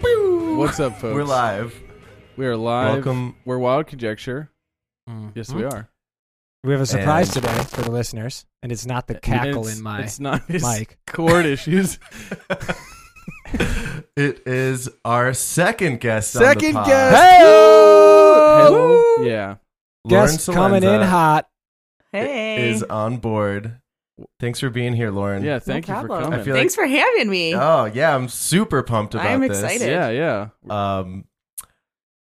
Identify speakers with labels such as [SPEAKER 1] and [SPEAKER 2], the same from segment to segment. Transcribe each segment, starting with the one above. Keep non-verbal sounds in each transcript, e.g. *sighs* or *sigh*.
[SPEAKER 1] What's up, folks?
[SPEAKER 2] We're live.
[SPEAKER 1] We are live.
[SPEAKER 2] Welcome.
[SPEAKER 1] We're Wild Conjecture.
[SPEAKER 3] Hmm.
[SPEAKER 1] Yes, we are.
[SPEAKER 3] We have a surprise
[SPEAKER 2] And-
[SPEAKER 3] today for the listeners, and it's not the cackle
[SPEAKER 1] It's-
[SPEAKER 3] in my
[SPEAKER 1] It's not his *laughs*
[SPEAKER 3] *laughs* mic.
[SPEAKER 1] cord
[SPEAKER 3] *laughs*
[SPEAKER 1] issues.
[SPEAKER 2] *laughs* It is our second guest. on the
[SPEAKER 1] Second
[SPEAKER 2] pod.
[SPEAKER 1] guest.
[SPEAKER 3] Hello,
[SPEAKER 1] Hello. Yeah.
[SPEAKER 2] Lauren
[SPEAKER 3] guest coming in
[SPEAKER 2] Salenza
[SPEAKER 3] hot.
[SPEAKER 4] Hey.
[SPEAKER 2] Is on board. Thanks for being here, Lauren.
[SPEAKER 1] Yeah. Thank
[SPEAKER 4] no
[SPEAKER 1] you for
[SPEAKER 4] problem.
[SPEAKER 1] coming.
[SPEAKER 2] I feel
[SPEAKER 4] Thanks for having me.
[SPEAKER 2] Oh yeah, I'm super pumped about
[SPEAKER 4] I'm
[SPEAKER 2] this.
[SPEAKER 4] excited.
[SPEAKER 1] yeah. Yeah.
[SPEAKER 2] Um,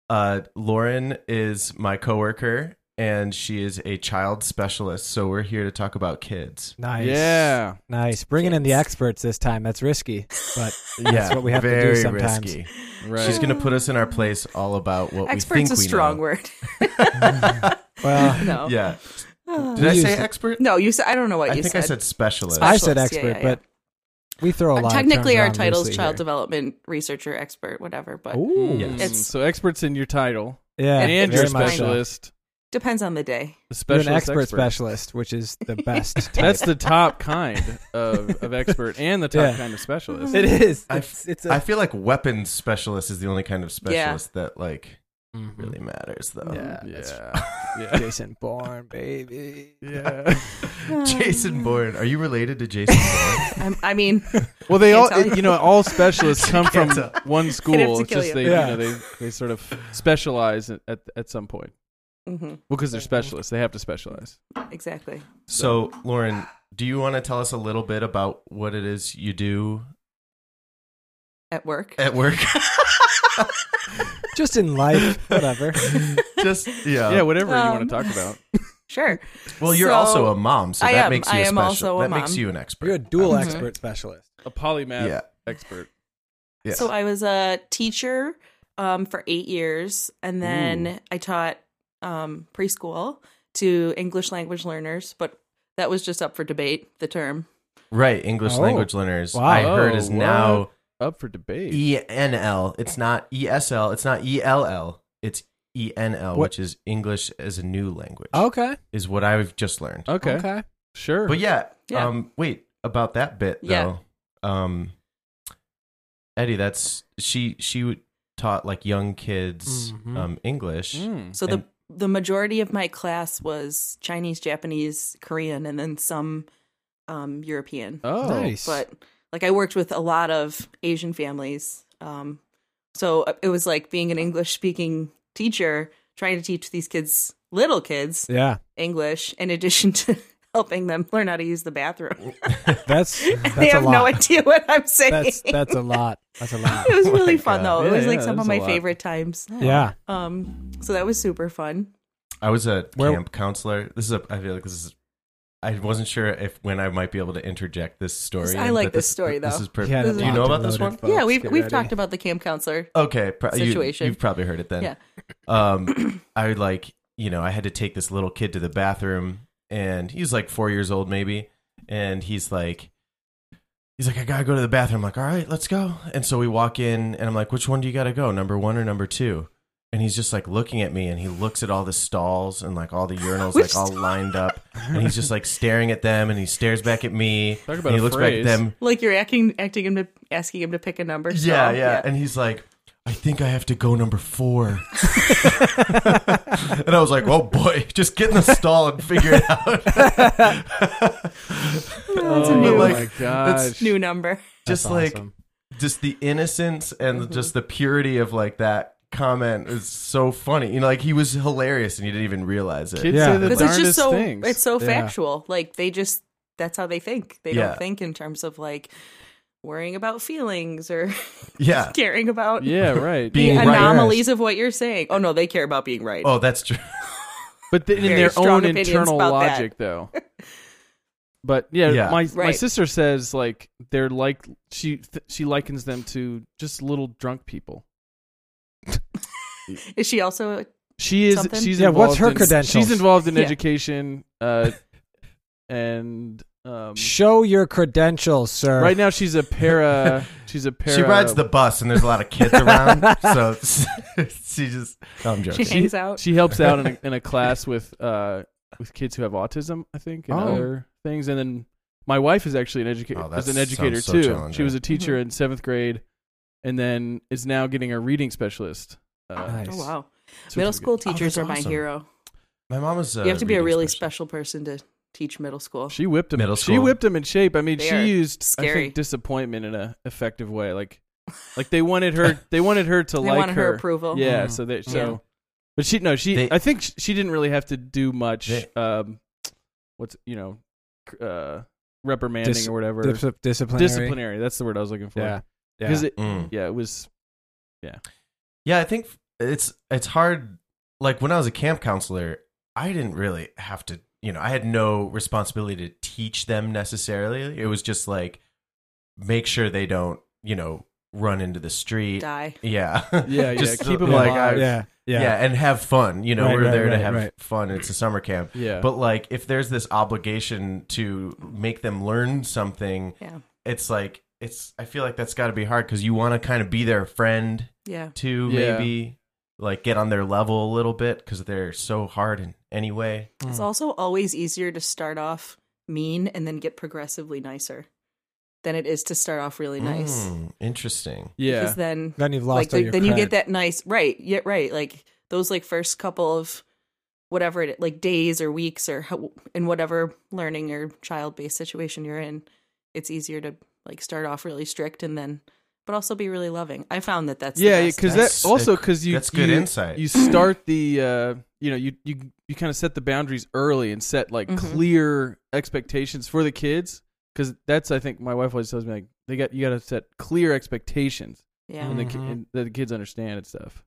[SPEAKER 2] uh, Lauren is my coworker, and she is a child specialist. So we're here to talk about kids.
[SPEAKER 3] Nice.
[SPEAKER 1] Yeah.
[SPEAKER 3] Nice. Bringing in the
[SPEAKER 4] Yes.
[SPEAKER 3] experts this time. That's risky,
[SPEAKER 1] *laughs*
[SPEAKER 3] but
[SPEAKER 2] yeah,
[SPEAKER 3] what we have to do
[SPEAKER 2] very
[SPEAKER 3] sometimes.
[SPEAKER 2] Risky.
[SPEAKER 1] Right. Hmm.
[SPEAKER 2] She's going to put us in our place all about what we
[SPEAKER 4] Expert's
[SPEAKER 2] think
[SPEAKER 4] a
[SPEAKER 2] we
[SPEAKER 4] strong
[SPEAKER 2] know. *laughs*
[SPEAKER 4] word. *laughs*
[SPEAKER 3] well,
[SPEAKER 4] No.
[SPEAKER 2] Yeah. Did
[SPEAKER 3] We
[SPEAKER 2] I say
[SPEAKER 3] used it.
[SPEAKER 2] expert?
[SPEAKER 4] No, you said I don't know what
[SPEAKER 2] I
[SPEAKER 4] you
[SPEAKER 2] think
[SPEAKER 4] said.
[SPEAKER 2] I said specialist.
[SPEAKER 3] I said
[SPEAKER 4] Specialist. Yeah,
[SPEAKER 3] expert,
[SPEAKER 4] yeah, Uh,
[SPEAKER 3] but we throw a lot.
[SPEAKER 4] Technically,
[SPEAKER 3] of
[SPEAKER 4] our
[SPEAKER 3] terms around
[SPEAKER 4] title's
[SPEAKER 3] loosely
[SPEAKER 4] child Mm.
[SPEAKER 3] here.
[SPEAKER 4] development researcher, expert, whatever. But
[SPEAKER 3] Ooh,
[SPEAKER 2] Yes.
[SPEAKER 4] It's-
[SPEAKER 1] so experts in your title
[SPEAKER 3] yeah,
[SPEAKER 1] and your
[SPEAKER 3] very much so.
[SPEAKER 1] specialist.
[SPEAKER 4] depends on the day.
[SPEAKER 1] A
[SPEAKER 3] You're
[SPEAKER 1] specialist
[SPEAKER 3] an expert,
[SPEAKER 1] expert.
[SPEAKER 3] specialist, which is
[SPEAKER 1] *laughs*
[SPEAKER 3] the best. type.
[SPEAKER 1] That's the top kind of, of expert and the top
[SPEAKER 3] Yeah.
[SPEAKER 1] kind of specialist.
[SPEAKER 3] it is.
[SPEAKER 2] I-
[SPEAKER 3] It's, it's a
[SPEAKER 2] I feel like weapons specialist is the only kind of specialist that like
[SPEAKER 3] Mhm.
[SPEAKER 2] really matters though.
[SPEAKER 3] Yeah.
[SPEAKER 1] Yeah. Yeah.
[SPEAKER 3] Jason Bourne, baby.
[SPEAKER 1] Yeah.
[SPEAKER 2] *laughs* *laughs*
[SPEAKER 4] *laughs*
[SPEAKER 2] Jason Bourne. Are you related to Jason Bourne?
[SPEAKER 4] I'm, *laughs* Um, I mean,
[SPEAKER 1] Well, they
[SPEAKER 4] Can't
[SPEAKER 1] all,
[SPEAKER 4] tell you.
[SPEAKER 1] you know,
[SPEAKER 4] *laughs*
[SPEAKER 1] all specialists come from
[SPEAKER 2] tell.
[SPEAKER 1] one school. It's
[SPEAKER 4] kill
[SPEAKER 1] just
[SPEAKER 4] you.
[SPEAKER 1] they,
[SPEAKER 3] Yeah.
[SPEAKER 1] you know, they, they sort of specialize at, at, at some point.
[SPEAKER 4] mhm,
[SPEAKER 1] Well, because they're specialists, they have to specialize.
[SPEAKER 4] exactly.
[SPEAKER 2] so, Lauren, do you want to tell us a little bit about what it is you do
[SPEAKER 4] At work.
[SPEAKER 2] at work? *laughs*
[SPEAKER 3] Just in life,
[SPEAKER 1] *laughs*
[SPEAKER 3] whatever.
[SPEAKER 2] *laughs* Just yeah.
[SPEAKER 1] yeah, whatever you
[SPEAKER 4] Um,
[SPEAKER 1] want to talk about.
[SPEAKER 4] sure.
[SPEAKER 2] Well, you're
[SPEAKER 4] So-
[SPEAKER 2] also a mom, so
[SPEAKER 4] I
[SPEAKER 2] that
[SPEAKER 4] am.
[SPEAKER 2] makes you
[SPEAKER 4] I
[SPEAKER 2] a
[SPEAKER 4] am
[SPEAKER 2] special.
[SPEAKER 4] also a
[SPEAKER 2] that makes
[SPEAKER 4] mom.
[SPEAKER 2] you an expert. Uh-huh.
[SPEAKER 3] You're a dual
[SPEAKER 4] Mhm.
[SPEAKER 3] expert specialist.
[SPEAKER 1] A polymath
[SPEAKER 2] Yeah.
[SPEAKER 1] expert.
[SPEAKER 2] Yeah.
[SPEAKER 4] So I was a teacher um, for eight years, and then I taught um, preschool to English language learners, but that was just up for debate. The term.
[SPEAKER 2] right, English
[SPEAKER 3] Oh.
[SPEAKER 2] language learners.
[SPEAKER 3] Wow.
[SPEAKER 2] I heard is
[SPEAKER 1] Oh,
[SPEAKER 2] now
[SPEAKER 1] what? Up for debate.
[SPEAKER 2] E N L. It's not E S L. It's not E L L. It's E N L,
[SPEAKER 3] What-
[SPEAKER 2] which is English as a new language.
[SPEAKER 4] Oh.
[SPEAKER 3] Okay.
[SPEAKER 2] is what I've just learned.
[SPEAKER 1] okay.
[SPEAKER 3] okay.
[SPEAKER 1] Sure.
[SPEAKER 2] But yeah,
[SPEAKER 4] Yeah.
[SPEAKER 2] um wait, about that bit
[SPEAKER 4] Yeah.
[SPEAKER 2] though. Um Eddie, that's she she w- taught like young kids
[SPEAKER 3] Mhm.
[SPEAKER 4] Mm-hmm.
[SPEAKER 2] um English.
[SPEAKER 1] Mm.
[SPEAKER 4] So the
[SPEAKER 2] And-
[SPEAKER 4] the majority of my class was Chinese, Japanese, Korean, and then some um, European.
[SPEAKER 1] Oh.
[SPEAKER 3] Nice.
[SPEAKER 4] But like I worked with a lot of Asian families, um, so it was like being an English speaking teacher trying to teach these kids, little kids,
[SPEAKER 3] Yeah.
[SPEAKER 4] English in addition to *laughs* helping them learn how to use the bathroom.
[SPEAKER 3] That's that's
[SPEAKER 4] *laughs* they have
[SPEAKER 3] a lot.
[SPEAKER 4] no idea what I'm saying. *laughs*
[SPEAKER 3] That's that's a lot. That's a lot.
[SPEAKER 4] it was
[SPEAKER 2] Oh my
[SPEAKER 4] really fun
[SPEAKER 2] God.
[SPEAKER 4] though. it
[SPEAKER 1] Yeah,
[SPEAKER 4] was like
[SPEAKER 1] yeah,
[SPEAKER 4] some of
[SPEAKER 1] that's a
[SPEAKER 4] my
[SPEAKER 1] lot.
[SPEAKER 4] favorite times.
[SPEAKER 3] Yeah.
[SPEAKER 4] Um so that was super fun.
[SPEAKER 2] I was a
[SPEAKER 3] Where-
[SPEAKER 2] camp counselor. This is a I feel like this is I wasn't sure if when I might be able to interject this story.
[SPEAKER 4] I
[SPEAKER 2] in,
[SPEAKER 4] like
[SPEAKER 2] but
[SPEAKER 4] this story,
[SPEAKER 2] This
[SPEAKER 4] though.
[SPEAKER 2] is perfect.
[SPEAKER 3] Yeah,
[SPEAKER 4] Do
[SPEAKER 3] that's
[SPEAKER 2] you know
[SPEAKER 3] locked
[SPEAKER 2] about
[SPEAKER 3] and
[SPEAKER 2] this
[SPEAKER 3] loaded,
[SPEAKER 4] yeah,
[SPEAKER 3] folks.
[SPEAKER 4] we've
[SPEAKER 3] Get
[SPEAKER 4] we've
[SPEAKER 3] ready.
[SPEAKER 4] talked about the camp counselor.
[SPEAKER 2] Okay, pro-
[SPEAKER 4] Situation.
[SPEAKER 2] You, have probably heard it then.
[SPEAKER 4] Yeah.
[SPEAKER 2] *clears throat* Um, I would like you know I had to take this little kid to the bathroom, and he's like four years old maybe, and he's like, he's like I gotta go to the bathroom. I'm like, all right, let's go. And so we walk in, and I'm like, which one do you gotta go? Number one or number two? And he's just like looking at me, and he looks at all the stalls and like all the urinals,
[SPEAKER 4] Which
[SPEAKER 2] like all lined up, and he's just like staring at them, and he stares back at me,
[SPEAKER 1] Talk about
[SPEAKER 2] and he
[SPEAKER 1] a
[SPEAKER 2] looks
[SPEAKER 1] phrase.
[SPEAKER 2] back at them,
[SPEAKER 4] Like you're acting acting him to asking him to pick a number. so,
[SPEAKER 2] yeah, yeah, And he's like, I think I have to go number four. *laughs* and I was like, oh boy, just get in the stall and figure it out.
[SPEAKER 4] That's
[SPEAKER 1] oh
[SPEAKER 4] a new
[SPEAKER 2] like,
[SPEAKER 1] my gosh.
[SPEAKER 4] new number.
[SPEAKER 2] just
[SPEAKER 3] That's
[SPEAKER 2] like,
[SPEAKER 3] awesome.
[SPEAKER 2] just the innocence and
[SPEAKER 4] Mm-hmm.
[SPEAKER 2] just the purity of like that comment is so funny. You know, like he was hilarious and you didn't even realize it.
[SPEAKER 1] Kids
[SPEAKER 3] Yeah.
[SPEAKER 1] say the
[SPEAKER 4] Because it's
[SPEAKER 1] darndest
[SPEAKER 4] just so
[SPEAKER 1] things.
[SPEAKER 4] it's so
[SPEAKER 3] Yeah.
[SPEAKER 4] factual. Like they just that's how they think. They
[SPEAKER 2] Yeah.
[SPEAKER 4] don't think in terms of like worrying about feelings or *laughs*
[SPEAKER 2] Yeah.
[SPEAKER 4] caring about *laughs*
[SPEAKER 1] yeah, right.
[SPEAKER 2] Being-
[SPEAKER 4] the
[SPEAKER 2] right.
[SPEAKER 4] anomalies of what you're saying. Oh no, they care about being right.
[SPEAKER 2] Oh, that's true.
[SPEAKER 1] but th- in
[SPEAKER 4] Very
[SPEAKER 1] their
[SPEAKER 4] strong
[SPEAKER 1] own
[SPEAKER 4] opinions
[SPEAKER 1] internal
[SPEAKER 4] about that.
[SPEAKER 1] logic
[SPEAKER 4] *laughs*
[SPEAKER 1] though but yeah,
[SPEAKER 2] Yeah.
[SPEAKER 1] my my
[SPEAKER 4] Right.
[SPEAKER 1] sister says like they're like she th- she likens them to just little drunk people
[SPEAKER 4] Is she also?
[SPEAKER 1] she is
[SPEAKER 4] Something?
[SPEAKER 1] she's
[SPEAKER 3] Yeah,
[SPEAKER 1] involved
[SPEAKER 3] what's her
[SPEAKER 1] in,
[SPEAKER 3] credentials?
[SPEAKER 1] she's involved in
[SPEAKER 4] Yeah.
[SPEAKER 1] education
[SPEAKER 4] *laughs*
[SPEAKER 1] uh and um
[SPEAKER 3] Show your credentials, sir.
[SPEAKER 1] right now she's a para she's a para
[SPEAKER 2] She rides the bus and there's a lot of kids
[SPEAKER 4] *laughs*
[SPEAKER 2] around. so *laughs* she just, no, I'm joking.
[SPEAKER 4] She hangs out.
[SPEAKER 1] she helps out in a, in a class with uh with kids who have autism i think and
[SPEAKER 3] Oh.
[SPEAKER 1] other things and then my wife is actually an educator
[SPEAKER 2] Oh, that
[SPEAKER 1] is an educator
[SPEAKER 2] sounds so
[SPEAKER 1] too
[SPEAKER 4] Mm-hmm.
[SPEAKER 2] challenging.
[SPEAKER 1] she was a teacher in seventh grade and then is now getting a reading specialist. Uh,
[SPEAKER 2] Nice.
[SPEAKER 4] Oh wow.
[SPEAKER 1] so it's
[SPEAKER 4] Middle
[SPEAKER 1] pretty
[SPEAKER 4] school
[SPEAKER 2] Oh,
[SPEAKER 4] teachers
[SPEAKER 2] that's
[SPEAKER 4] are my
[SPEAKER 2] awesome.
[SPEAKER 4] hero.
[SPEAKER 2] My mom was. Uh,
[SPEAKER 4] you have to be a
[SPEAKER 2] reading
[SPEAKER 4] really special. person to teach middle school.
[SPEAKER 1] good. She whipped him.
[SPEAKER 2] Middle
[SPEAKER 1] She
[SPEAKER 2] school.
[SPEAKER 1] whipped him in shape. I mean,
[SPEAKER 4] They are
[SPEAKER 1] she used I
[SPEAKER 4] scary.
[SPEAKER 1] think disappointment in a effective way. Like,
[SPEAKER 4] *laughs*
[SPEAKER 1] like they wanted her. They wanted her to
[SPEAKER 4] they
[SPEAKER 1] like
[SPEAKER 4] wanted her, approval.
[SPEAKER 1] Yeah.
[SPEAKER 3] Mhm.
[SPEAKER 1] So they so,
[SPEAKER 4] Yeah.
[SPEAKER 1] but she no she.
[SPEAKER 2] They-
[SPEAKER 1] I think sh- she didn't really have to do much.
[SPEAKER 2] They-
[SPEAKER 1] um, what's you know, c- uh, reprimanding
[SPEAKER 3] Dis-
[SPEAKER 1] or whatever.
[SPEAKER 3] Dis- disciplinary.
[SPEAKER 1] Disciplinary. That's the word I was looking for.
[SPEAKER 3] Yeah. Yeah.
[SPEAKER 1] Because it,
[SPEAKER 2] Mm.
[SPEAKER 1] yeah, it was
[SPEAKER 2] Yeah, I think f- it's it's hard. Like when I was a camp counselor, I didn't really have to. You know, I had no responsibility to teach them necessarily. It was just like make sure they don't. You know, run into the street.
[SPEAKER 4] Die.
[SPEAKER 2] Yeah, *laughs*
[SPEAKER 1] Yeah, yeah,
[SPEAKER 2] Just
[SPEAKER 1] keep 'em
[SPEAKER 2] like,
[SPEAKER 1] alive.
[SPEAKER 2] I-
[SPEAKER 3] yeah.
[SPEAKER 2] yeah.
[SPEAKER 3] Yeah.
[SPEAKER 2] and have fun. You know,
[SPEAKER 3] Right,
[SPEAKER 2] we're
[SPEAKER 3] right,
[SPEAKER 2] there to
[SPEAKER 3] right,
[SPEAKER 2] have
[SPEAKER 3] right.
[SPEAKER 2] fun. It's a summer camp.
[SPEAKER 1] yeah.
[SPEAKER 2] But like, if there's this obligation to make them learn something,
[SPEAKER 4] Yeah.
[SPEAKER 2] it's like it's. I feel like that's got to be hard because you want to kind of be their friend
[SPEAKER 4] Yeah.
[SPEAKER 2] too,
[SPEAKER 1] Yeah.
[SPEAKER 2] maybe like get on their level a little bit because they're so hard in any way.
[SPEAKER 4] It's also always easier to start off mean and then get progressively nicer than it is to start off really nice.
[SPEAKER 2] Mm, interesting.
[SPEAKER 1] yeah.
[SPEAKER 4] Because then
[SPEAKER 3] Then you've
[SPEAKER 4] like
[SPEAKER 3] lost all
[SPEAKER 4] the,
[SPEAKER 3] your
[SPEAKER 4] then you get
[SPEAKER 3] cred.
[SPEAKER 4] that nice right yeah right like those like first couple of whatever it like days or weeks or how, in whatever learning or child based situation you're in it's easier to like start off really strict and then but also be really loving i found that that's the
[SPEAKER 1] yeah,
[SPEAKER 4] best.
[SPEAKER 1] because
[SPEAKER 2] That's
[SPEAKER 1] that also
[SPEAKER 2] a-
[SPEAKER 1] because you
[SPEAKER 2] that's good
[SPEAKER 1] you-
[SPEAKER 2] insight.
[SPEAKER 1] You start the uh, you know you you you kind of set the boundaries early and set like
[SPEAKER 4] Mhm.
[SPEAKER 1] clear expectations for the kids because that's I think my wife always tells me like they got you got to set clear expectations
[SPEAKER 4] yeah
[SPEAKER 1] and, the, ki-
[SPEAKER 3] Mhm.
[SPEAKER 1] and that the kids understand and stuff.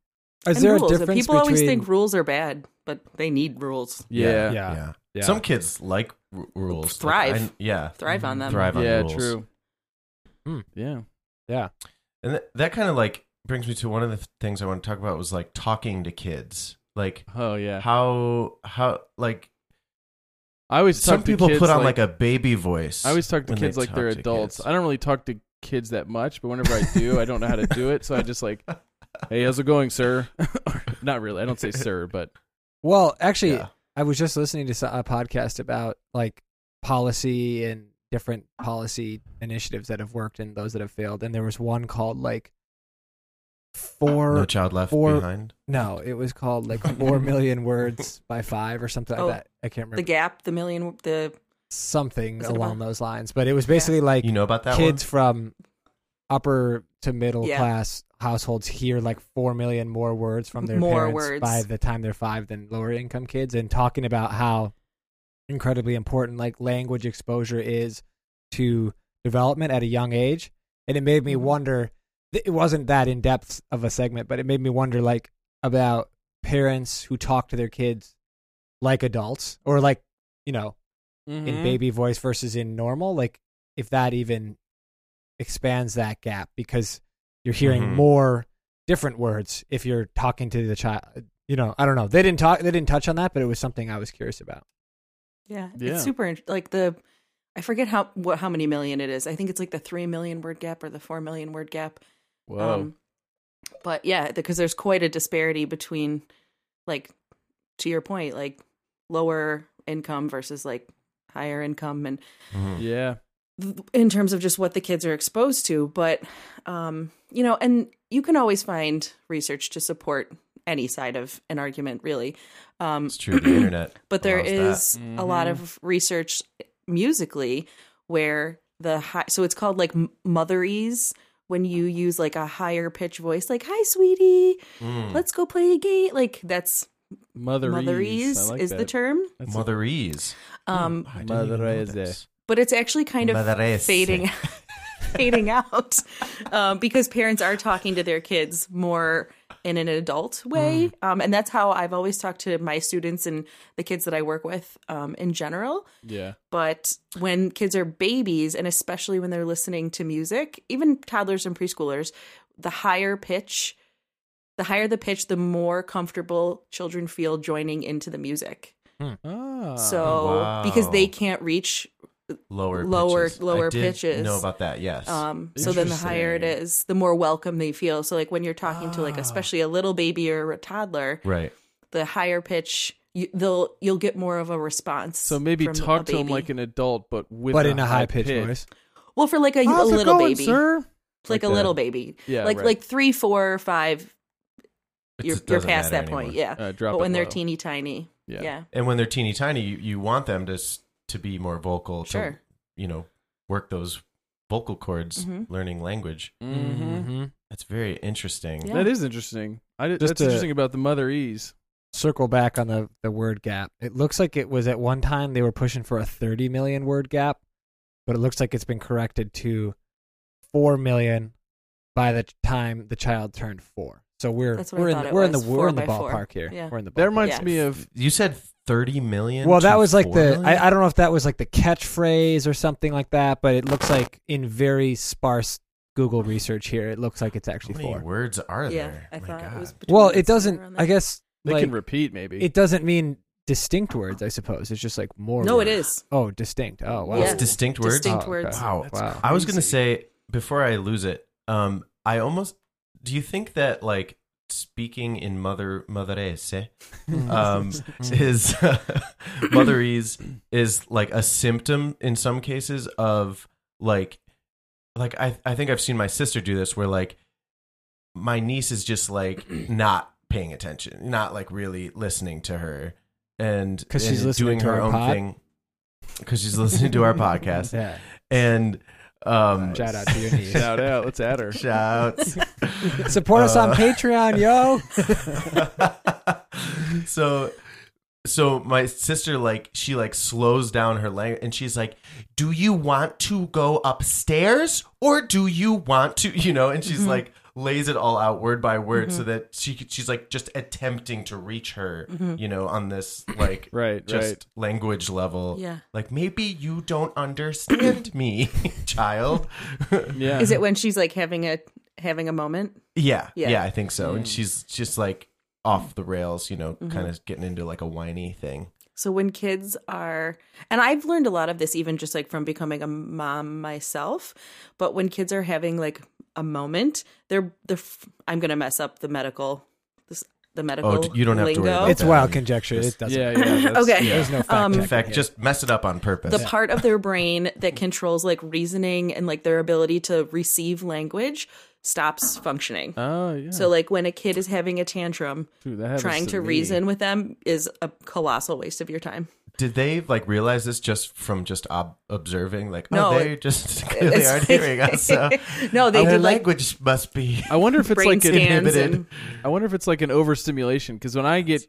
[SPEAKER 3] Is
[SPEAKER 4] And
[SPEAKER 3] there a
[SPEAKER 4] rules.
[SPEAKER 3] difference
[SPEAKER 4] people always
[SPEAKER 3] between-
[SPEAKER 4] think rules are bad but they need rules
[SPEAKER 1] Yeah, yeah,
[SPEAKER 3] Yeah. Yeah. yeah.
[SPEAKER 2] Some kids like r- rules.
[SPEAKER 4] Thrive.
[SPEAKER 2] Like, I- yeah.
[SPEAKER 4] thrive
[SPEAKER 3] Mm-hmm.
[SPEAKER 4] on them
[SPEAKER 2] Thrive on rules.
[SPEAKER 1] true.
[SPEAKER 3] Hmm.
[SPEAKER 1] Yeah,
[SPEAKER 2] And th- that kind of like brings me to one of the th- things I want to talk about was like talking to kids. Like
[SPEAKER 1] oh yeah.
[SPEAKER 2] how how like
[SPEAKER 1] I always
[SPEAKER 2] some
[SPEAKER 1] talk to
[SPEAKER 2] people
[SPEAKER 1] kids,
[SPEAKER 2] put on like, a baby voice.
[SPEAKER 1] I always talk to
[SPEAKER 2] when they
[SPEAKER 1] kids like
[SPEAKER 2] talk
[SPEAKER 1] they're
[SPEAKER 2] to
[SPEAKER 1] adults.
[SPEAKER 2] kids.
[SPEAKER 1] I don't really talk to kids that much, but whenever I do, I don't know how to do it, so I just
[SPEAKER 2] *laughs*
[SPEAKER 1] like, "Hey, how's it going, sir?" *laughs* Not really. I don't say "sir," but
[SPEAKER 3] Well, actually,
[SPEAKER 2] Yeah.
[SPEAKER 3] I was just listening to so- a podcast about like policy and different policy initiatives that have worked and those that have failed. And there was one called like four.
[SPEAKER 2] no child left
[SPEAKER 3] or-
[SPEAKER 2] behind.
[SPEAKER 4] *laughs*
[SPEAKER 3] no, it was called like four million words by five or something
[SPEAKER 4] Oh,
[SPEAKER 3] like that. I can't
[SPEAKER 4] the
[SPEAKER 3] remember
[SPEAKER 4] gap the million the
[SPEAKER 3] something
[SPEAKER 4] Is it
[SPEAKER 3] along
[SPEAKER 4] about-
[SPEAKER 3] those lines. But it was basically like
[SPEAKER 2] You know about that
[SPEAKER 3] kids from upper to middle
[SPEAKER 4] Yeah.
[SPEAKER 3] class households hear like four million more words from their
[SPEAKER 4] More
[SPEAKER 3] parents
[SPEAKER 4] words.
[SPEAKER 3] by the time they're five than lower income kids, and talking about how incredibly important like language exposure is to development at a young age. And it made me
[SPEAKER 4] Mhm.
[SPEAKER 3] wonder. th- It wasn't that in depth of a segment, but it made me wonder like about parents who talk to their kids like adults or like you know
[SPEAKER 4] Mm-hmm.
[SPEAKER 1] Mm-hmm.
[SPEAKER 3] in baby voice versus in normal like if that even expands that gap because you're hearing
[SPEAKER 2] Mhm.
[SPEAKER 3] more different words if you're talking to the child you know i don't know they didn't talk they didn't touch on that but it was something i was curious about
[SPEAKER 4] Yeah,
[SPEAKER 1] Yeah.
[SPEAKER 4] it's super int- like the I forget how what how many million it is. I think it's like the three million word gap or the four million word gap.
[SPEAKER 1] Whoa.
[SPEAKER 4] Um, but yeah, because there's quite a disparity between like to your point, like lower income versus like higher income and
[SPEAKER 2] one? Mhm.
[SPEAKER 1] yeah.
[SPEAKER 4] in terms of just what the kids are exposed to but um you know and you can always find research to support any side of an argument really um
[SPEAKER 2] It's true.
[SPEAKER 4] *clears throat*
[SPEAKER 2] The internet.
[SPEAKER 4] but there
[SPEAKER 2] allows that.
[SPEAKER 4] is a lot
[SPEAKER 1] Mhm.
[SPEAKER 4] of research musically where the high so it's called like m- motherese when you use like a higher pitch voice like hi sweetie
[SPEAKER 2] Mm.
[SPEAKER 4] let's go play a game like that's
[SPEAKER 1] Motherese. I
[SPEAKER 4] motherese
[SPEAKER 1] like
[SPEAKER 4] is the
[SPEAKER 1] that. Hmm.
[SPEAKER 4] term
[SPEAKER 1] That's a-
[SPEAKER 2] Motherese.
[SPEAKER 4] um
[SPEAKER 2] I didn't even know
[SPEAKER 1] Motherese.
[SPEAKER 2] this.
[SPEAKER 4] but it's actually kind of
[SPEAKER 2] Motherese.
[SPEAKER 4] fading *laughs* fading out *laughs* um, because parents are talking to their kids more in an adult way
[SPEAKER 1] Hmm.
[SPEAKER 4] um, and that's how i've always talked to my students and the kids that i work with um, in general
[SPEAKER 1] yeah.
[SPEAKER 4] but when kids are babies and especially when they're listening to music even toddlers and preschoolers the higher pitch the higher the pitch the more comfortable children feel joining into the music
[SPEAKER 1] Ah.
[SPEAKER 4] so
[SPEAKER 2] Wow.
[SPEAKER 4] because they can't reach
[SPEAKER 2] Lower
[SPEAKER 4] *laughs* Lower-
[SPEAKER 2] pitches.
[SPEAKER 4] lower
[SPEAKER 2] I did
[SPEAKER 4] pitches.
[SPEAKER 2] Know about that? Yes.
[SPEAKER 4] Um, so then the higher it
[SPEAKER 1] Interesting.
[SPEAKER 4] is, the more welcome they feel. So like when you're talking to like
[SPEAKER 2] Ah.
[SPEAKER 4] especially a little baby or a toddler,
[SPEAKER 2] right.
[SPEAKER 4] the higher pitch you, they'll you'll get more of a response.
[SPEAKER 1] So maybe
[SPEAKER 4] from a
[SPEAKER 1] talk to him
[SPEAKER 4] baby.
[SPEAKER 1] like an adult, but with
[SPEAKER 3] but
[SPEAKER 1] a
[SPEAKER 3] in a high pitched voice
[SPEAKER 4] well for like a, a little baby.
[SPEAKER 1] sir.
[SPEAKER 4] like,
[SPEAKER 2] Like
[SPEAKER 4] a
[SPEAKER 2] the-
[SPEAKER 4] little baby,
[SPEAKER 1] Yeah,
[SPEAKER 4] like
[SPEAKER 1] right.
[SPEAKER 4] like three, four, five.
[SPEAKER 2] It
[SPEAKER 4] You're,
[SPEAKER 2] just
[SPEAKER 4] you're
[SPEAKER 2] doesn't
[SPEAKER 4] past
[SPEAKER 2] matter
[SPEAKER 4] that point,
[SPEAKER 2] anymore.
[SPEAKER 4] yeah.
[SPEAKER 1] uh, drop
[SPEAKER 4] But
[SPEAKER 1] it
[SPEAKER 4] when they're
[SPEAKER 1] low.
[SPEAKER 4] teeny tiny, yeah,
[SPEAKER 2] And when they're teeny tiny, you, you want them to s- to be more vocal, to
[SPEAKER 4] sure.
[SPEAKER 2] you know, work those vocal cords,
[SPEAKER 4] Mhm.
[SPEAKER 2] learning language.
[SPEAKER 3] Mm-hmm.
[SPEAKER 4] Mm-hmm.
[SPEAKER 1] Mhm.
[SPEAKER 2] That's very interesting.
[SPEAKER 4] Yeah.
[SPEAKER 1] That is interesting. I did,
[SPEAKER 3] Just
[SPEAKER 1] that's
[SPEAKER 3] to-
[SPEAKER 1] interesting about the mother ease.
[SPEAKER 3] Circle back on the the word gap. It looks like it was at one time they were pushing for a 30 million word gap, but it looks like it's been corrected to 4 million by the time the child turned 4. So we're
[SPEAKER 4] That's what I
[SPEAKER 3] we're in
[SPEAKER 4] thought
[SPEAKER 3] the,
[SPEAKER 4] it
[SPEAKER 3] we're in the
[SPEAKER 4] was,
[SPEAKER 3] we're in the
[SPEAKER 4] four by four.
[SPEAKER 3] ballpark here.
[SPEAKER 4] Yeah.
[SPEAKER 3] We're in the ballpark.
[SPEAKER 1] That reminds
[SPEAKER 4] Yes.
[SPEAKER 1] me of
[SPEAKER 2] You said 30 million?
[SPEAKER 3] Well,
[SPEAKER 2] to
[SPEAKER 3] that was like
[SPEAKER 2] 4
[SPEAKER 3] the
[SPEAKER 2] million?
[SPEAKER 3] I, I don't know if that was like the catchphrase or something like that, but it looks like in very sparse Google research here, it looks like it's
[SPEAKER 2] How
[SPEAKER 3] actually
[SPEAKER 2] many
[SPEAKER 3] four.
[SPEAKER 2] words are
[SPEAKER 4] Yeah,
[SPEAKER 2] there?
[SPEAKER 4] I
[SPEAKER 2] My
[SPEAKER 4] thought it
[SPEAKER 2] God.
[SPEAKER 4] was. between
[SPEAKER 3] Well,
[SPEAKER 4] that
[SPEAKER 3] it
[SPEAKER 4] somewhere
[SPEAKER 3] doesn't.
[SPEAKER 4] around
[SPEAKER 3] I
[SPEAKER 4] there.
[SPEAKER 3] guess
[SPEAKER 1] they
[SPEAKER 3] like,
[SPEAKER 1] can repeat maybe. *laughs*
[SPEAKER 3] it doesn't mean distinct words. I suppose it's just like more.
[SPEAKER 4] No, it
[SPEAKER 3] words.
[SPEAKER 4] is.
[SPEAKER 3] Oh, distinct. Oh, wow.
[SPEAKER 2] It's
[SPEAKER 4] Yeah.
[SPEAKER 2] distinct words?
[SPEAKER 4] Distinct
[SPEAKER 3] Oh,
[SPEAKER 4] words.
[SPEAKER 3] okay.
[SPEAKER 2] Wow.
[SPEAKER 3] That's Wow.
[SPEAKER 2] I was going to
[SPEAKER 1] crazy.
[SPEAKER 2] say, before I lose it, um, I almost, do you think that like speaking in mother, madrese,
[SPEAKER 4] *laughs*
[SPEAKER 3] *laughs*
[SPEAKER 2] um,
[SPEAKER 3] Mm.
[SPEAKER 2] is *laughs* motherese is like a symptom in some cases of like like I I think I've seen my sister do this where like my niece is just like
[SPEAKER 3] *clears throat*
[SPEAKER 2] not paying attention, not like really listening to her and
[SPEAKER 3] 'Cause she's
[SPEAKER 2] and
[SPEAKER 3] listening
[SPEAKER 2] doing
[SPEAKER 3] to
[SPEAKER 2] her
[SPEAKER 3] our
[SPEAKER 2] own
[SPEAKER 3] pod?
[SPEAKER 2] thing because she's listening
[SPEAKER 3] *laughs*
[SPEAKER 2] to our podcast
[SPEAKER 3] yeah.
[SPEAKER 2] and um
[SPEAKER 3] Shout out to
[SPEAKER 2] *laughs*
[SPEAKER 3] your niece.
[SPEAKER 1] Shout out. Let's add
[SPEAKER 4] *laughs*
[SPEAKER 1] her.
[SPEAKER 2] shouts
[SPEAKER 3] *laughs* Support us on
[SPEAKER 2] Uh,
[SPEAKER 3] Patreon,
[SPEAKER 1] *laughs*
[SPEAKER 2] *laughs*
[SPEAKER 3] yo.
[SPEAKER 2] so so my sister like she like slows down her language and she's like do you want to go upstairs or do you want to you know and she's
[SPEAKER 1] Mm-hmm.
[SPEAKER 4] Mhm.
[SPEAKER 2] like lays it all out word by word so
[SPEAKER 4] Mhm.
[SPEAKER 2] that she could- she's like just attempting to reach her
[SPEAKER 4] Mhm.
[SPEAKER 2] you know on this like
[SPEAKER 1] Mm-hmm. *coughs* Right.
[SPEAKER 2] just
[SPEAKER 1] right.
[SPEAKER 2] language level
[SPEAKER 4] Yeah.
[SPEAKER 2] like maybe you don't understand me *laughs* child
[SPEAKER 1] Yeah.
[SPEAKER 4] Is
[SPEAKER 3] Uh-huh.
[SPEAKER 4] it when she's like having a having a moment?
[SPEAKER 2] Yeah,
[SPEAKER 4] Yeah.
[SPEAKER 2] yeah, I think so. And
[SPEAKER 1] Mm.
[SPEAKER 2] she's just like off the rails, you know,
[SPEAKER 4] Mhm.
[SPEAKER 2] kind of getting into like a whiny thing.
[SPEAKER 4] So when kids are, and I've learned a lot of this even just like from becoming a mom myself, but when kids are having like a moment, they're they're. f- I'm gonna mess up the medical, this, the medical.
[SPEAKER 2] d- Oh, you don't have to
[SPEAKER 4] lingo.
[SPEAKER 2] worry about
[SPEAKER 3] It's
[SPEAKER 2] that.
[SPEAKER 3] wild conjecture. It doesn't.
[SPEAKER 1] yeah.
[SPEAKER 4] *clears throat*
[SPEAKER 1] Yeah. that's-
[SPEAKER 4] Okay.
[SPEAKER 2] yeah.
[SPEAKER 3] There's no fact
[SPEAKER 4] Um,
[SPEAKER 2] In fact, just mess it up on purpose.
[SPEAKER 4] the part
[SPEAKER 1] *laughs*
[SPEAKER 4] of their brain that controls like reasoning and like their ability to receive language stops functioning.
[SPEAKER 1] Oh yeah.
[SPEAKER 4] So like when a kid is having a tantrum,
[SPEAKER 1] Dude, that happens
[SPEAKER 4] trying to,
[SPEAKER 1] me.
[SPEAKER 4] reason with them is a colossal waste of your time.
[SPEAKER 2] Did they like realize this just from just ob- observing? Like,
[SPEAKER 4] No,
[SPEAKER 2] oh, they
[SPEAKER 4] *laughs*
[SPEAKER 2] just *laughs* clearly
[SPEAKER 4] It's-
[SPEAKER 2] aren't hearing us. So
[SPEAKER 4] *laughs* no, they
[SPEAKER 2] our
[SPEAKER 4] did like
[SPEAKER 2] language must be.
[SPEAKER 1] I wonder if it's
[SPEAKER 4] brain
[SPEAKER 1] like an,
[SPEAKER 4] scans
[SPEAKER 2] inhibited.
[SPEAKER 4] and
[SPEAKER 1] I wonder if it's like an overstimulation because when I get,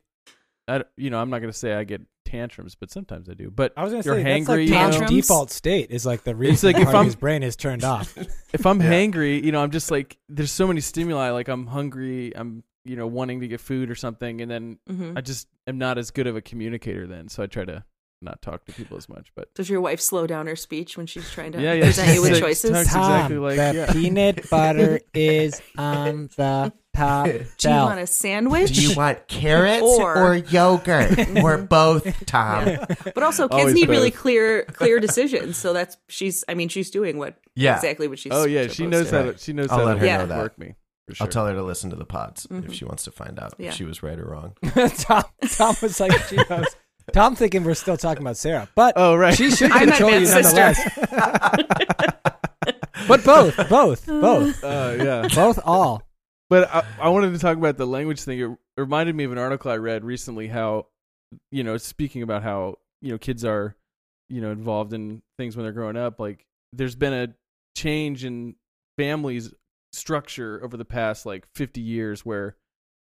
[SPEAKER 1] I, d- you know, I'm not gonna say I get tantrums, but sometimes I do. But
[SPEAKER 3] I was gonna
[SPEAKER 1] you're
[SPEAKER 3] say that's
[SPEAKER 1] hangry,
[SPEAKER 3] like
[SPEAKER 1] you
[SPEAKER 3] Tom's
[SPEAKER 4] know?
[SPEAKER 3] default state is like the reason
[SPEAKER 1] like if
[SPEAKER 3] part of
[SPEAKER 1] I'm-
[SPEAKER 3] his brain is turned off.
[SPEAKER 1] if I'm
[SPEAKER 2] Yeah.
[SPEAKER 1] hangry, you know, I'm just like there's so many stimuli. Like I'm hungry, I'm you know wanting to get food or something, and then
[SPEAKER 4] Mhm.
[SPEAKER 1] I just am not as good of a communicator then, so I try to not talk to people as much. But
[SPEAKER 4] Does your wife slow down her speech when she's trying to
[SPEAKER 1] Yeah, yeah,
[SPEAKER 4] present you
[SPEAKER 1] she's
[SPEAKER 4] with
[SPEAKER 1] like-
[SPEAKER 4] choices?
[SPEAKER 1] That's
[SPEAKER 3] Tom,
[SPEAKER 1] exactly like-
[SPEAKER 3] the
[SPEAKER 1] yeah.
[SPEAKER 3] peanut butter is on the top
[SPEAKER 4] Do you want
[SPEAKER 3] shelf.
[SPEAKER 4] a sandwich?
[SPEAKER 2] *laughs* Do you want carrots
[SPEAKER 4] Or-
[SPEAKER 2] or, yogurt
[SPEAKER 4] *laughs*
[SPEAKER 2] or both, Tom?
[SPEAKER 4] Yeah. But also, kids
[SPEAKER 1] Always
[SPEAKER 4] need really
[SPEAKER 1] both.
[SPEAKER 4] clear, clear
[SPEAKER 1] *laughs*
[SPEAKER 4] decisions. So that's she's. I mean, she's doing what
[SPEAKER 2] Yeah.
[SPEAKER 4] exactly what she's.
[SPEAKER 1] oh yeah, she
[SPEAKER 4] supposed
[SPEAKER 1] knows
[SPEAKER 4] to.
[SPEAKER 1] how
[SPEAKER 2] Right.
[SPEAKER 1] to, she knows
[SPEAKER 2] I'll
[SPEAKER 1] how
[SPEAKER 2] let
[SPEAKER 1] to
[SPEAKER 2] her
[SPEAKER 4] know
[SPEAKER 1] work
[SPEAKER 2] that.
[SPEAKER 1] work me. For sure.
[SPEAKER 2] I'll tell her to listen to the pods
[SPEAKER 4] Mhm.
[SPEAKER 2] if she wants to find out
[SPEAKER 4] Yeah.
[SPEAKER 2] if she was right or wrong.
[SPEAKER 3] *laughs* Tom, Tom was like, Cheetos. Tom thinking we're still talking about Sarah, but
[SPEAKER 1] Oh right,
[SPEAKER 3] she should
[SPEAKER 4] I meant
[SPEAKER 3] control you
[SPEAKER 4] sister.
[SPEAKER 3] nonetheless. *laughs* but both, both, both,
[SPEAKER 1] uh, yeah.
[SPEAKER 3] both, all.
[SPEAKER 1] But I, I wanted to talk about the language thing. It reminded me of an article I read recently. How you know, speaking about how you know kids are you know involved in things when they're growing up. Like there's been a change in families structure over the past like 50 years, where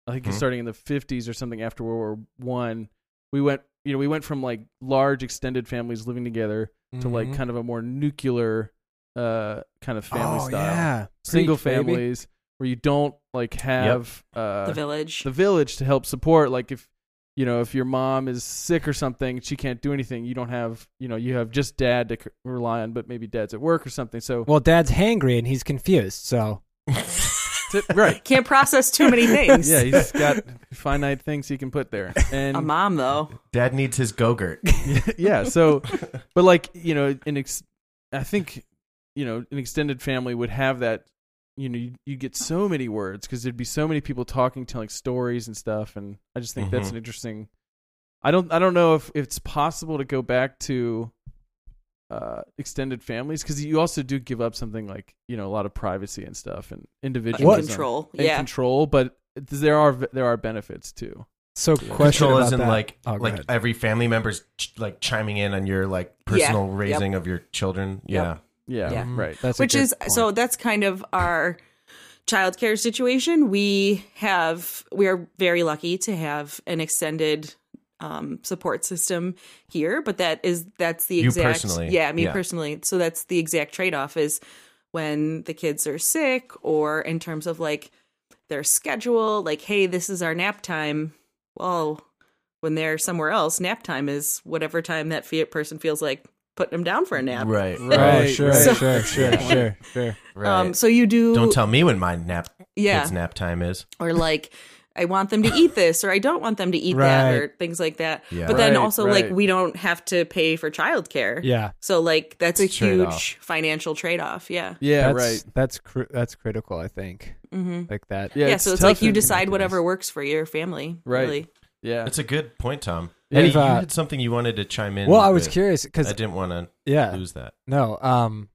[SPEAKER 1] I think
[SPEAKER 2] Mhm.
[SPEAKER 1] starting in the 50s or something after World War One, we went you know we went from like large extended families living together to
[SPEAKER 2] Mm-hmm.
[SPEAKER 1] like
[SPEAKER 2] Mm.
[SPEAKER 1] kind of a more nuclear uh kind of family
[SPEAKER 3] oh,
[SPEAKER 1] style
[SPEAKER 3] Yeah.
[SPEAKER 1] single
[SPEAKER 3] Preach, baby.
[SPEAKER 1] families where you don't like have
[SPEAKER 4] The
[SPEAKER 1] uh, the,
[SPEAKER 4] village.
[SPEAKER 1] village to help support. Like if you know if your mom is sick or something, she can't do anything. You don't have you know you have just dad to c- rely on, but maybe dad's at work or something. So
[SPEAKER 3] Well, Dad's hangry and he's
[SPEAKER 4] *laughs*
[SPEAKER 3] confused, so
[SPEAKER 2] *laughs*
[SPEAKER 1] Ti- right,
[SPEAKER 4] Can't process too
[SPEAKER 1] *laughs*
[SPEAKER 4] many things.
[SPEAKER 1] yeah, he's got finite things he can
[SPEAKER 4] *laughs*
[SPEAKER 1] put there, and
[SPEAKER 4] A mom though.
[SPEAKER 2] Dad needs his go-gurt.
[SPEAKER 1] yeah so but like you know an ex- i think you know an extended family would have that you know you, you get so many words because there'd be so many people talking telling stories and stuff and i just think that's
[SPEAKER 2] Mhm.
[SPEAKER 1] an interesting i don't i don't know if, if it's possible to go back to uh, extended families because you also do give up something like you know a lot of privacy and stuff and
[SPEAKER 4] and
[SPEAKER 1] individual
[SPEAKER 3] What?
[SPEAKER 4] control.
[SPEAKER 1] and
[SPEAKER 4] Yeah.
[SPEAKER 1] uh, control. But there are there are benefits too.
[SPEAKER 3] So question
[SPEAKER 2] Control
[SPEAKER 3] about
[SPEAKER 2] isn't
[SPEAKER 3] that.
[SPEAKER 2] like
[SPEAKER 3] Oh, go
[SPEAKER 2] like
[SPEAKER 3] ahead.
[SPEAKER 2] every family member's ch- like chiming in on your like
[SPEAKER 4] Yeah.
[SPEAKER 2] personal
[SPEAKER 4] Yep.
[SPEAKER 2] raising of your children. Yeah.
[SPEAKER 1] Yeah,
[SPEAKER 4] Yeah.
[SPEAKER 1] right.
[SPEAKER 3] That's a
[SPEAKER 4] which
[SPEAKER 3] good
[SPEAKER 4] is
[SPEAKER 3] point.
[SPEAKER 4] so that's kind of our childcare situation. We have we are very lucky to have an extended um, support system here, but that is that's the
[SPEAKER 2] You
[SPEAKER 4] exact
[SPEAKER 2] personally,
[SPEAKER 4] yeah me
[SPEAKER 2] yeah.
[SPEAKER 4] personally. So that's the exact trade off is when the kids are sick or in terms of like their schedule, like hey, this is our nap time. Well, when they're somewhere else, nap time is whatever time that fe- person feels like putting them down for a nap.
[SPEAKER 2] Right.
[SPEAKER 3] Oh,
[SPEAKER 1] Right,
[SPEAKER 3] sure,
[SPEAKER 1] right.
[SPEAKER 3] sure, sure, sure, sure.
[SPEAKER 2] Right.
[SPEAKER 4] Um, so you do
[SPEAKER 2] Don't tell me when my nap
[SPEAKER 4] yeah
[SPEAKER 2] kids nap time is.
[SPEAKER 4] or like I want them to
[SPEAKER 3] *laughs*
[SPEAKER 4] eat this or I don't want them to eat that or
[SPEAKER 3] Right.
[SPEAKER 4] things like that.
[SPEAKER 2] Yeah.
[SPEAKER 4] But then
[SPEAKER 1] Right,
[SPEAKER 4] also like
[SPEAKER 1] right.
[SPEAKER 4] we don't have to pay for childcare.
[SPEAKER 3] Yeah,
[SPEAKER 4] So like that's a
[SPEAKER 2] It's a trade-off.
[SPEAKER 4] huge financial trade off. Yeah.
[SPEAKER 1] Yeah,
[SPEAKER 3] that's,
[SPEAKER 1] right.
[SPEAKER 3] That's cr- that's critical. I think
[SPEAKER 4] hmm
[SPEAKER 3] like that.
[SPEAKER 1] Yeah,
[SPEAKER 4] Yeah, so it's like
[SPEAKER 1] tough
[SPEAKER 4] you
[SPEAKER 1] in-
[SPEAKER 4] decide whatever works for your family.
[SPEAKER 1] Right.
[SPEAKER 4] Really. Uh,
[SPEAKER 1] Yeah,
[SPEAKER 2] That's a good point, Tom.
[SPEAKER 1] Yeah.
[SPEAKER 2] Hey,
[SPEAKER 3] If, uh,
[SPEAKER 2] you had something you wanted to chime in.
[SPEAKER 3] Well, I was
[SPEAKER 2] with.
[SPEAKER 3] curious Uh,
[SPEAKER 2] I
[SPEAKER 3] because
[SPEAKER 2] didn't want to
[SPEAKER 3] yeah,
[SPEAKER 2] lose that.
[SPEAKER 3] No, um,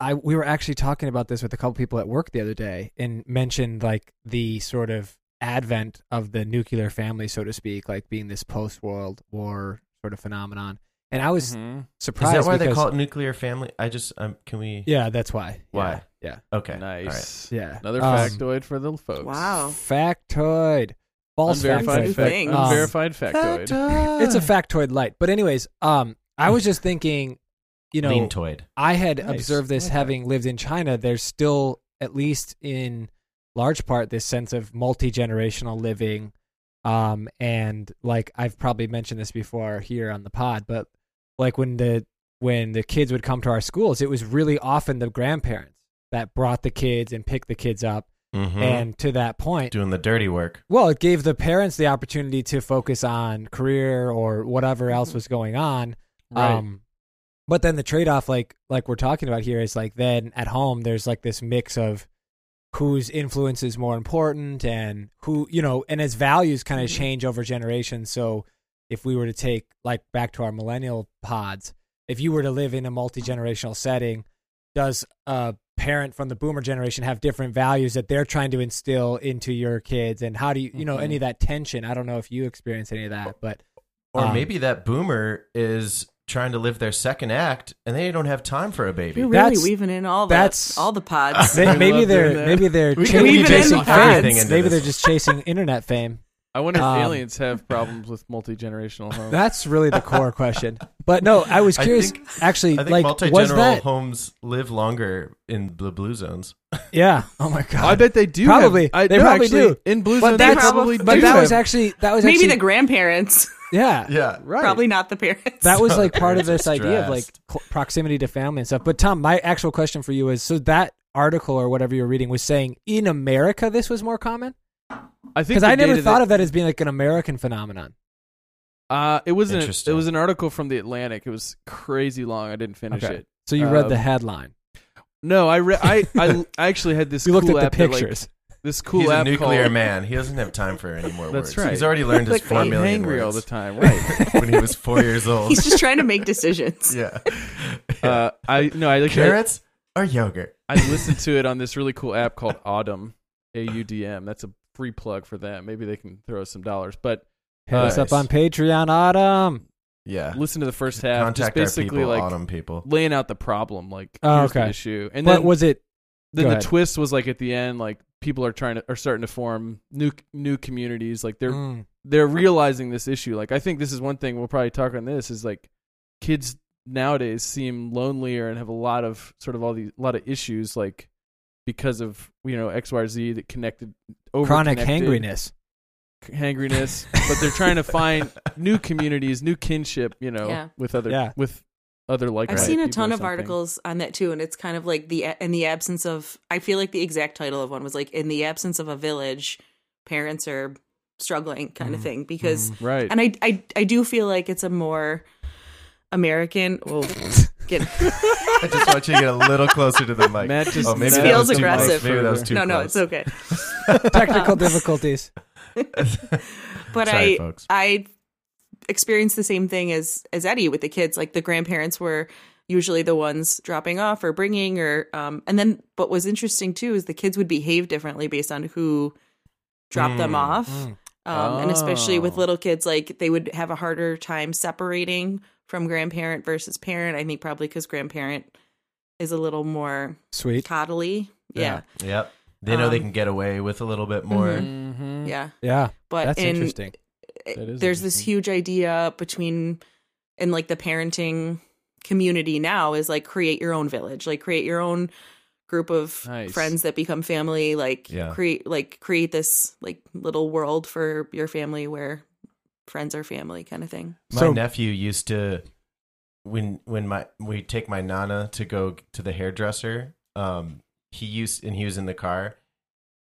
[SPEAKER 3] I we were actually talking about this with a couple people at work the other day, and mentioned like the sort of advent of the nuclear family, so to speak, like being this post World War sort of phenomenon. And I was
[SPEAKER 1] Mhm.
[SPEAKER 2] Is
[SPEAKER 3] surprised.
[SPEAKER 2] that why they
[SPEAKER 3] because-
[SPEAKER 2] call it nuclear family? I just um, can we?
[SPEAKER 3] Yeah, that's why.
[SPEAKER 2] Why?
[SPEAKER 3] Yeah.
[SPEAKER 2] Okay. All right.
[SPEAKER 1] nice.
[SPEAKER 3] Yeah.
[SPEAKER 1] Another
[SPEAKER 3] Um,
[SPEAKER 1] factoid for the folks.
[SPEAKER 3] yeah.
[SPEAKER 4] Wow.
[SPEAKER 3] Factoid. False
[SPEAKER 1] unverified
[SPEAKER 4] factoid.
[SPEAKER 1] fact-
[SPEAKER 4] Things.
[SPEAKER 1] unverified factoid.
[SPEAKER 3] *laughs* It's a factoid light. But anyways, um, I was just thinking, you know,
[SPEAKER 2] Leantoid.
[SPEAKER 3] I had
[SPEAKER 1] Nice.
[SPEAKER 3] observed this
[SPEAKER 1] Okay.
[SPEAKER 3] having lived in China. There's still, at least in large part, this sense of multi generational living. Um, and like I've probably mentioned this before here on the pod, but like when the when the kids would come to our schools, it was really often the grandparents that brought the kids and picked the kids up.
[SPEAKER 2] Mm-hmm.
[SPEAKER 3] And to that point,
[SPEAKER 2] doing the dirty work.
[SPEAKER 3] well, it gave the parents the opportunity to focus on career or whatever else was going on.
[SPEAKER 1] Right.
[SPEAKER 3] Um, but then the trade off, like like we're talking about here, is like then at home there's like this mix of whose influence is more important and who you know, and as values kind of
[SPEAKER 4] Mhm.
[SPEAKER 3] change over generations. So if we were to take like back to our millennial pods, if you were to live in a multi generational setting, does a parent from the boomer generation have different values that they're trying to instill into your kids? And how do you you know
[SPEAKER 1] Mhm.
[SPEAKER 3] any of that tension? I don't know if you experience any of that, but
[SPEAKER 2] Or
[SPEAKER 3] Um,
[SPEAKER 2] maybe that boomer is trying to live their second act and they don't have time for a baby.
[SPEAKER 4] You're really
[SPEAKER 3] That's-
[SPEAKER 4] weaving in all the
[SPEAKER 3] that's-
[SPEAKER 4] all the pods.
[SPEAKER 3] *laughs* They-
[SPEAKER 1] I
[SPEAKER 3] *laughs* maybe
[SPEAKER 1] love doing
[SPEAKER 3] they're
[SPEAKER 1] that.
[SPEAKER 3] maybe they're
[SPEAKER 2] We
[SPEAKER 3] cha-
[SPEAKER 2] can
[SPEAKER 4] weave it
[SPEAKER 3] chasing
[SPEAKER 4] into
[SPEAKER 3] fame.
[SPEAKER 4] everything
[SPEAKER 2] into
[SPEAKER 3] Maybe they're
[SPEAKER 2] this.
[SPEAKER 3] just chasing internet fame.
[SPEAKER 1] I wonder if
[SPEAKER 3] Um,
[SPEAKER 1] aliens have problems with multi-generational homes.
[SPEAKER 3] *laughs* That's really the core question. But no, I was
[SPEAKER 2] I
[SPEAKER 3] curious.
[SPEAKER 2] think-
[SPEAKER 3] actually,
[SPEAKER 2] I think
[SPEAKER 3] like
[SPEAKER 2] multi
[SPEAKER 3] was
[SPEAKER 2] general
[SPEAKER 3] that?
[SPEAKER 2] homes live longer in the blue zones.
[SPEAKER 3] Yeah. Oh my god.
[SPEAKER 1] I bet they do.
[SPEAKER 3] Probably.
[SPEAKER 1] have- I,
[SPEAKER 3] They
[SPEAKER 1] no,
[SPEAKER 3] probably
[SPEAKER 1] actually,
[SPEAKER 3] do.
[SPEAKER 1] In blue
[SPEAKER 3] But
[SPEAKER 1] zone, they
[SPEAKER 3] that's-
[SPEAKER 1] probably
[SPEAKER 3] but
[SPEAKER 1] do.
[SPEAKER 3] that was
[SPEAKER 1] have-
[SPEAKER 3] actually that was
[SPEAKER 4] Maybe
[SPEAKER 3] actually
[SPEAKER 4] the grandparents. *laughs*
[SPEAKER 3] yeah.
[SPEAKER 2] Yeah.
[SPEAKER 1] right.
[SPEAKER 4] Probably not the parents.
[SPEAKER 3] That was
[SPEAKER 1] *laughs*
[SPEAKER 3] like part of this
[SPEAKER 2] Stressed.
[SPEAKER 3] idea of like cl- proximity to family and stuff. But Tom, my actual question for you is: so that article or whatever you're reading was saying in America this was more common
[SPEAKER 1] I think
[SPEAKER 3] because
[SPEAKER 1] the
[SPEAKER 3] I never
[SPEAKER 1] data
[SPEAKER 3] thought
[SPEAKER 1] that,
[SPEAKER 3] of that as being like an American phenomenon.
[SPEAKER 1] Uh, it was an it
[SPEAKER 2] Interesting.
[SPEAKER 1] was an article from the Atlantic. It was crazy long. I didn't finish
[SPEAKER 3] Okay.
[SPEAKER 1] it.
[SPEAKER 3] So you read
[SPEAKER 1] Um,
[SPEAKER 3] the headline.
[SPEAKER 1] No, I re-
[SPEAKER 3] *laughs*
[SPEAKER 1] I, I I actually had this
[SPEAKER 3] You
[SPEAKER 1] cool
[SPEAKER 3] looked at
[SPEAKER 1] app
[SPEAKER 3] the
[SPEAKER 1] that, like, *laughs*
[SPEAKER 3] pictures.
[SPEAKER 1] this cool
[SPEAKER 2] He's
[SPEAKER 1] app
[SPEAKER 2] a nuclear
[SPEAKER 1] called,
[SPEAKER 2] man. He doesn't have time for any more
[SPEAKER 1] That's
[SPEAKER 2] words.
[SPEAKER 1] right.
[SPEAKER 2] He's already learned his
[SPEAKER 4] Clickbait.
[SPEAKER 2] four
[SPEAKER 1] I'm
[SPEAKER 2] million
[SPEAKER 1] hangry
[SPEAKER 2] words
[SPEAKER 1] all the time,
[SPEAKER 3] *laughs*
[SPEAKER 1] right?
[SPEAKER 2] when he was four years
[SPEAKER 4] *laughs*
[SPEAKER 2] old. *laughs*
[SPEAKER 4] He's just trying to make decisions.
[SPEAKER 2] yeah.
[SPEAKER 1] uh, I no, I like I,
[SPEAKER 2] Carrots or yogurt?
[SPEAKER 1] I listened to it on this really cool app called Autumn, A U D M. That's a free plug for them. Maybe they can throw us some dollars. But
[SPEAKER 3] Hit us up
[SPEAKER 2] Nice.
[SPEAKER 3] on Patreon, Autumn.
[SPEAKER 2] Yeah.
[SPEAKER 1] listen to the first half,
[SPEAKER 2] Contact
[SPEAKER 1] just basically
[SPEAKER 2] our people,
[SPEAKER 1] like
[SPEAKER 2] autumn people.
[SPEAKER 1] laying out the problem, like
[SPEAKER 3] Oh,
[SPEAKER 1] here's the
[SPEAKER 3] okay.
[SPEAKER 1] issue, and
[SPEAKER 3] but
[SPEAKER 1] then
[SPEAKER 3] was it
[SPEAKER 1] then
[SPEAKER 3] Go
[SPEAKER 1] the
[SPEAKER 3] ahead.
[SPEAKER 1] twist was like at the end, like people are trying to are starting to form new new communities. Like they're
[SPEAKER 3] Mm,
[SPEAKER 1] they're realizing this issue. Like I think this is one thing we'll probably talk on this is like kids nowadays seem lonelier and have a lot of sort of all these a lot of issues like because of you know X Y Z that connected over
[SPEAKER 3] chronic hangriness?
[SPEAKER 1] *laughs* hangriness, but
[SPEAKER 4] *laughs*
[SPEAKER 1] they're trying to
[SPEAKER 2] *laughs*
[SPEAKER 1] find
[SPEAKER 3] *laughs*
[SPEAKER 1] new communities, new kinship, you know,
[SPEAKER 4] Yeah.
[SPEAKER 1] with other
[SPEAKER 3] Yeah.
[SPEAKER 1] with other like.
[SPEAKER 4] I've seen a ton of articles on that too, and it's kind of like the in the absence of. I feel like the exact title of one was like in the absence of a village, parents are struggling kind of
[SPEAKER 3] Mm.
[SPEAKER 4] thing because,
[SPEAKER 1] right?
[SPEAKER 4] and I, I I do feel like it's a more American. Oh, get,
[SPEAKER 2] I just want you to get a little closer to the mic.
[SPEAKER 1] Matt just
[SPEAKER 2] oh, maybe
[SPEAKER 1] Matt
[SPEAKER 2] that
[SPEAKER 4] feels
[SPEAKER 2] was too close.
[SPEAKER 4] aggressive.
[SPEAKER 2] Maybe that was too
[SPEAKER 4] no, no, it's
[SPEAKER 2] close.
[SPEAKER 4] okay.
[SPEAKER 3] *laughs* Technical difficulties.
[SPEAKER 4] But
[SPEAKER 2] Sorry,
[SPEAKER 4] I
[SPEAKER 2] folks.
[SPEAKER 4] I experienced the same thing as as Eddie with the kids. Like the grandparents were usually the ones dropping off or bringing or um and then what was interesting too is the kids would behave differently based on who dropped them
[SPEAKER 2] Mm,
[SPEAKER 4] off
[SPEAKER 3] mm.
[SPEAKER 4] um and especially
[SPEAKER 1] Oh.
[SPEAKER 4] with little kids like they would have a harder time separating from grandparent versus parent i think probably because grandparent is a little more
[SPEAKER 3] Sweet.
[SPEAKER 4] coddly yeah
[SPEAKER 2] Yep. They know they
[SPEAKER 4] Um,
[SPEAKER 2] can get away with a little bit more.
[SPEAKER 1] Mm-hmm.
[SPEAKER 4] Mhm. yeah,
[SPEAKER 3] Yeah,
[SPEAKER 4] but
[SPEAKER 3] Hmm. that's
[SPEAKER 4] in
[SPEAKER 3] interesting.
[SPEAKER 1] That is
[SPEAKER 4] there's this
[SPEAKER 1] interesting.
[SPEAKER 4] huge idea between and like the parenting community now is like create your own village like create your own group of
[SPEAKER 1] Nice.
[SPEAKER 4] friends that become family like
[SPEAKER 2] Yeah.
[SPEAKER 4] create like create this like little world for your family where friends are family kind of thing
[SPEAKER 2] My
[SPEAKER 3] So-
[SPEAKER 2] nephew used to when when my we take my nana to go to the hairdresser. Um, he used and he was in the car.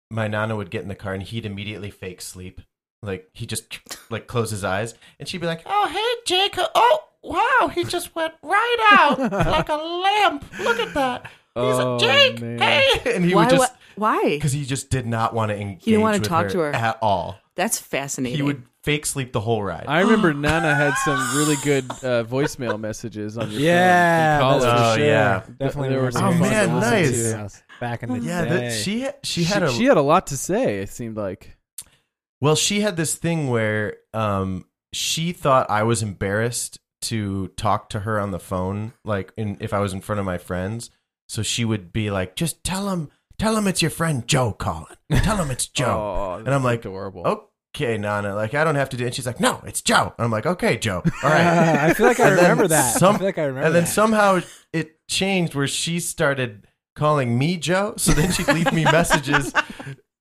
[SPEAKER 2] My nana would get in the car and he'd immediately fake sleep, like he just like close his eyes and she'd be like, "Oh hey Jacob, oh wow, he just went right out like a lamp. Look at that, he's
[SPEAKER 1] Oh,
[SPEAKER 2] a Jake,
[SPEAKER 1] man.
[SPEAKER 2] hey!" And he
[SPEAKER 4] why
[SPEAKER 2] would just
[SPEAKER 4] why, why?
[SPEAKER 2] because he just did not want to engage.
[SPEAKER 4] didn't wanna
[SPEAKER 2] with
[SPEAKER 4] talk to her.
[SPEAKER 2] at all.
[SPEAKER 4] that's fascinating
[SPEAKER 2] He would fake sleep the whole ride.
[SPEAKER 1] I
[SPEAKER 3] *gasps*
[SPEAKER 1] remember Nana had some really good uh, voicemail messages on your
[SPEAKER 3] Yeah,
[SPEAKER 1] phone in
[SPEAKER 3] that's
[SPEAKER 1] college.
[SPEAKER 2] Oh,
[SPEAKER 3] for sure.
[SPEAKER 2] yeah. Oh,
[SPEAKER 3] definitely.
[SPEAKER 1] There were
[SPEAKER 3] remember
[SPEAKER 1] some
[SPEAKER 3] some
[SPEAKER 1] fun
[SPEAKER 3] fun
[SPEAKER 1] ones.
[SPEAKER 3] to
[SPEAKER 2] nice.
[SPEAKER 3] listen to back in the
[SPEAKER 2] yeah,
[SPEAKER 3] day.
[SPEAKER 2] that, she
[SPEAKER 1] she
[SPEAKER 2] she had a
[SPEAKER 1] she had a lot to say. It seemed like
[SPEAKER 2] well. She had this thing where um she thought I was embarrassed to talk to her on the phone, like in if I was in front of my friends. So she would be like, "Just tell him, tell him it's your friend Joe calling. Tell him
[SPEAKER 1] *laughs*
[SPEAKER 2] it's Joe."
[SPEAKER 1] Oh,
[SPEAKER 2] and I'm like,
[SPEAKER 1] adorable.
[SPEAKER 2] okay, Nana, like I don't have to do. it. And she's like, "No, it's Joe." And I'm like, "Okay, Joe.
[SPEAKER 1] *laughs*
[SPEAKER 2] All right."
[SPEAKER 3] *laughs* I feel like I
[SPEAKER 2] And then
[SPEAKER 3] remember that.
[SPEAKER 2] some-
[SPEAKER 3] I feel like I remember.
[SPEAKER 2] and then
[SPEAKER 3] that.
[SPEAKER 2] somehow it changed where she started calling me Joe. So then she'd leave me messages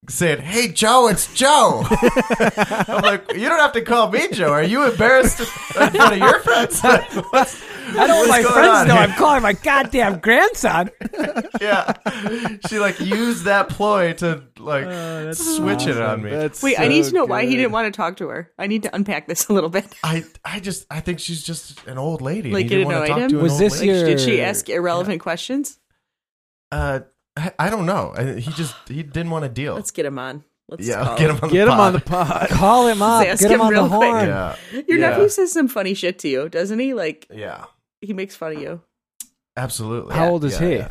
[SPEAKER 2] saying, "Hey Joe, it's Joe." I'm like, "You don't have to call me Joe. Are you embarrassed in front of your friends?" *laughs* What's-
[SPEAKER 3] I don't want my
[SPEAKER 2] what's going on Oh,
[SPEAKER 3] friends know
[SPEAKER 2] here?
[SPEAKER 3] I'm calling my goddamn
[SPEAKER 2] *laughs*
[SPEAKER 3] grandson.
[SPEAKER 2] yeah, she like used that ploy to like
[SPEAKER 3] Uh. *sighs*
[SPEAKER 2] switch it on me.
[SPEAKER 1] That's
[SPEAKER 4] wait i
[SPEAKER 1] so
[SPEAKER 4] need to know why he
[SPEAKER 1] good.
[SPEAKER 4] didn't want to talk to her i need to unpack this a little bit *laughs*
[SPEAKER 2] I I just I think she's just an old lady.
[SPEAKER 4] Like,
[SPEAKER 2] you
[SPEAKER 4] it
[SPEAKER 2] didn't want
[SPEAKER 4] annoyed
[SPEAKER 2] to talk
[SPEAKER 4] him?
[SPEAKER 2] to an
[SPEAKER 3] Was
[SPEAKER 2] old
[SPEAKER 3] this
[SPEAKER 2] lady.
[SPEAKER 4] like did she
[SPEAKER 3] Sure.
[SPEAKER 4] ask irrelevant questions
[SPEAKER 2] Uh, I, I don't know. I, he just he didn't want to deal.
[SPEAKER 4] let's get him on let's
[SPEAKER 2] yeah,
[SPEAKER 4] call
[SPEAKER 2] get him on
[SPEAKER 1] Get
[SPEAKER 2] the
[SPEAKER 1] him on
[SPEAKER 2] pod.
[SPEAKER 1] the
[SPEAKER 2] *laughs*
[SPEAKER 1] pod.
[SPEAKER 3] Call him up.
[SPEAKER 4] ask
[SPEAKER 3] Get him
[SPEAKER 4] him
[SPEAKER 3] on the
[SPEAKER 4] real quick.
[SPEAKER 3] horn.
[SPEAKER 2] Yeah,
[SPEAKER 4] your
[SPEAKER 2] Yeah.
[SPEAKER 4] nephew says some funny shit to you doesn't he like
[SPEAKER 2] yeah.
[SPEAKER 4] he makes fun of you
[SPEAKER 2] Absolutely.
[SPEAKER 3] How old is he?
[SPEAKER 2] he?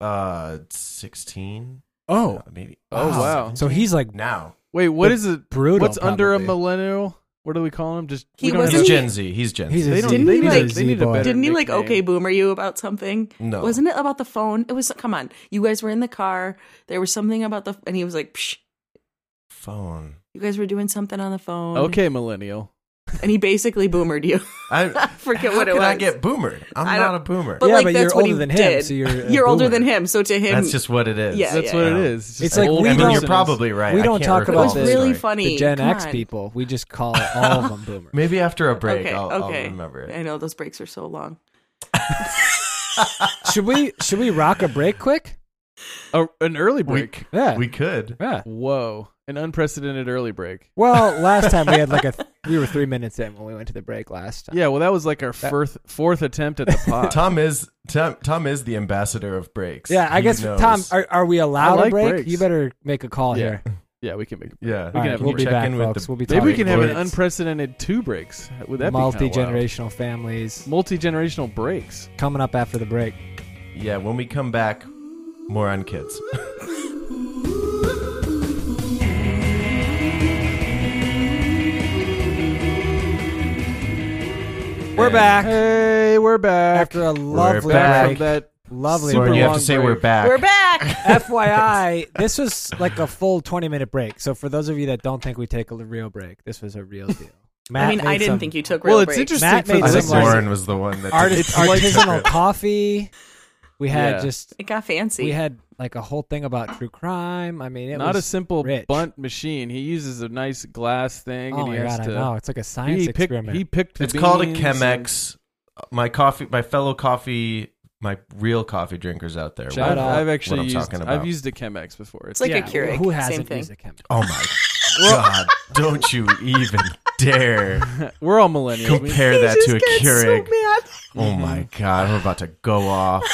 [SPEAKER 2] Uh, sixteen. Uh,
[SPEAKER 3] Oh,
[SPEAKER 2] maybe.
[SPEAKER 1] Oh, wow.
[SPEAKER 3] so he's like
[SPEAKER 2] now
[SPEAKER 1] Wait, what is it?
[SPEAKER 3] brutal.
[SPEAKER 1] What's under a
[SPEAKER 3] probably.
[SPEAKER 1] millennial? What do we call him? Just
[SPEAKER 4] He
[SPEAKER 1] we don't
[SPEAKER 4] wasn't
[SPEAKER 2] he's
[SPEAKER 1] have-
[SPEAKER 4] he-
[SPEAKER 2] Gen Z. He's Gen
[SPEAKER 3] He's
[SPEAKER 2] Z.
[SPEAKER 3] a
[SPEAKER 1] They
[SPEAKER 3] Z-
[SPEAKER 1] don't.
[SPEAKER 4] Didn't
[SPEAKER 1] they
[SPEAKER 4] he,
[SPEAKER 1] need
[SPEAKER 4] like-
[SPEAKER 1] a, they need a
[SPEAKER 3] Z-boy.
[SPEAKER 1] better.
[SPEAKER 4] Didn't he like
[SPEAKER 1] nickname.
[SPEAKER 4] okay boomer you about something?
[SPEAKER 2] No.
[SPEAKER 4] Wasn't it about the phone? It was come on. You guys were in the car. There was something about the and he was like, Psh,
[SPEAKER 3] *laughs*
[SPEAKER 2] Phone.
[SPEAKER 4] you guys were doing something on the phone.
[SPEAKER 1] Okay, millennial.
[SPEAKER 4] And he basically boomered you. *laughs*
[SPEAKER 2] I
[SPEAKER 4] forget
[SPEAKER 2] how
[SPEAKER 4] what it
[SPEAKER 2] could I
[SPEAKER 4] was.
[SPEAKER 2] get boomered. I'm
[SPEAKER 4] I
[SPEAKER 2] not
[SPEAKER 4] don't-
[SPEAKER 2] a boomer.
[SPEAKER 4] But
[SPEAKER 3] Yeah,
[SPEAKER 4] like
[SPEAKER 3] but
[SPEAKER 4] that's
[SPEAKER 3] you're
[SPEAKER 4] what
[SPEAKER 3] older
[SPEAKER 4] he
[SPEAKER 3] than him,
[SPEAKER 4] did. *laughs*
[SPEAKER 3] so you're a
[SPEAKER 4] older
[SPEAKER 3] boomer.
[SPEAKER 4] than him, so to him
[SPEAKER 2] That's just what it is.
[SPEAKER 4] Yeah, yeah,
[SPEAKER 1] That's what
[SPEAKER 2] yeah.
[SPEAKER 1] it is. It's,
[SPEAKER 3] It's
[SPEAKER 1] just
[SPEAKER 3] like
[SPEAKER 1] old
[SPEAKER 3] we
[SPEAKER 2] I mean,
[SPEAKER 3] don't-
[SPEAKER 2] you're
[SPEAKER 1] person.
[SPEAKER 2] probably right.
[SPEAKER 3] we
[SPEAKER 2] I
[SPEAKER 3] don't
[SPEAKER 2] can't
[SPEAKER 3] talk
[SPEAKER 4] it
[SPEAKER 2] recall
[SPEAKER 4] was
[SPEAKER 3] about
[SPEAKER 2] the
[SPEAKER 3] this.
[SPEAKER 4] really
[SPEAKER 2] story.
[SPEAKER 4] funny.
[SPEAKER 3] the Gen
[SPEAKER 4] Come
[SPEAKER 3] X
[SPEAKER 4] on.
[SPEAKER 3] people. We just call all of them boomer.
[SPEAKER 2] *laughs* Maybe after a break,
[SPEAKER 4] Okay,
[SPEAKER 2] I'll,
[SPEAKER 4] okay.
[SPEAKER 2] I'll remember
[SPEAKER 4] I
[SPEAKER 2] it.
[SPEAKER 4] know those breaks are so long.
[SPEAKER 3] Should we? Should we rock a break quick?
[SPEAKER 1] A, an early
[SPEAKER 2] We-
[SPEAKER 1] break.
[SPEAKER 3] Yeah.
[SPEAKER 2] We could.
[SPEAKER 3] yeah.
[SPEAKER 1] Whoa, an unprecedented early break.
[SPEAKER 3] Well, last time we had like a th- we were three minutes in when we went to the break last time.
[SPEAKER 1] Yeah, well, that was like our fourth fourth attempt
[SPEAKER 3] *laughs*
[SPEAKER 1] at the pod.
[SPEAKER 2] Tom is Tom, Tom is the ambassador of breaks.
[SPEAKER 3] Yeah, I
[SPEAKER 2] He
[SPEAKER 3] guess
[SPEAKER 2] knows.
[SPEAKER 3] Tom, are, are we allowed
[SPEAKER 1] I like
[SPEAKER 3] a break?
[SPEAKER 1] breaks.
[SPEAKER 3] You better make a call
[SPEAKER 1] Yeah.
[SPEAKER 3] here.
[SPEAKER 1] yeah, we can make.
[SPEAKER 2] yeah,
[SPEAKER 1] can
[SPEAKER 3] All right,
[SPEAKER 1] have a
[SPEAKER 3] we'll
[SPEAKER 1] break.
[SPEAKER 3] be
[SPEAKER 2] Check
[SPEAKER 3] back,
[SPEAKER 2] in with
[SPEAKER 3] folks.
[SPEAKER 2] the-
[SPEAKER 3] we'll be
[SPEAKER 1] Maybe we
[SPEAKER 2] Topic
[SPEAKER 1] can have an
[SPEAKER 2] breaks.
[SPEAKER 1] unprecedented two breaks. Would that
[SPEAKER 3] multi
[SPEAKER 1] be kind of
[SPEAKER 3] generational families
[SPEAKER 1] multi generational breaks?
[SPEAKER 3] coming up after the break.
[SPEAKER 2] Yeah, when we come back, more on kids.
[SPEAKER 3] We're back
[SPEAKER 1] Hey, we're back.
[SPEAKER 3] after a lovely
[SPEAKER 1] Back
[SPEAKER 2] back.
[SPEAKER 1] from
[SPEAKER 3] break.
[SPEAKER 1] that
[SPEAKER 3] Lovely
[SPEAKER 1] Super
[SPEAKER 2] Or
[SPEAKER 3] break.
[SPEAKER 2] you have
[SPEAKER 1] long
[SPEAKER 2] to say
[SPEAKER 1] break.
[SPEAKER 2] we're back.
[SPEAKER 4] We're
[SPEAKER 3] *laughs*
[SPEAKER 4] back.
[SPEAKER 3] FYI, this was like a full 20 minute break. So for those of you that don't think we take a real break, this was a real deal. Matt
[SPEAKER 4] I mean, I
[SPEAKER 3] made
[SPEAKER 4] didn't
[SPEAKER 3] some
[SPEAKER 4] think you took real
[SPEAKER 1] well. It's
[SPEAKER 4] breaks.
[SPEAKER 1] interesting
[SPEAKER 3] Matt
[SPEAKER 1] for
[SPEAKER 3] made
[SPEAKER 1] the
[SPEAKER 2] I think
[SPEAKER 3] some like-
[SPEAKER 1] listeners.
[SPEAKER 2] Warren was the one that
[SPEAKER 3] artist,
[SPEAKER 1] It's like-
[SPEAKER 3] artisanal coffee. We had
[SPEAKER 1] Yeah.
[SPEAKER 3] just
[SPEAKER 4] It got fancy. *laughs*
[SPEAKER 3] we had like a whole thing about true crime. I mean, it
[SPEAKER 1] Not a
[SPEAKER 3] was
[SPEAKER 1] simple
[SPEAKER 3] rich.
[SPEAKER 1] bunt machine. He uses a nice glass thing,
[SPEAKER 3] Oh
[SPEAKER 1] and he
[SPEAKER 3] my
[SPEAKER 1] has
[SPEAKER 3] god, I
[SPEAKER 1] to.
[SPEAKER 3] know. It's like a science
[SPEAKER 1] he picked.
[SPEAKER 3] experiment.
[SPEAKER 1] He picked. The
[SPEAKER 2] It's called a
[SPEAKER 1] beans
[SPEAKER 2] Chemex. My coffee, my fellow coffee, my real coffee drinkers out there.
[SPEAKER 1] and-
[SPEAKER 3] Shout
[SPEAKER 1] I've,
[SPEAKER 2] what-
[SPEAKER 3] out.
[SPEAKER 1] I've
[SPEAKER 2] what
[SPEAKER 1] actually
[SPEAKER 2] I'm
[SPEAKER 1] used.
[SPEAKER 2] talking about.
[SPEAKER 1] I've used a Chemex before. It's
[SPEAKER 4] like a
[SPEAKER 3] Yeah,
[SPEAKER 4] Keurig,
[SPEAKER 3] Who
[SPEAKER 4] same
[SPEAKER 3] hasn't
[SPEAKER 4] thing.
[SPEAKER 3] used a chemical?
[SPEAKER 2] oh my god! Don't you even dare
[SPEAKER 1] we're all millennials. We-
[SPEAKER 2] compare that to a Keurig.
[SPEAKER 4] mad.
[SPEAKER 2] oh my god! I'm about to go off.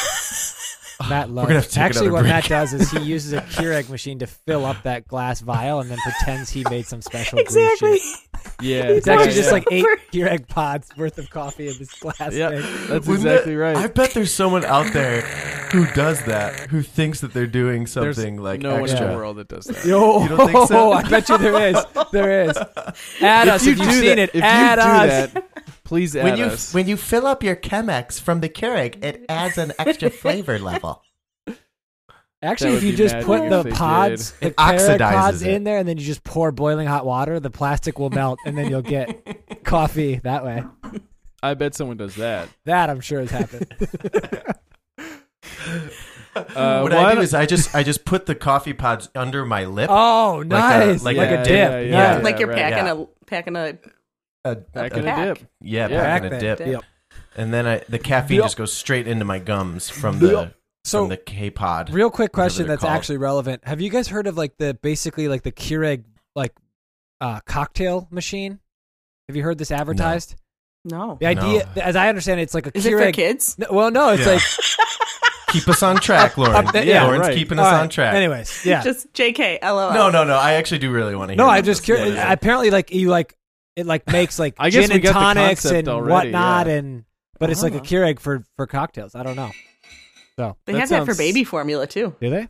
[SPEAKER 3] Matt loves.
[SPEAKER 2] gonna have to take
[SPEAKER 3] Actually, what
[SPEAKER 2] another
[SPEAKER 3] Matt
[SPEAKER 2] break.
[SPEAKER 3] does is *laughs* he uses a Keurig machine to fill up that glass vial and then pretends he made some special
[SPEAKER 4] *laughs*
[SPEAKER 3] brew
[SPEAKER 4] Exactly.
[SPEAKER 3] shit.
[SPEAKER 1] Yeah,
[SPEAKER 3] It's actually
[SPEAKER 1] yeah,
[SPEAKER 3] just
[SPEAKER 1] yeah.
[SPEAKER 3] like eight Keurig pods worth of coffee in this
[SPEAKER 1] *laughs*
[SPEAKER 3] glass
[SPEAKER 1] Yeah.
[SPEAKER 3] thing.
[SPEAKER 1] that's
[SPEAKER 2] Wouldn't that-
[SPEAKER 1] exactly right.
[SPEAKER 2] I bet there's someone out there who does that, who thinks that they're doing
[SPEAKER 1] There's
[SPEAKER 2] something like
[SPEAKER 1] no
[SPEAKER 2] extra.
[SPEAKER 1] one in the world that does that.
[SPEAKER 3] Yo,
[SPEAKER 2] You don't think
[SPEAKER 3] *laughs*
[SPEAKER 2] so?
[SPEAKER 3] I bet you there is. There is.
[SPEAKER 2] *laughs*
[SPEAKER 3] Add us if you've
[SPEAKER 1] do
[SPEAKER 3] seen
[SPEAKER 1] that-
[SPEAKER 3] it. add us.
[SPEAKER 1] that, please add
[SPEAKER 5] when you
[SPEAKER 1] us.
[SPEAKER 5] when you fill up your Chemex from the Keurig, it adds an
[SPEAKER 3] *laughs*
[SPEAKER 5] extra flavor level.
[SPEAKER 1] That
[SPEAKER 3] Actually, if
[SPEAKER 1] would
[SPEAKER 3] you
[SPEAKER 1] be
[SPEAKER 3] just
[SPEAKER 1] mad
[SPEAKER 3] put
[SPEAKER 1] if
[SPEAKER 3] the
[SPEAKER 1] they
[SPEAKER 3] pods,
[SPEAKER 2] did.
[SPEAKER 3] the
[SPEAKER 2] It oxidizes
[SPEAKER 3] carrot pods
[SPEAKER 2] it.
[SPEAKER 3] in there, and then you just pour boiling hot water, the plastic will melt, and then you'll
[SPEAKER 4] *laughs*
[SPEAKER 3] get coffee that way.
[SPEAKER 1] I bet someone does *laughs* that.
[SPEAKER 3] That I'm sure has happened. *laughs*
[SPEAKER 1] Uh,
[SPEAKER 2] what I do is I just I just put the coffee pods under my lip.
[SPEAKER 3] Oh,
[SPEAKER 2] a-
[SPEAKER 3] nice.
[SPEAKER 2] like
[SPEAKER 3] Like
[SPEAKER 2] a-
[SPEAKER 3] a,
[SPEAKER 2] yeah,
[SPEAKER 3] dip.
[SPEAKER 1] yeah, yeah.
[SPEAKER 3] Nice.
[SPEAKER 4] like you're
[SPEAKER 1] right,
[SPEAKER 4] packing
[SPEAKER 2] yeah.
[SPEAKER 4] a packing a
[SPEAKER 2] Uh,
[SPEAKER 1] Back
[SPEAKER 2] uh,
[SPEAKER 1] in a
[SPEAKER 4] Pack.
[SPEAKER 1] dip. Yeah.
[SPEAKER 2] yeah, back
[SPEAKER 3] Back
[SPEAKER 2] in a
[SPEAKER 3] that
[SPEAKER 2] dip.
[SPEAKER 4] dip. Yep.
[SPEAKER 2] And then I the caffeine
[SPEAKER 3] Yep.
[SPEAKER 2] just goes straight into my gums from the from
[SPEAKER 3] So,
[SPEAKER 2] the K pod.
[SPEAKER 3] real quick question
[SPEAKER 2] they're
[SPEAKER 3] that's
[SPEAKER 2] called.
[SPEAKER 3] actually relevant. Have you guys heard of like the basically like the Keurig like uh, cocktail machine? Have you heard this advertised?
[SPEAKER 4] no.
[SPEAKER 3] The idea, as I understand it, it's like a
[SPEAKER 4] Is it for
[SPEAKER 3] Keurig.
[SPEAKER 4] kids?
[SPEAKER 3] No, well, no, it's
[SPEAKER 2] Yeah.
[SPEAKER 3] like
[SPEAKER 2] *laughs* Keep us on track, Lauren.
[SPEAKER 3] up there- yeah,
[SPEAKER 2] Lauren's
[SPEAKER 1] right.
[SPEAKER 2] keeping
[SPEAKER 3] all
[SPEAKER 2] us
[SPEAKER 3] right.
[SPEAKER 2] on track.
[SPEAKER 1] *laughs*
[SPEAKER 3] Anyways, yeah.
[SPEAKER 4] Just JK, LOL.
[SPEAKER 2] No, no, no. I actually do really want to hear.
[SPEAKER 3] No, I'm
[SPEAKER 2] about
[SPEAKER 3] just
[SPEAKER 2] this.
[SPEAKER 3] curious.
[SPEAKER 2] What is it?
[SPEAKER 3] Apparently, like you like it, like makes like
[SPEAKER 1] *laughs* I guess
[SPEAKER 3] gin
[SPEAKER 1] we
[SPEAKER 3] and
[SPEAKER 1] got the
[SPEAKER 3] tonics
[SPEAKER 1] concept
[SPEAKER 3] and
[SPEAKER 1] already,
[SPEAKER 3] whatnot,
[SPEAKER 1] yeah.
[SPEAKER 3] and but it's like a
[SPEAKER 4] Uh-huh.
[SPEAKER 3] Keurig for for cocktails. I don't know. So
[SPEAKER 4] They
[SPEAKER 1] That
[SPEAKER 4] have that for
[SPEAKER 1] sounds-
[SPEAKER 4] baby formula too.
[SPEAKER 3] do they?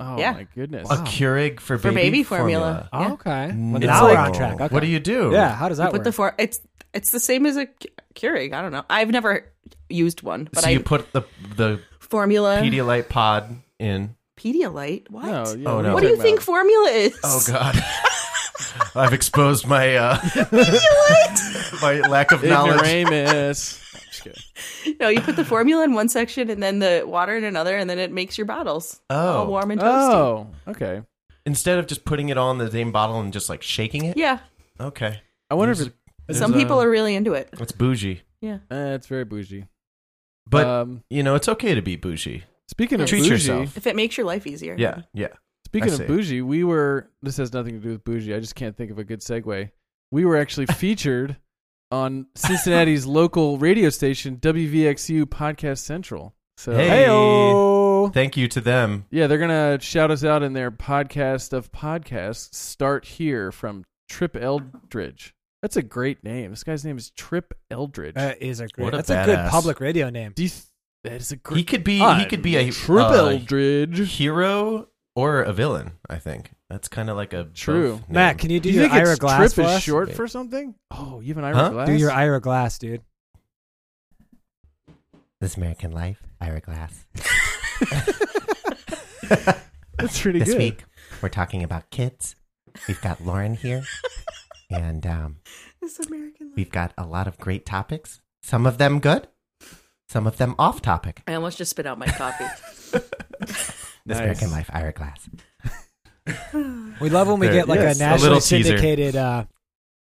[SPEAKER 1] Oh
[SPEAKER 4] Yeah.
[SPEAKER 1] my goodness.
[SPEAKER 2] A Keurig for,
[SPEAKER 4] For baby formula. Yeah.
[SPEAKER 3] Oh, okay.
[SPEAKER 2] No.
[SPEAKER 3] Well, now we're on track. Okay.
[SPEAKER 2] What do you do?
[SPEAKER 3] Yeah. How does
[SPEAKER 4] You
[SPEAKER 3] that
[SPEAKER 4] put
[SPEAKER 3] work?
[SPEAKER 4] the for it's it's the same as a Ke- Keurig. I don't know. I've never used one, but
[SPEAKER 2] so
[SPEAKER 4] I
[SPEAKER 2] you put the the
[SPEAKER 4] formula
[SPEAKER 2] Pedialyte pod in.
[SPEAKER 4] Pedialyte. What?
[SPEAKER 1] No, yeah,
[SPEAKER 2] Oh,
[SPEAKER 1] are
[SPEAKER 2] no.
[SPEAKER 4] What do you
[SPEAKER 1] talking
[SPEAKER 4] think
[SPEAKER 1] about?
[SPEAKER 4] formula is?
[SPEAKER 2] Oh God. *laughs* I've exposed my uh, *laughs* my lack of knowledge.
[SPEAKER 1] Ignoramus.
[SPEAKER 4] *laughs*
[SPEAKER 1] I'm just kidding.
[SPEAKER 4] No, you put the formula in one section and then the water in another, and then it makes your bottles all
[SPEAKER 2] Oh,
[SPEAKER 4] warm and toasty.
[SPEAKER 1] Oh, okay.
[SPEAKER 2] instead of just putting it all in the same bottle and just like shaking it.
[SPEAKER 4] Yeah,
[SPEAKER 2] Okay.
[SPEAKER 1] I wonder
[SPEAKER 2] There's-
[SPEAKER 1] if uh,
[SPEAKER 2] there's
[SPEAKER 4] some
[SPEAKER 2] a-
[SPEAKER 4] people are really into it.
[SPEAKER 2] It's bougie,
[SPEAKER 4] Yeah,
[SPEAKER 1] it, eh, it's very bougie.
[SPEAKER 2] but
[SPEAKER 1] um,
[SPEAKER 2] you know it's okay to be bougie.
[SPEAKER 1] speaking of
[SPEAKER 4] Treat
[SPEAKER 1] bougie,
[SPEAKER 2] yourself.
[SPEAKER 4] if it makes your life easier.
[SPEAKER 2] Yeah, yeah.
[SPEAKER 1] speaking
[SPEAKER 2] I
[SPEAKER 1] of
[SPEAKER 2] see.
[SPEAKER 1] bougie, we were. This has nothing to do with bougie. I just can't think of a good segue. We were
[SPEAKER 2] *laughs*
[SPEAKER 1] actually featured on Cincinnati's local radio station WVXU Podcast Central. So
[SPEAKER 2] Hey.
[SPEAKER 3] Hey-o.
[SPEAKER 2] Thank you to them.
[SPEAKER 1] Yeah, they're gonna shout us out in their podcast of podcasts. Start here from Trip Eldridge. That's a great name. This guy's name is Trip Eldridge.
[SPEAKER 2] Uh,
[SPEAKER 3] That is a great.
[SPEAKER 2] What a
[SPEAKER 3] that's a good
[SPEAKER 2] badass.
[SPEAKER 3] public radio name.
[SPEAKER 1] Do you th- that is a great.
[SPEAKER 2] He could be he
[SPEAKER 1] I'm
[SPEAKER 2] could be a
[SPEAKER 1] Trip
[SPEAKER 2] uh,
[SPEAKER 1] Eldridge.
[SPEAKER 2] hero or a villain. I think that's kind of like a
[SPEAKER 1] True.
[SPEAKER 2] both name.
[SPEAKER 3] Matt, can you do
[SPEAKER 1] Do you
[SPEAKER 3] your
[SPEAKER 1] think
[SPEAKER 3] Ira
[SPEAKER 1] it's
[SPEAKER 3] Glass
[SPEAKER 1] Trip
[SPEAKER 3] for
[SPEAKER 1] is
[SPEAKER 3] us?
[SPEAKER 1] short for something? Oh, you have an Ira
[SPEAKER 2] Huh?
[SPEAKER 1] Glass.
[SPEAKER 3] Do your Ira Glass, dude.
[SPEAKER 5] This American Life, Ira
[SPEAKER 2] *laughs*
[SPEAKER 5] Glass.
[SPEAKER 1] That's pretty
[SPEAKER 5] this
[SPEAKER 1] good.
[SPEAKER 5] week we're talking about kids. We've got Lauren here, and um,
[SPEAKER 4] *laughs* This American life.
[SPEAKER 5] we've got a lot of great topics. Some of them good, some of them off topic.
[SPEAKER 4] I almost just spit out my
[SPEAKER 2] *laughs*
[SPEAKER 4] coffee. *laughs*
[SPEAKER 5] This
[SPEAKER 1] Nice.
[SPEAKER 5] American Life, Ira Glass.
[SPEAKER 3] We love when we
[SPEAKER 2] There-
[SPEAKER 3] get like
[SPEAKER 1] yes,
[SPEAKER 3] a
[SPEAKER 1] a
[SPEAKER 3] nationally
[SPEAKER 2] little teaser.
[SPEAKER 3] syndicated uh,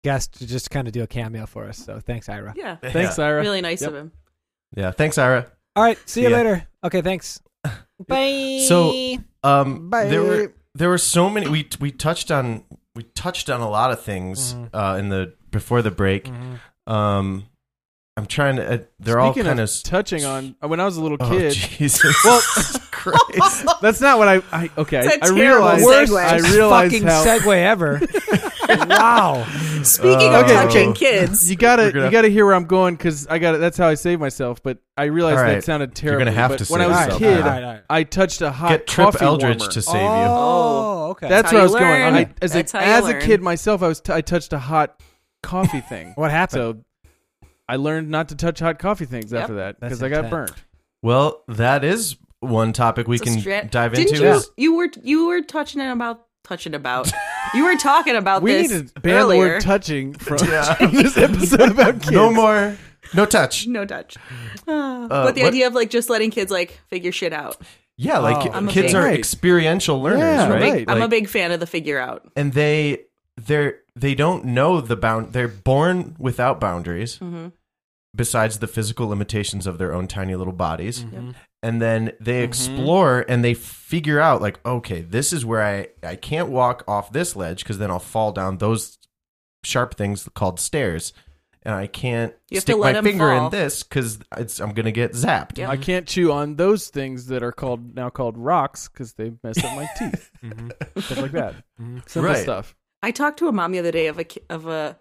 [SPEAKER 3] guest to just kind of do a cameo for us. So thanks, Ira.
[SPEAKER 4] yeah,
[SPEAKER 1] Thanks, Ira.
[SPEAKER 4] really nice
[SPEAKER 1] Yep.
[SPEAKER 4] of
[SPEAKER 1] *laughs*
[SPEAKER 4] him.
[SPEAKER 2] uh, Yeah. Thanks, Ira.
[SPEAKER 3] All right. See you
[SPEAKER 2] Yeah.
[SPEAKER 3] later. Okay. Thanks. *laughs* Bye.
[SPEAKER 2] So, Um,
[SPEAKER 3] Bye.
[SPEAKER 2] there were there were so many. We we touched on we touched on a lot of things
[SPEAKER 3] Mhm.
[SPEAKER 2] uh, in the before the break.
[SPEAKER 3] Mhm.
[SPEAKER 2] Um, I'm trying to. Uh, they're
[SPEAKER 1] Speaking
[SPEAKER 2] all kind
[SPEAKER 1] of
[SPEAKER 2] of.
[SPEAKER 1] touching on uh, when I was a little
[SPEAKER 2] oh
[SPEAKER 1] kid.
[SPEAKER 2] *laughs* Jesus
[SPEAKER 1] Well-
[SPEAKER 2] Christ!
[SPEAKER 4] *laughs*
[SPEAKER 1] That's not what I. I okay,
[SPEAKER 4] It's a
[SPEAKER 1] I- I
[SPEAKER 4] terrible
[SPEAKER 1] realized.
[SPEAKER 4] Worst
[SPEAKER 1] I
[SPEAKER 4] segue.
[SPEAKER 1] realized
[SPEAKER 3] fucking
[SPEAKER 1] how
[SPEAKER 3] segue ever. wow.
[SPEAKER 4] Speaking of
[SPEAKER 2] Okay.
[SPEAKER 4] touching kids,
[SPEAKER 1] You gotta
[SPEAKER 2] We're gonna-
[SPEAKER 1] you gotta hear where I'm going because I got That's how I save myself. But I realized
[SPEAKER 2] All right.
[SPEAKER 1] that sounded
[SPEAKER 2] You're
[SPEAKER 1] terrible.
[SPEAKER 2] gonna have
[SPEAKER 1] but
[SPEAKER 2] to
[SPEAKER 1] when I
[SPEAKER 2] save
[SPEAKER 1] was a
[SPEAKER 2] yourself.
[SPEAKER 1] kid,
[SPEAKER 2] All right,
[SPEAKER 1] I touched a hot
[SPEAKER 2] Get Trip
[SPEAKER 1] coffee
[SPEAKER 2] Eldridge
[SPEAKER 1] warmer.
[SPEAKER 2] to save you.
[SPEAKER 3] Oh, okay.
[SPEAKER 1] That's,
[SPEAKER 4] That's
[SPEAKER 1] where I
[SPEAKER 4] how
[SPEAKER 1] was
[SPEAKER 4] you
[SPEAKER 1] going.
[SPEAKER 4] learn.
[SPEAKER 1] I, as
[SPEAKER 4] That's
[SPEAKER 1] a,
[SPEAKER 4] how you
[SPEAKER 1] as a
[SPEAKER 4] learn.
[SPEAKER 1] kid myself, I was t- I touched a
[SPEAKER 2] *laughs*
[SPEAKER 1] hot coffee thing.
[SPEAKER 3] what happened.
[SPEAKER 1] so I learned not to touch hot coffee things
[SPEAKER 4] Yep.
[SPEAKER 1] after that
[SPEAKER 3] That's
[SPEAKER 1] because I got
[SPEAKER 3] intense.
[SPEAKER 1] burned.
[SPEAKER 2] Well, that is one topic we
[SPEAKER 4] It's a
[SPEAKER 2] can
[SPEAKER 4] strat-
[SPEAKER 2] dive
[SPEAKER 4] Didn't
[SPEAKER 2] into.
[SPEAKER 4] You, *laughs*
[SPEAKER 2] is-
[SPEAKER 4] you were you were touching it about touching about. you were talking about
[SPEAKER 1] We
[SPEAKER 4] this
[SPEAKER 1] need to ban the
[SPEAKER 4] earlier.
[SPEAKER 1] word touching
[SPEAKER 2] *laughs*
[SPEAKER 1] from
[SPEAKER 2] Yeah.
[SPEAKER 1] this episode about kids.
[SPEAKER 2] No more.
[SPEAKER 4] *laughs*
[SPEAKER 2] No touch.
[SPEAKER 4] no touch.
[SPEAKER 1] *sighs*
[SPEAKER 4] Ah,
[SPEAKER 1] Uh,
[SPEAKER 4] but the
[SPEAKER 2] what-
[SPEAKER 4] idea of like just letting kids like figure shit out.
[SPEAKER 2] Yeah, like
[SPEAKER 1] Oh,
[SPEAKER 4] I'm a
[SPEAKER 2] kids
[SPEAKER 4] big-
[SPEAKER 2] are
[SPEAKER 1] Right.
[SPEAKER 2] experiential learners,
[SPEAKER 1] Yeah,
[SPEAKER 2] right?
[SPEAKER 1] right.
[SPEAKER 4] I'm a
[SPEAKER 2] Like-
[SPEAKER 4] big fan of the figure out.
[SPEAKER 2] and they they're they don't know the bound they're born without boundaries
[SPEAKER 4] hmm
[SPEAKER 2] besides the physical limitations of their own tiny little bodies
[SPEAKER 3] Mhm.
[SPEAKER 2] and then
[SPEAKER 3] Mm-hmm.
[SPEAKER 2] they explore and they figure out like okay this is where i i can't walk off this ledge because then i'll fall down those sharp things called stairs and i can't
[SPEAKER 4] You have to
[SPEAKER 2] stick
[SPEAKER 4] let
[SPEAKER 2] my
[SPEAKER 4] 'em
[SPEAKER 2] finger
[SPEAKER 4] fall.
[SPEAKER 2] in this because i'm gonna get zapped
[SPEAKER 4] Yep.
[SPEAKER 1] I can't chew on those things that are called now called rocks because they mess up my
[SPEAKER 4] *laughs*
[SPEAKER 1] teeth,
[SPEAKER 3] Mhm.
[SPEAKER 4] Mm-hmm.
[SPEAKER 1] stuff like that.
[SPEAKER 3] Mhm.
[SPEAKER 1] Simple
[SPEAKER 2] Right.
[SPEAKER 1] stuff.
[SPEAKER 4] I talked to a mom the other day of a ki- of a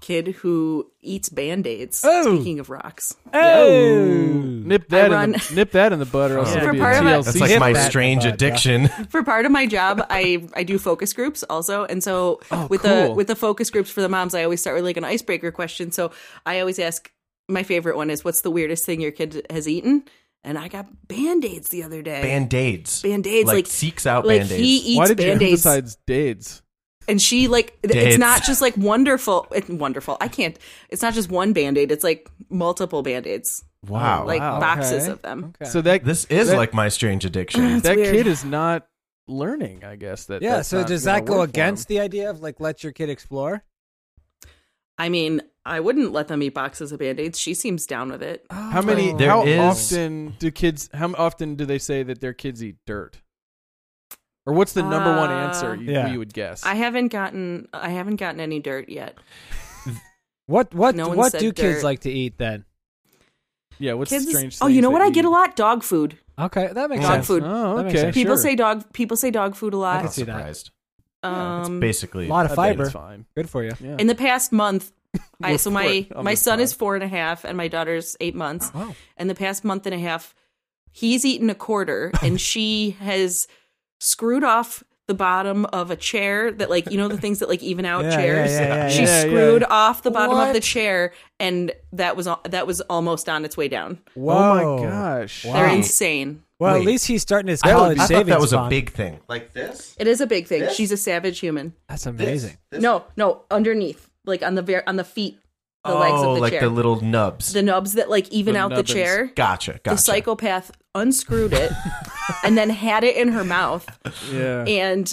[SPEAKER 4] kid who eats band aids.
[SPEAKER 3] Oh.
[SPEAKER 4] Speaking of rocks,
[SPEAKER 1] Nip that,
[SPEAKER 4] I
[SPEAKER 1] in the, *laughs* nip that in the bud, or else
[SPEAKER 2] Yeah,
[SPEAKER 1] it'll
[SPEAKER 4] for
[SPEAKER 1] be a
[SPEAKER 4] part of it-
[SPEAKER 1] TLC.
[SPEAKER 2] That's
[SPEAKER 4] That's
[SPEAKER 2] like
[SPEAKER 3] Hit
[SPEAKER 2] my
[SPEAKER 3] that
[SPEAKER 2] strange
[SPEAKER 3] bud,
[SPEAKER 4] *laughs*
[SPEAKER 3] yeah.
[SPEAKER 2] addiction.
[SPEAKER 4] for part of my job, I I do focus groups also, and so
[SPEAKER 1] Oh,
[SPEAKER 4] with the
[SPEAKER 1] cool.
[SPEAKER 4] with the focus groups for the moms, I always start with like an icebreaker question. So I always ask my favorite one is what's the weirdest thing your kid has eaten, and I got band aids the other day.
[SPEAKER 2] Band aids.
[SPEAKER 4] band aids
[SPEAKER 2] Like,
[SPEAKER 4] like,
[SPEAKER 2] seeks out
[SPEAKER 4] like
[SPEAKER 2] Band-Aids.
[SPEAKER 4] he eats
[SPEAKER 1] Why did
[SPEAKER 4] band
[SPEAKER 1] you
[SPEAKER 4] aids
[SPEAKER 1] emphasize dates?
[SPEAKER 4] and she like th-
[SPEAKER 2] Dates.
[SPEAKER 4] it's not just like wonderful it's wonderful i can't it's not just one band-aid it's like multiple band-aids
[SPEAKER 2] Oh, wow.
[SPEAKER 4] like
[SPEAKER 1] wow.
[SPEAKER 4] Oh. boxes
[SPEAKER 3] Okay.
[SPEAKER 4] of them
[SPEAKER 3] Okay.
[SPEAKER 1] So that
[SPEAKER 2] this is
[SPEAKER 1] that-
[SPEAKER 2] like my strange addiction.
[SPEAKER 1] that
[SPEAKER 4] weird.
[SPEAKER 1] kid is not learning. I guess that.
[SPEAKER 3] yeah.
[SPEAKER 1] that's
[SPEAKER 3] So
[SPEAKER 1] not
[SPEAKER 3] does
[SPEAKER 1] gonna
[SPEAKER 3] that go
[SPEAKER 1] work for
[SPEAKER 3] against
[SPEAKER 1] him.
[SPEAKER 3] the idea of like let your kid explore?
[SPEAKER 4] i mean i wouldn't let them eat boxes of band-aids she seems down with it
[SPEAKER 1] How many?
[SPEAKER 2] There
[SPEAKER 1] how
[SPEAKER 2] is-
[SPEAKER 1] often do kids? How often do they say that their kids eat dirt? Or what's the number one
[SPEAKER 4] Uh,
[SPEAKER 1] answer you,
[SPEAKER 3] Yeah.
[SPEAKER 1] you would guess?
[SPEAKER 4] i haven't gotten i haven't gotten any dirt yet
[SPEAKER 3] What what
[SPEAKER 4] No one
[SPEAKER 3] what
[SPEAKER 4] said
[SPEAKER 3] do kids
[SPEAKER 4] dirt.
[SPEAKER 3] like to eat then?
[SPEAKER 1] yeah, what's
[SPEAKER 4] kids
[SPEAKER 1] strange?
[SPEAKER 4] oh you
[SPEAKER 1] things
[SPEAKER 4] know
[SPEAKER 1] that
[SPEAKER 4] what i get a lot dog food
[SPEAKER 3] Okay, that makes
[SPEAKER 4] Dog
[SPEAKER 3] sense.
[SPEAKER 4] food.
[SPEAKER 1] Oh,
[SPEAKER 3] That makes
[SPEAKER 1] okay.
[SPEAKER 3] sense.
[SPEAKER 4] people
[SPEAKER 1] sure.
[SPEAKER 4] say dog people say dog food a
[SPEAKER 3] I
[SPEAKER 4] lot
[SPEAKER 3] can see that. Mm.
[SPEAKER 2] surprised.
[SPEAKER 4] um
[SPEAKER 2] It's basically
[SPEAKER 3] A lot of
[SPEAKER 1] I bet it's
[SPEAKER 3] fiber.
[SPEAKER 1] Fine.
[SPEAKER 3] Good for you.
[SPEAKER 1] Yeah.
[SPEAKER 4] in the past month I,
[SPEAKER 1] We're
[SPEAKER 4] so
[SPEAKER 1] four
[SPEAKER 4] my
[SPEAKER 1] on
[SPEAKER 4] my
[SPEAKER 1] this
[SPEAKER 4] son is
[SPEAKER 1] pod.
[SPEAKER 4] four and a half and my daughter's eight months
[SPEAKER 3] Wow.
[SPEAKER 4] and the past month and a half he's eaten a quarter and she has screwed off the bottom of a chair that like you know the things that like even out
[SPEAKER 3] Yeah, yeah,
[SPEAKER 4] chairs
[SPEAKER 3] yeah, yeah,
[SPEAKER 4] she
[SPEAKER 1] yeah.
[SPEAKER 4] screwed off the bottom
[SPEAKER 3] What?
[SPEAKER 4] of the chair and that was al- that was almost on its way down
[SPEAKER 1] Oh
[SPEAKER 3] Whoa.
[SPEAKER 1] my gosh.
[SPEAKER 2] Wow.
[SPEAKER 4] they're insane
[SPEAKER 3] Well,
[SPEAKER 2] Wait.
[SPEAKER 3] at least he's starting his
[SPEAKER 2] I,
[SPEAKER 3] college
[SPEAKER 2] I thought
[SPEAKER 3] savings
[SPEAKER 2] that was a
[SPEAKER 3] fund.
[SPEAKER 2] big thing. Like this?
[SPEAKER 4] it is a big thing
[SPEAKER 2] This?
[SPEAKER 4] she's a savage human
[SPEAKER 3] That's amazing.
[SPEAKER 4] no no underneath like on the ver- on the feet the legs
[SPEAKER 2] oh,
[SPEAKER 4] of the
[SPEAKER 2] like
[SPEAKER 4] chair
[SPEAKER 2] the little nubs.
[SPEAKER 4] the nubs that like even
[SPEAKER 1] The
[SPEAKER 4] out
[SPEAKER 1] nubbins.
[SPEAKER 4] the chair
[SPEAKER 2] gotcha. Gotcha.
[SPEAKER 4] the psychopath unscrewed it and then had it in her mouth
[SPEAKER 1] Yeah.
[SPEAKER 4] and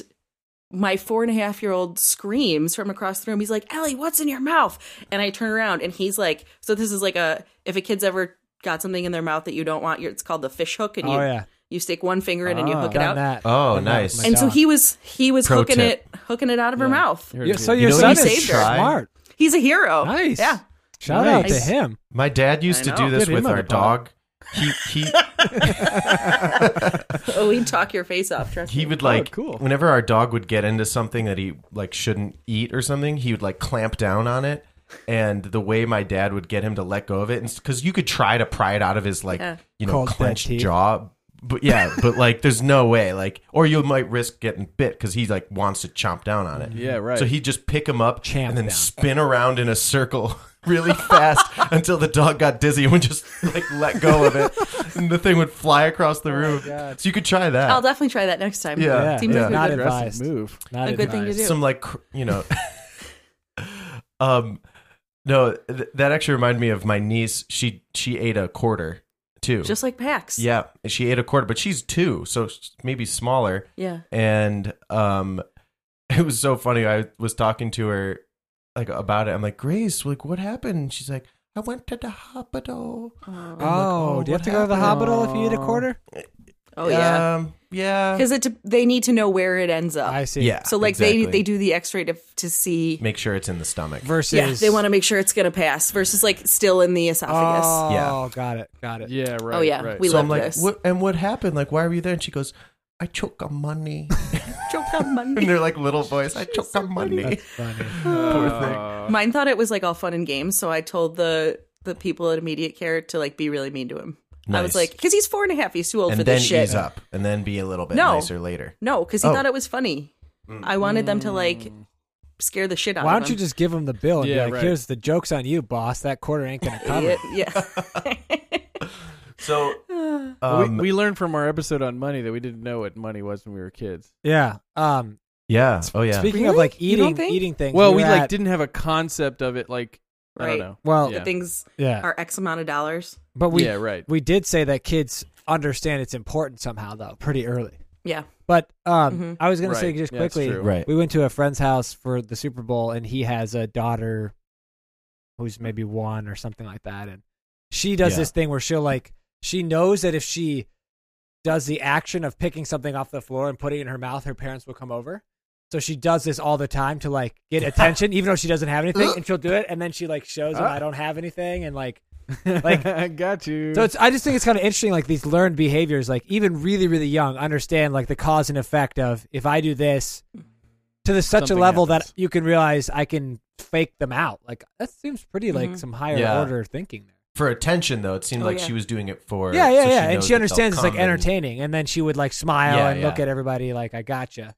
[SPEAKER 4] my four and a half year old screams from across the room. He's like, Ellie, what's in your mouth? And I turn around and he's like, So this is like a if a kid's ever got something in their mouth that you don't want, you're, it's called the fish hook, and
[SPEAKER 3] Oh
[SPEAKER 4] you
[SPEAKER 3] yeah,
[SPEAKER 4] you stick one finger in and you
[SPEAKER 1] Ah.
[SPEAKER 4] hook it
[SPEAKER 3] done
[SPEAKER 4] out.
[SPEAKER 3] that.
[SPEAKER 2] Oh,
[SPEAKER 3] Done that with
[SPEAKER 2] nice.
[SPEAKER 3] my
[SPEAKER 4] And so
[SPEAKER 3] dog.
[SPEAKER 4] he was he was
[SPEAKER 2] Pro
[SPEAKER 4] hooking
[SPEAKER 2] tip.
[SPEAKER 4] it hooking it out of her mouth.
[SPEAKER 1] Here it
[SPEAKER 3] Yeah,
[SPEAKER 1] is.
[SPEAKER 3] so your
[SPEAKER 2] know
[SPEAKER 3] son
[SPEAKER 2] what
[SPEAKER 4] he
[SPEAKER 3] is
[SPEAKER 4] saved her?
[SPEAKER 3] smart.
[SPEAKER 4] He's a hero.
[SPEAKER 3] Nice.
[SPEAKER 4] Yeah.
[SPEAKER 3] Shout out to
[SPEAKER 1] Nice.
[SPEAKER 3] him.
[SPEAKER 2] My dad used
[SPEAKER 4] I
[SPEAKER 2] to
[SPEAKER 4] know.
[SPEAKER 2] do this
[SPEAKER 1] Get him
[SPEAKER 2] with
[SPEAKER 1] on
[SPEAKER 2] our
[SPEAKER 1] the pod.
[SPEAKER 2] dog. He he
[SPEAKER 4] *laughs* Oh, he'd talk your face off. Trust
[SPEAKER 2] he
[SPEAKER 4] me.
[SPEAKER 3] Oh,
[SPEAKER 2] would like
[SPEAKER 1] cool.
[SPEAKER 2] whenever our dog would get into something that he like shouldn't eat or something, he would like clamp down on it. And the way my dad would get him to let go of it, because you could try to pry it out of his like
[SPEAKER 4] Yeah.
[SPEAKER 2] you know
[SPEAKER 3] Cold dead
[SPEAKER 2] clenched
[SPEAKER 3] teeth.
[SPEAKER 2] jaw, but yeah, but like there's no way like or you might risk getting bit because he like wants to chomp down on it.
[SPEAKER 1] Yeah, right.
[SPEAKER 2] So he'd just pick him up
[SPEAKER 3] Champ
[SPEAKER 2] and then
[SPEAKER 3] down.
[SPEAKER 2] spin around in a circle *laughs* really
[SPEAKER 3] *laughs*
[SPEAKER 2] fast until the dog got dizzy and would just like let go of it, and the thing would fly across
[SPEAKER 3] Oh
[SPEAKER 2] the room. So you could try that.
[SPEAKER 4] I'll definitely try that next time.
[SPEAKER 2] Yeah.
[SPEAKER 4] Seems
[SPEAKER 2] Yeah.
[SPEAKER 4] like we
[SPEAKER 3] Not
[SPEAKER 4] did.
[SPEAKER 1] Aggressive
[SPEAKER 3] advised.
[SPEAKER 1] move.
[SPEAKER 3] Not
[SPEAKER 4] A good thing to
[SPEAKER 3] advised.
[SPEAKER 4] do.
[SPEAKER 2] some like cr- you know *laughs* um no th- that actually reminded me of my niece she she ate a quarter too
[SPEAKER 4] Just like Pax.
[SPEAKER 2] yeah she ate a quarter but she's two so s- maybe smaller
[SPEAKER 4] Yeah.
[SPEAKER 2] and um *laughs* it was so funny i was talking to her like about it i'm like grace like what happened she's like i went to the hospital
[SPEAKER 4] Oh,
[SPEAKER 3] Oh,
[SPEAKER 2] oh,
[SPEAKER 3] do you have
[SPEAKER 2] what
[SPEAKER 3] to go to the
[SPEAKER 2] happened?
[SPEAKER 3] hospital if you eat a quarter?
[SPEAKER 4] Oh, yeah.
[SPEAKER 2] um, yeah
[SPEAKER 4] Because it they need to know where it ends up.
[SPEAKER 3] I see.
[SPEAKER 2] yeah
[SPEAKER 4] So like they
[SPEAKER 2] exactly.
[SPEAKER 4] they do the X-ray to to see.
[SPEAKER 2] make sure it's in the stomach
[SPEAKER 3] Versus.
[SPEAKER 4] Yeah, they want to make sure it's gonna pass versus like still in the esophagus.
[SPEAKER 3] Oh,
[SPEAKER 2] Yeah.
[SPEAKER 3] got it. Got it.
[SPEAKER 1] Yeah, right.
[SPEAKER 4] Oh, yeah.
[SPEAKER 1] Right.
[SPEAKER 4] We
[SPEAKER 2] so I'm
[SPEAKER 4] love
[SPEAKER 2] like,
[SPEAKER 4] this.
[SPEAKER 2] what? And what happened? Like, why were you there? And she goes, I choke on money.
[SPEAKER 4] *laughs* Joke on
[SPEAKER 2] *laughs* and
[SPEAKER 4] Monday.
[SPEAKER 2] they're like little voice, I choke on money. *laughs*
[SPEAKER 3] That's funny.
[SPEAKER 1] Uh,
[SPEAKER 4] Mine thought it was like all fun and games, so I told the the people at immediate care to like be really mean to him. I was
[SPEAKER 2] Nice.
[SPEAKER 4] like, because he's four and a half, he's too old
[SPEAKER 2] And
[SPEAKER 4] for
[SPEAKER 2] then
[SPEAKER 4] this shit.
[SPEAKER 2] ease up, and then be a little bit
[SPEAKER 4] No.
[SPEAKER 2] nicer later.
[SPEAKER 4] No, because he
[SPEAKER 2] Oh. Mm.
[SPEAKER 4] thought it was funny. I wanted them to like scare the shit out
[SPEAKER 3] Why
[SPEAKER 4] of
[SPEAKER 3] don't you
[SPEAKER 4] him.
[SPEAKER 3] just give him the bill and
[SPEAKER 1] Yeah,
[SPEAKER 3] be like,
[SPEAKER 1] right.
[SPEAKER 3] "Here's the joke's on you, boss. That quarter ain't gonna cover." it."
[SPEAKER 4] yeah.
[SPEAKER 2] *laughs*
[SPEAKER 4] *laughs* *sighs*
[SPEAKER 2] So,
[SPEAKER 1] well,
[SPEAKER 2] um,
[SPEAKER 1] we, we learned from our episode on money that we didn't know what money was when we were kids.
[SPEAKER 3] yeah. Um.
[SPEAKER 2] yeah, oh yeah,
[SPEAKER 3] Speaking of
[SPEAKER 4] Really?
[SPEAKER 3] like
[SPEAKER 4] You don't
[SPEAKER 3] eating,
[SPEAKER 4] think?
[SPEAKER 3] eating things.
[SPEAKER 1] Well,
[SPEAKER 3] we,
[SPEAKER 1] we
[SPEAKER 3] were
[SPEAKER 1] like
[SPEAKER 3] at-
[SPEAKER 1] didn't have a concept of it. Like I
[SPEAKER 4] Right.
[SPEAKER 1] don't know.
[SPEAKER 3] Well,
[SPEAKER 1] yeah.
[SPEAKER 4] Things
[SPEAKER 3] Yeah.
[SPEAKER 4] are X amount of dollars.
[SPEAKER 3] But we
[SPEAKER 1] yeah, right.
[SPEAKER 3] we did say that kids understand it's important somehow though pretty early.
[SPEAKER 4] Yeah.
[SPEAKER 3] But um,
[SPEAKER 4] Mhm.
[SPEAKER 3] I was gonna
[SPEAKER 1] Right.
[SPEAKER 3] say just
[SPEAKER 1] Yeah, that's
[SPEAKER 3] quickly,
[SPEAKER 1] true.
[SPEAKER 2] right.
[SPEAKER 3] we went to a friend's house for the Super Bowl, and he has a daughter who's maybe one or something like that, and she does
[SPEAKER 2] Yeah.
[SPEAKER 3] this thing where she'll like she knows that if she does the action of picking something off the floor and putting it in her mouth, her parents will come over. So she does this all the time to like
[SPEAKER 2] *laughs*
[SPEAKER 3] get attention, even though she doesn't
[SPEAKER 1] *laughs*
[SPEAKER 3] have anything, and she'll do it, and then she like shows
[SPEAKER 2] Ah.
[SPEAKER 3] them I don't have anything, and
[SPEAKER 2] *laughs*
[SPEAKER 3] like
[SPEAKER 1] *laughs*
[SPEAKER 3] like
[SPEAKER 1] I got you.
[SPEAKER 3] so it's I just think it's kind of interesting, like these learned behaviors, like even really really young, understand like the cause and effect of if I do this, to the, such a
[SPEAKER 1] something
[SPEAKER 3] level
[SPEAKER 1] happens.
[SPEAKER 3] that you can realize I can fake them out. Like that seems pretty like
[SPEAKER 4] Mhm.
[SPEAKER 3] some higher
[SPEAKER 2] Yeah.
[SPEAKER 3] order thinking there.
[SPEAKER 2] for attention though. It seemed
[SPEAKER 4] Oh,
[SPEAKER 2] like
[SPEAKER 4] yeah.
[SPEAKER 2] she was doing it for
[SPEAKER 3] yeah, yeah,
[SPEAKER 2] so
[SPEAKER 3] yeah. and
[SPEAKER 2] knows
[SPEAKER 3] she
[SPEAKER 2] that they'll
[SPEAKER 3] understands it's like
[SPEAKER 2] come and-
[SPEAKER 3] entertaining, and then she would like smile
[SPEAKER 2] Yeah,
[SPEAKER 3] and look
[SPEAKER 2] yeah.
[SPEAKER 3] at everybody like I gotcha.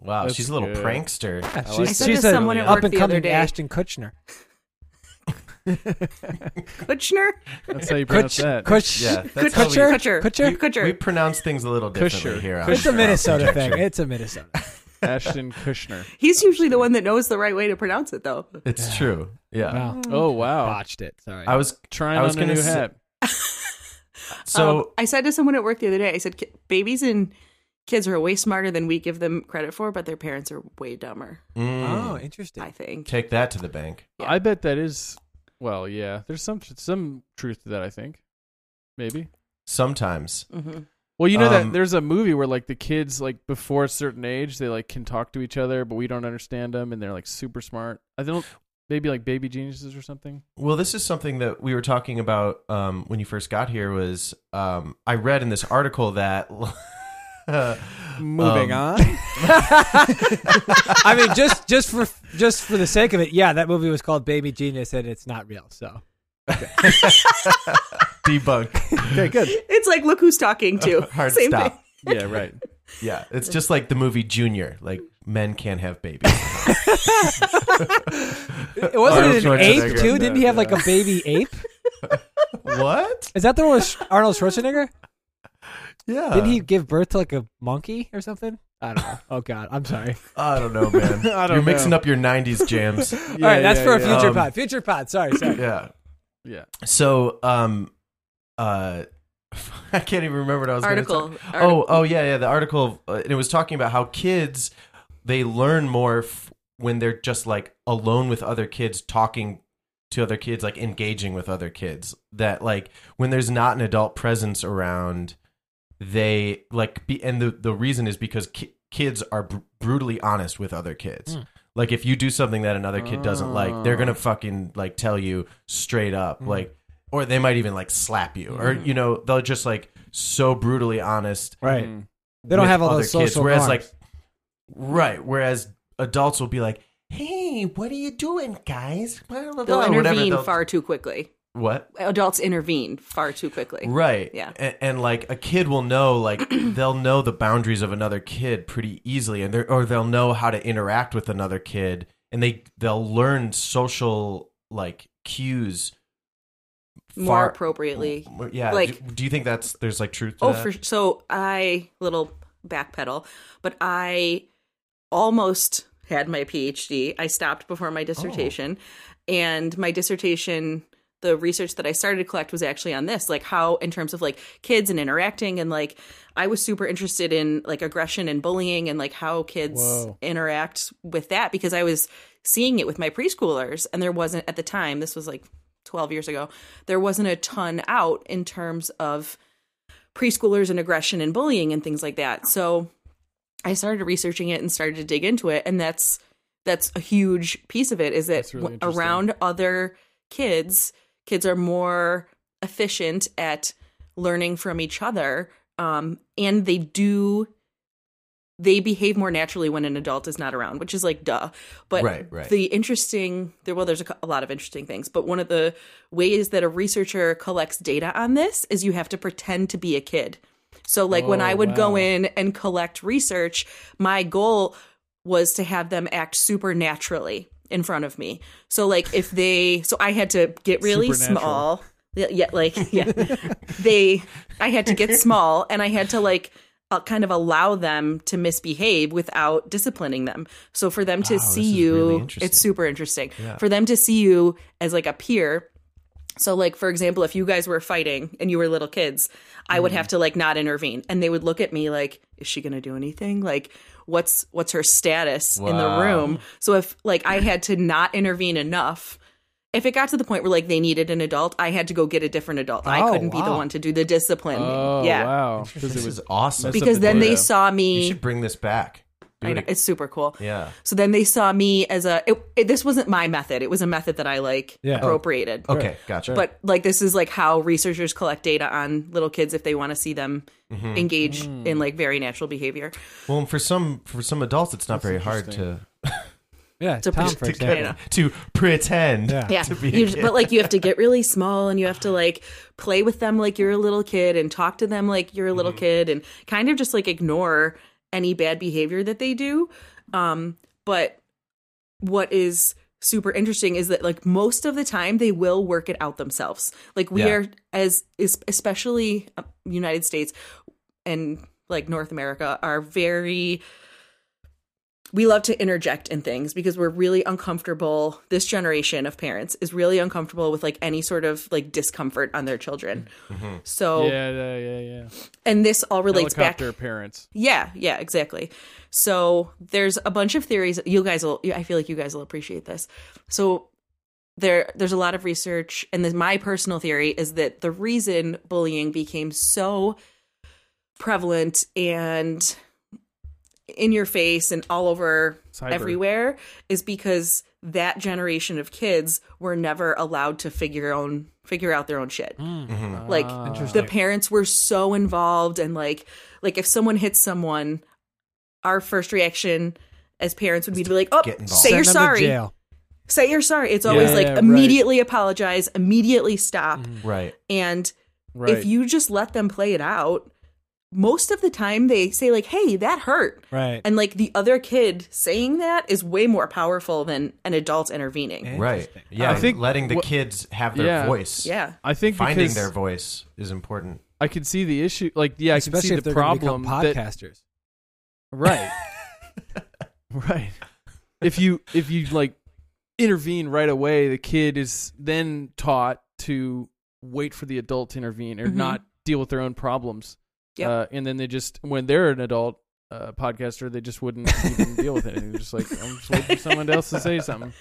[SPEAKER 2] Wow,
[SPEAKER 1] That's
[SPEAKER 2] she's a little
[SPEAKER 1] good.
[SPEAKER 2] prankster.
[SPEAKER 3] *laughs* Yeah,
[SPEAKER 1] I like
[SPEAKER 3] she's
[SPEAKER 4] that.
[SPEAKER 3] she's
[SPEAKER 4] I said to
[SPEAKER 3] a
[SPEAKER 4] someone at
[SPEAKER 3] up
[SPEAKER 4] work
[SPEAKER 3] and
[SPEAKER 4] the other
[SPEAKER 3] coming
[SPEAKER 4] day-
[SPEAKER 3] Ashton Kutcher.
[SPEAKER 4] Kutchner?
[SPEAKER 1] *laughs* That's how you pronounce
[SPEAKER 3] Kutcher,
[SPEAKER 1] that.
[SPEAKER 2] Yeah,
[SPEAKER 3] Kutcher,
[SPEAKER 2] *laughs* that's how we-
[SPEAKER 3] Kutcher,
[SPEAKER 4] Kutcher.
[SPEAKER 3] Kutcher.
[SPEAKER 2] We,
[SPEAKER 4] Kutcher.
[SPEAKER 2] we pronounce things a little differently
[SPEAKER 1] Kusher.
[SPEAKER 2] here. on
[SPEAKER 3] It's a
[SPEAKER 2] Stroud
[SPEAKER 3] Minnesota
[SPEAKER 2] Conjecture.
[SPEAKER 3] thing. It's a Minnesota.
[SPEAKER 1] Ashton Kushner.
[SPEAKER 4] He's usually the one that knows the right way to pronounce it, though.
[SPEAKER 2] *laughs* It's true. Yeah.
[SPEAKER 3] Wow,
[SPEAKER 1] Oh *laughs* wow!
[SPEAKER 3] botched it. Sorry.
[SPEAKER 2] I was
[SPEAKER 1] Trying
[SPEAKER 2] I was
[SPEAKER 1] on a
[SPEAKER 2] gonna
[SPEAKER 1] new
[SPEAKER 2] say-
[SPEAKER 1] hat.
[SPEAKER 2] so
[SPEAKER 4] Um, I said to someone at work the other day, I said, "Ki- babies and kids are way smarter than we give them credit for, but their parents are way dumber,
[SPEAKER 2] mm,
[SPEAKER 3] oh, interesting.
[SPEAKER 4] I think.
[SPEAKER 2] take that to the bank.
[SPEAKER 4] Yeah.
[SPEAKER 1] I bet that is. Well, yeah. There's some some truth to that. I think. Maybe.
[SPEAKER 2] Sometimes.
[SPEAKER 4] hmm
[SPEAKER 1] Well, you know
[SPEAKER 2] Um,
[SPEAKER 1] that there's a movie where like the kids like before a certain age they like can talk to each other, but we don't understand them, and they're like super smart. I don't. Maybe like baby geniuses or something.
[SPEAKER 2] Well, this is something that we were talking about um, when you first got here. Was um, I read in this article that *laughs*
[SPEAKER 3] Moving
[SPEAKER 2] Um,
[SPEAKER 3] *laughs* on. I mean, just just for just for the sake of it, yeah, that movie was called Baby Genius, and it's not real. So
[SPEAKER 2] debunk.
[SPEAKER 3] okay, good.
[SPEAKER 4] It's like, look who's talking to.
[SPEAKER 2] *laughs* Hard
[SPEAKER 4] Same
[SPEAKER 2] stop.
[SPEAKER 4] thing.
[SPEAKER 1] Yeah. *laughs* Right.
[SPEAKER 2] Yeah, it's just like the movie Junior. Like men can't have babies.
[SPEAKER 3] It wasn't
[SPEAKER 2] Arnold
[SPEAKER 3] it an ape
[SPEAKER 2] Schwarzenegger.
[SPEAKER 3] too. Didn't he have like
[SPEAKER 1] Yeah.
[SPEAKER 3] a baby ape?
[SPEAKER 2] what?
[SPEAKER 3] Is that the one with Sch- Arnold Schwarzenegger?
[SPEAKER 2] Yeah.
[SPEAKER 3] Didn't he give birth to like a monkey or something? I don't know. Oh God, I'm sorry.
[SPEAKER 2] I don't know, man.
[SPEAKER 1] I don't
[SPEAKER 2] You're mixing
[SPEAKER 1] know.
[SPEAKER 2] up your
[SPEAKER 1] *laughs*
[SPEAKER 2] '90s jams.
[SPEAKER 3] All right, that's for a *laughs*
[SPEAKER 2] yeah.
[SPEAKER 3] future
[SPEAKER 2] Um,
[SPEAKER 3] pod. Future pod. Sorry, sorry.
[SPEAKER 2] yeah.
[SPEAKER 1] Yeah.
[SPEAKER 2] So, um, uh, *laughs* I can't even remember what I was gonna
[SPEAKER 4] Article.
[SPEAKER 2] talk-
[SPEAKER 4] Article.
[SPEAKER 2] Oh, oh yeah, yeah. The article uh, and it was talking about how kids they learn more f- when they're just like alone with other kids, talking to other kids, like engaging with other kids. That like when there's not an adult presence around, they like be and the the reason is because ki- kids are br- brutally honest with other kids. Like if you do something that another kid doesn't like, they're gonna fucking like tell you straight up, like, or they might even like slap you, or you know, they'll just like so brutally honest.
[SPEAKER 3] Right. They don't
[SPEAKER 2] with
[SPEAKER 3] have all
[SPEAKER 2] other
[SPEAKER 3] those social.
[SPEAKER 2] Whereas
[SPEAKER 3] norms.
[SPEAKER 2] like, right. Whereas adults will be like, "Hey, what are you doing, guys?" Blah, blah, blah,
[SPEAKER 4] They'll
[SPEAKER 2] or whatever,
[SPEAKER 4] intervene
[SPEAKER 2] they'll-
[SPEAKER 4] far too quickly.
[SPEAKER 2] What?
[SPEAKER 4] Adults intervene far too quickly.
[SPEAKER 2] Right.
[SPEAKER 4] Yeah.
[SPEAKER 2] A- And, like a kid will
[SPEAKER 4] *clears throat*
[SPEAKER 2] know, like they'll know the boundaries of another kid pretty easily, and they are or they'll know how to interact with another kid, and they they'll learn social like cues
[SPEAKER 4] More
[SPEAKER 2] far-
[SPEAKER 4] appropriately.
[SPEAKER 2] Yeah.
[SPEAKER 4] Like-
[SPEAKER 2] do, do you think that's there's like truth? To
[SPEAKER 4] Oh,
[SPEAKER 2] that?
[SPEAKER 4] for so I little backpedal, but I almost had my PhD. I stopped before my dissertation, and my dissertation, the research that I started to collect was actually on this, like how in terms of like kids and interacting, and like I was super interested in like aggression and bullying, and like how kids
[SPEAKER 1] Whoa.
[SPEAKER 4] interact with that because I was seeing it with my preschoolers, and there wasn't at the time. This was like. 12 years ago, there wasn't a ton out in terms of preschoolers and aggression and bullying and things like that. So I started researching it and started to dig into it, and that's that's a huge piece of it is that
[SPEAKER 1] That's really
[SPEAKER 4] w-
[SPEAKER 1] interesting.
[SPEAKER 4] around other kids, kids are more efficient at learning from each other, um, and they do they behave more naturally when an adult is not around, which is like duh. But
[SPEAKER 2] Right, right.
[SPEAKER 4] the interesting there well, there's a, cou- a lot of interesting things, but one of the ways that a researcher collects data on this is you have to pretend to be a kid. So like when
[SPEAKER 1] Oh,
[SPEAKER 4] I would go
[SPEAKER 1] wow.
[SPEAKER 4] in and collect research, my goal was to have them act supernaturally in front of me. So like if they so I had to get really
[SPEAKER 1] Supernatural.
[SPEAKER 4] small. Yeah, yeah, like yeah.
[SPEAKER 1] *laughs*
[SPEAKER 4] they I had to get small and I had to like uh, kind of allow them to misbehave without disciplining them. So for them to
[SPEAKER 2] Wow, this
[SPEAKER 4] see
[SPEAKER 2] is
[SPEAKER 4] you
[SPEAKER 2] really interesting.
[SPEAKER 4] it's super interesting. For them to see you as like a peer so like for example, if you guys were fighting and you were little kids, I
[SPEAKER 2] Mm-hmm.
[SPEAKER 4] would have to like not intervene and they would look at me like is she going to do anything? Like what's what's her status in the
[SPEAKER 2] Wow.
[SPEAKER 4] room? So if like I had to not intervene enough, if it got to the point where like they needed an adult, I had to go get a different adult. I
[SPEAKER 3] Oh,
[SPEAKER 4] couldn't be the
[SPEAKER 3] wow.
[SPEAKER 4] one to do the discipline.
[SPEAKER 1] Oh
[SPEAKER 4] yeah.
[SPEAKER 1] wow. Because
[SPEAKER 2] this
[SPEAKER 1] it was
[SPEAKER 2] is awesome.
[SPEAKER 1] mess up
[SPEAKER 4] Because
[SPEAKER 1] the
[SPEAKER 4] then
[SPEAKER 1] data.
[SPEAKER 4] they saw
[SPEAKER 2] you
[SPEAKER 4] me
[SPEAKER 2] should bring this back. Do
[SPEAKER 4] I
[SPEAKER 2] it
[SPEAKER 4] know,
[SPEAKER 2] ag-
[SPEAKER 4] it's super cool.
[SPEAKER 2] Yeah.
[SPEAKER 4] So then they saw me as a. It, it, this wasn't my method. It was a method that I like
[SPEAKER 3] Yeah.
[SPEAKER 4] appropriated.
[SPEAKER 2] Oh. Okay. Gotcha.
[SPEAKER 4] But like this is like how researchers collect data on little kids if they want to see them
[SPEAKER 2] Mhm.
[SPEAKER 4] engage in like very natural behavior.
[SPEAKER 2] well, and for some for some adults, it's not
[SPEAKER 1] That's
[SPEAKER 2] very hard to
[SPEAKER 1] interesting.
[SPEAKER 3] Yeah,
[SPEAKER 4] It's a
[SPEAKER 3] Tom,
[SPEAKER 4] pretty
[SPEAKER 3] for
[SPEAKER 2] to,
[SPEAKER 3] example.
[SPEAKER 2] kinda- *laughs* to pretend.
[SPEAKER 3] Yeah.
[SPEAKER 4] Yeah,
[SPEAKER 2] *laughs* to be a
[SPEAKER 4] You-
[SPEAKER 2] kid.
[SPEAKER 4] but like you have to get really small and you have to like play with them like you're a little kid and talk to them like you're a
[SPEAKER 2] Mm-hmm.
[SPEAKER 4] little kid and kind of just like ignore any bad behavior that they do. Um, but what is super interesting is that like most of the time they will work it out themselves. Like we
[SPEAKER 2] Yeah.
[SPEAKER 4] are as is especially uh, United States and like North America are very we love to interject in things because we're really uncomfortable this generation of parents is really uncomfortable with like any sort of like discomfort on their children so
[SPEAKER 1] Mm-hmm. Yeah, yeah, yeah, yeah.
[SPEAKER 4] and this all relates back
[SPEAKER 1] Helicopter parents.
[SPEAKER 4] yeah yeah exactly so there's a bunch of theories you guys will i feel like you guys will appreciate this so there there's a lot of research and this, my personal theory is that the reason bullying became so prevalent and in your face and all over
[SPEAKER 1] Cyber.
[SPEAKER 4] everywhere is because that generation of kids were never allowed to figure own figure out their own shit
[SPEAKER 3] Hmm.
[SPEAKER 1] Ah,
[SPEAKER 4] like the
[SPEAKER 3] Interesting.
[SPEAKER 4] parents were so involved and like like if someone hits someone our first reaction as parents would be to be like oh
[SPEAKER 2] get involved.
[SPEAKER 4] say you're
[SPEAKER 3] Send them to
[SPEAKER 4] sorry
[SPEAKER 3] jail.
[SPEAKER 4] say you're sorry it's always like
[SPEAKER 1] Yeah, right.
[SPEAKER 4] immediately apologize immediately stop
[SPEAKER 2] right.
[SPEAKER 4] and
[SPEAKER 1] Right.
[SPEAKER 4] if you just let them play it out most of the time they say like hey that hurt
[SPEAKER 3] Right.
[SPEAKER 4] and like the other kid saying that is way more powerful than an adult intervening
[SPEAKER 2] Right. Yeah.
[SPEAKER 1] I think
[SPEAKER 2] letting the
[SPEAKER 1] what-
[SPEAKER 2] kids have their
[SPEAKER 1] Yeah.
[SPEAKER 2] voice.
[SPEAKER 4] yeah
[SPEAKER 1] I think
[SPEAKER 2] Finding
[SPEAKER 1] because
[SPEAKER 2] their voice is important.
[SPEAKER 1] I could see the issue. Like, yeah, I could
[SPEAKER 3] Especially
[SPEAKER 1] see
[SPEAKER 3] if
[SPEAKER 1] the
[SPEAKER 3] they're
[SPEAKER 1] problem.
[SPEAKER 3] gonna become
[SPEAKER 1] that-
[SPEAKER 3] podcasters.
[SPEAKER 1] right. right. If you if you like intervene right away, the kid is then taught to wait for the adult to intervene or
[SPEAKER 4] Mhm.
[SPEAKER 1] not deal with their own problems.
[SPEAKER 4] Yep.
[SPEAKER 1] Uh, and then they just when they're an adult uh, podcaster, they just wouldn't even deal with it. And they're just like I'm just waiting for someone else to say something.